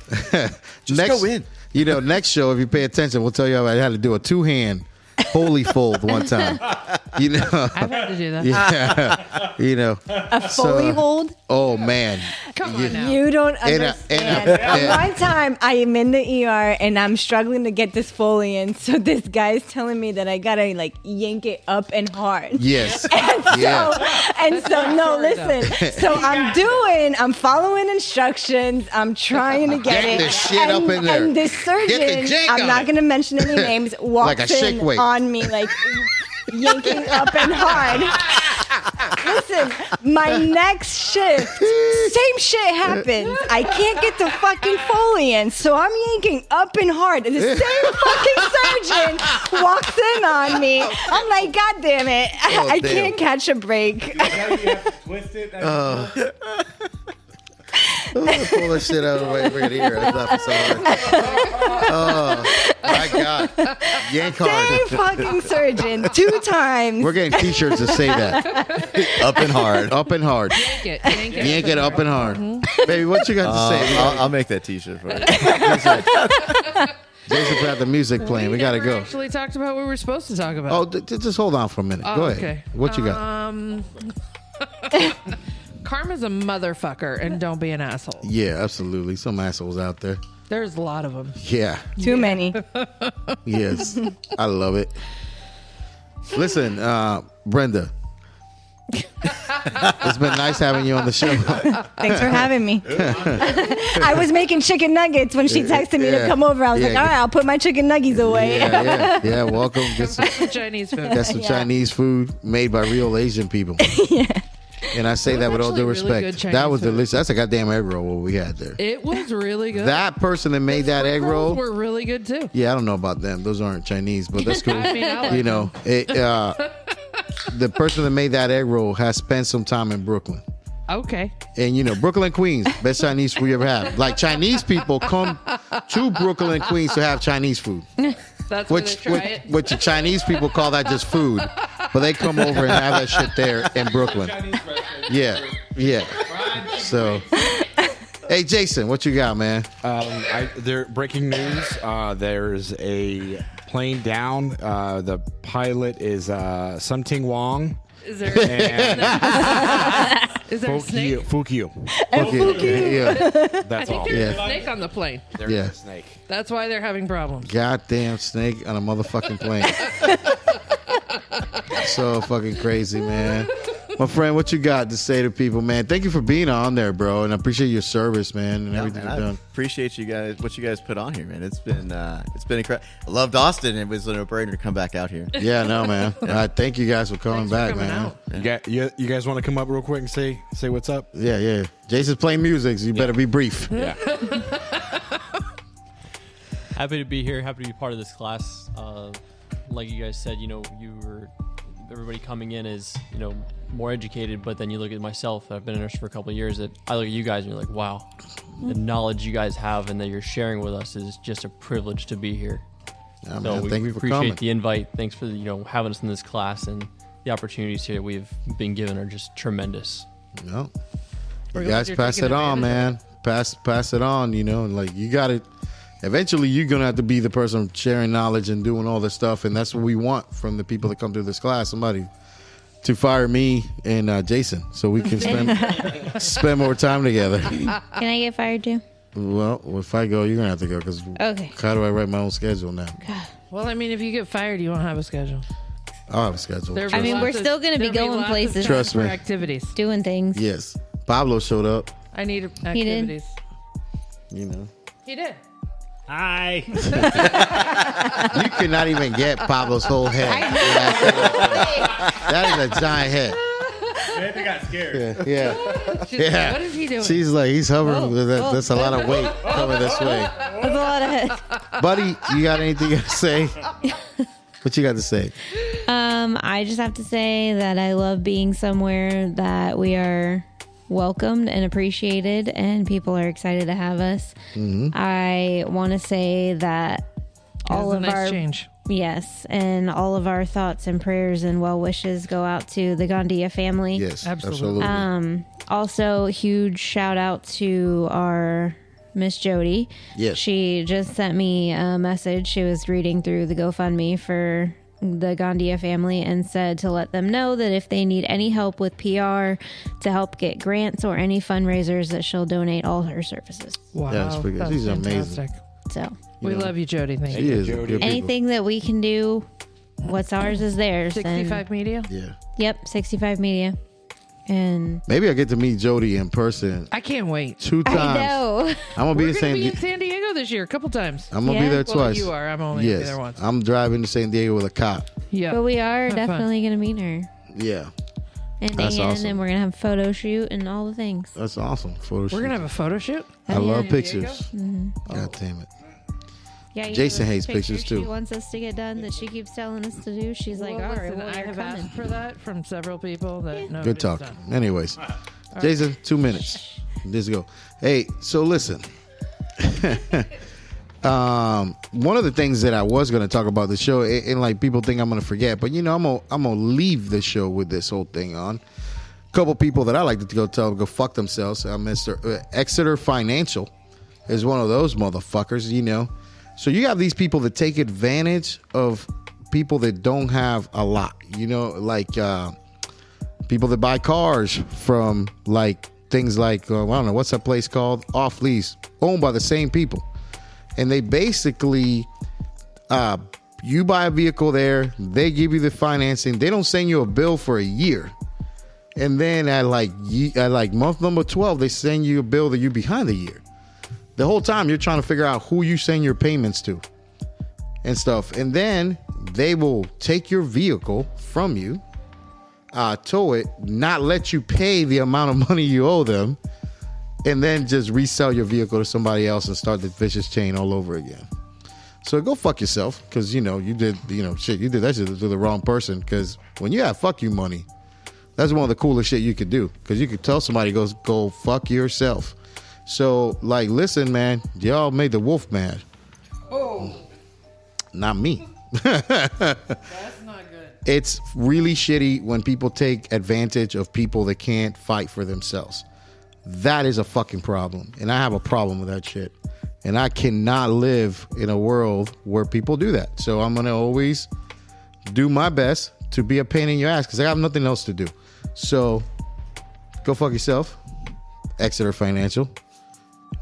just go in. You know, next show if you pay attention, we'll tell you about how to do a two hand holy fold one time. <laughs> You know, I've had to do that. yeah, you know, A Foley So- hold? oh man, Come on now. You don't And, uh, understand. and, uh, yeah. One time I am in the ER and I'm struggling to get this Foley in, so this guy is telling me that I gotta like yank it up and hard. <laughs> Yes. And so, Yeah. <laughs> and so no, hard, though. <laughs> listen. So I'm doing, I'm following instructions, I'm trying to Get get, it. this shit and, up in there. And this Get the surgeon, jank I'm on not it. gonna mention <laughs> any names, walks a shake in weight. on me like yanking up and hard. Listen, my next shift, same shit happens. I can't get the fucking Foley in, so I'm yanking up and hard. And the same fucking surgeon walks in on me. I'm like, God damn it, I, Oh, I damn. can't catch <laughs> a break. Pull that shit out of the way. Bring it here. It's not for so hard. Oh, my God. Yank Same hard. <laughs> <laughs> fucking surgeon, two times. We're getting t shirts that say that. Up and hard. Up and hard. Yank it, yank it. Yank it up and hard. Mm-hmm. Baby, what you got Uh, to say? I'll, I'll make that T-shirt for you. Uh, Jason got the music playing. We got to never go. Actually, talked about what we were supposed to talk about. Oh, d- d- just hold on for a minute. Oh, Go ahead. okay. What you got? Um, Oh. karma's a motherfucker, and don't be an asshole. yeah, absolutely. Some assholes out there. There's a lot <laughs> of them. Yeah. Too many. Yes. <laughs> I love it. Listen, uh, Brenda. it's been nice having you on the <laughs> show. <laughs> Thanks for having me. <laughs> I was making chicken nuggets when she texted me Yeah. to come over. I was like, Yeah. all right, I'll put my chicken nuggets away. Yeah, yeah, yeah. Welcome. Get some, Chinese food. got <laughs> some Chinese food made by real Asian people. And I say that with all due actually really respect. good that was Chinese food. delicious. That's a goddamn egg roll what we had there. It was really good. That person that made that egg Those roll. were really good too. Yeah, I don't know about them. Those aren't Chinese, but that's <laughs> cool. I mean, I like <laughs> you know, it, uh, the person that made that egg roll has spent some time in Brooklyn. Okay. And you know, Brooklyn Queens, best Chinese food you ever have. Like Chinese people come to Brooklyn and Queens to have Chinese food. That's where they Which try which, it. which the Chinese people call that just food. But they come over and have that shit there in Brooklyn. Yeah. Yeah. So Hey Jason, what you got, man? Um, I, there, breaking news. Uh, there's a plane down. Uh, the pilot is uh, Something <laughs> Wong. Is there, is And there a snake? Fukio. Fukio. Fuck it. Yeah. That's all. There's Yeah. a snake on the plane. There's Yeah. a snake. That's why they're having problems. Goddamn snake on a motherfucking plane. so fucking crazy, man. My friend, what you got to say to people, man? Thank you for being on there, bro, and I appreciate your service, man, and everything Man, you've I done. appreciate you guys what you guys put on here, man. It's been uh, it's been incredible. I loved Austin. It was an operator to come back out here. Yeah, no, man. I thank you guys for coming Thanks for back, coming man. out. You, got, you, you guys want to come up real quick and say say what's up? Yeah, yeah. Jason's playing music, so you better be brief. Yeah. happy to be here happy to be part of this class uh, like you guys said you know you were everybody coming in is you know more educated but then you look at myself i've been a nurse for a couple of years that i look at you guys and you're like wow Mm. the knowledge you guys have and that you're sharing with us is just a privilege to be here Yeah, so Oh, man, we, thank we you for appreciate coming. the invite thanks for you know having us in this class and the opportunities here we've been given are just tremendous No. We're You glad guys you're pass taking it on, advantage man. Pass pass it on, you know, and like you gotta eventually you're gonna have to be the person sharing knowledge and doing all this stuff, and that's what we want from the people that come through this class. Somebody to fire me and uh, Jason so we can spend spend more time together. Can I get fired too? Well, if I go, you're gonna have to go because Okay. how do I write my own schedule now? Well, I mean, if you get fired, you won't have a schedule. I'll have a schedule. There I mean, lots we're of- still gonna be there'll going lots of places. time Trust for me. Activities. Doing things. Yes, Pablo showed up. I need did. activities. You know, He did. Hi. you could not even get Pablo's whole head. <laughs> that is a giant head. Samantha got scared. Yeah. She's like, Yeah. what is he doing? She's like, he's hovering. Oh, with that, oh. That's a lot of weight coming this way. That's a lot of heads. Buddy, you got anything to <laughs> say? What you got to say? Um, I just have to say that I love being somewhere that we are welcomed and appreciated, and people are excited to have us. Mm-hmm. I want to say that That all was a of nice our change. yes, and all of our thoughts and prayers and well wishes go out to the Gandia family. Yes, Absolutely. absolutely. Um, also, huge shout out to our Miss Jody. Yes. She just sent me a message. She was reading through the GoFundMe for the Gandia family and said to let them know that if they need any help with PR to help get grants or any fundraisers, that she'll donate all her services. Wow, Yeah, it's pretty good. that's She's amazing. fantastic. So We love you, Jody. Thank She you. is a good people. anything that we can do, what's ours is theirs. and- Sixty-five media. Yeah. Yep, 65 Media. And Maybe I get to meet Jody in person I can't wait. two times. I know. I'm gonna be We're in gonna San. be in Di- Um, San Diego this year, a couple times. I'm gonna be Yeah. there Well, twice. you are. I'm only yes. there once. I'm driving to San Diego with a cop. Yeah, But we are Have fun. definitely going to meet her. Yeah, And That's Dan, awesome. and we're going to have photo shoot and all the things. that's awesome. Photo we're gonna have a photo shoot. I Oh, yeah. love San pictures. God damn it. Yeah, you Jason know those hates pictures, too. She wants us to get done that she keeps telling us to do. She's like, Well, all right, listen, well, I you're have coming." asked for that from several people. That Good nobody's talk. done. Anyways, Jason, two minutes. Let's go. Hey, so listen. <laughs> um, one of the things that I was going to talk about the show, and, and like people think I'm going to forget, but you know, I'm gonna I'm gonna leave the show with this whole thing on. couple people that I like to go tell go fuck themselves. Uh, Mr. Uh, Exeter Financial is one of those motherfuckers, you know. So you have these people that take advantage of people that don't have a lot, you know, like. Uh, people that buy cars from like things like uh, I don't know what's that place called off lease, owned by the same people, and they basically uh, you buy a vehicle there, they give you the financing, they don't send you a bill for a year, and then at like ye- at like month number twelve, they send you a bill that you're behind a year. The whole time you're trying to figure out who you send your payments to and stuff, and then they will take your vehicle from you uh, tow it, not let you pay the amount of money you owe them, and then just resell your vehicle to somebody else and start the vicious chain all over again. So go fuck yourself, because you know you did, you know shit, you did that shit to the wrong person. Because when you have fuck you money, that's one of the coolest shit you could do, because you could tell somebody go go fuck yourself. So like, listen, man, y'all made the wolf mad. Oh, not me it's really shitty when people take advantage of people that can't fight for themselves. That is a fucking problem. And I have a problem with that shit. And I cannot live in a world where people do that. So I'm going to always do my best to be a pain in your ass because I have nothing else to do. So go fuck yourself, Exeter Financial.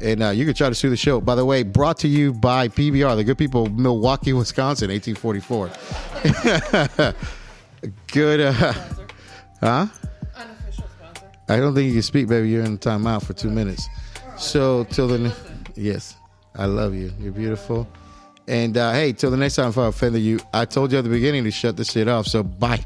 And uh, you can try to sue the show. By the way, brought to you by PBR, the good people of Milwaukee, Wisconsin, 1844 good. Uh, huh? Unofficial sponsor. I don't think you can speak, baby. You're in timeout for two minutes. So till the ne- yes, I love you. You're beautiful. And uh, hey, till the next time, if I offended you, I told you at the beginning to shut this shit off. So bye.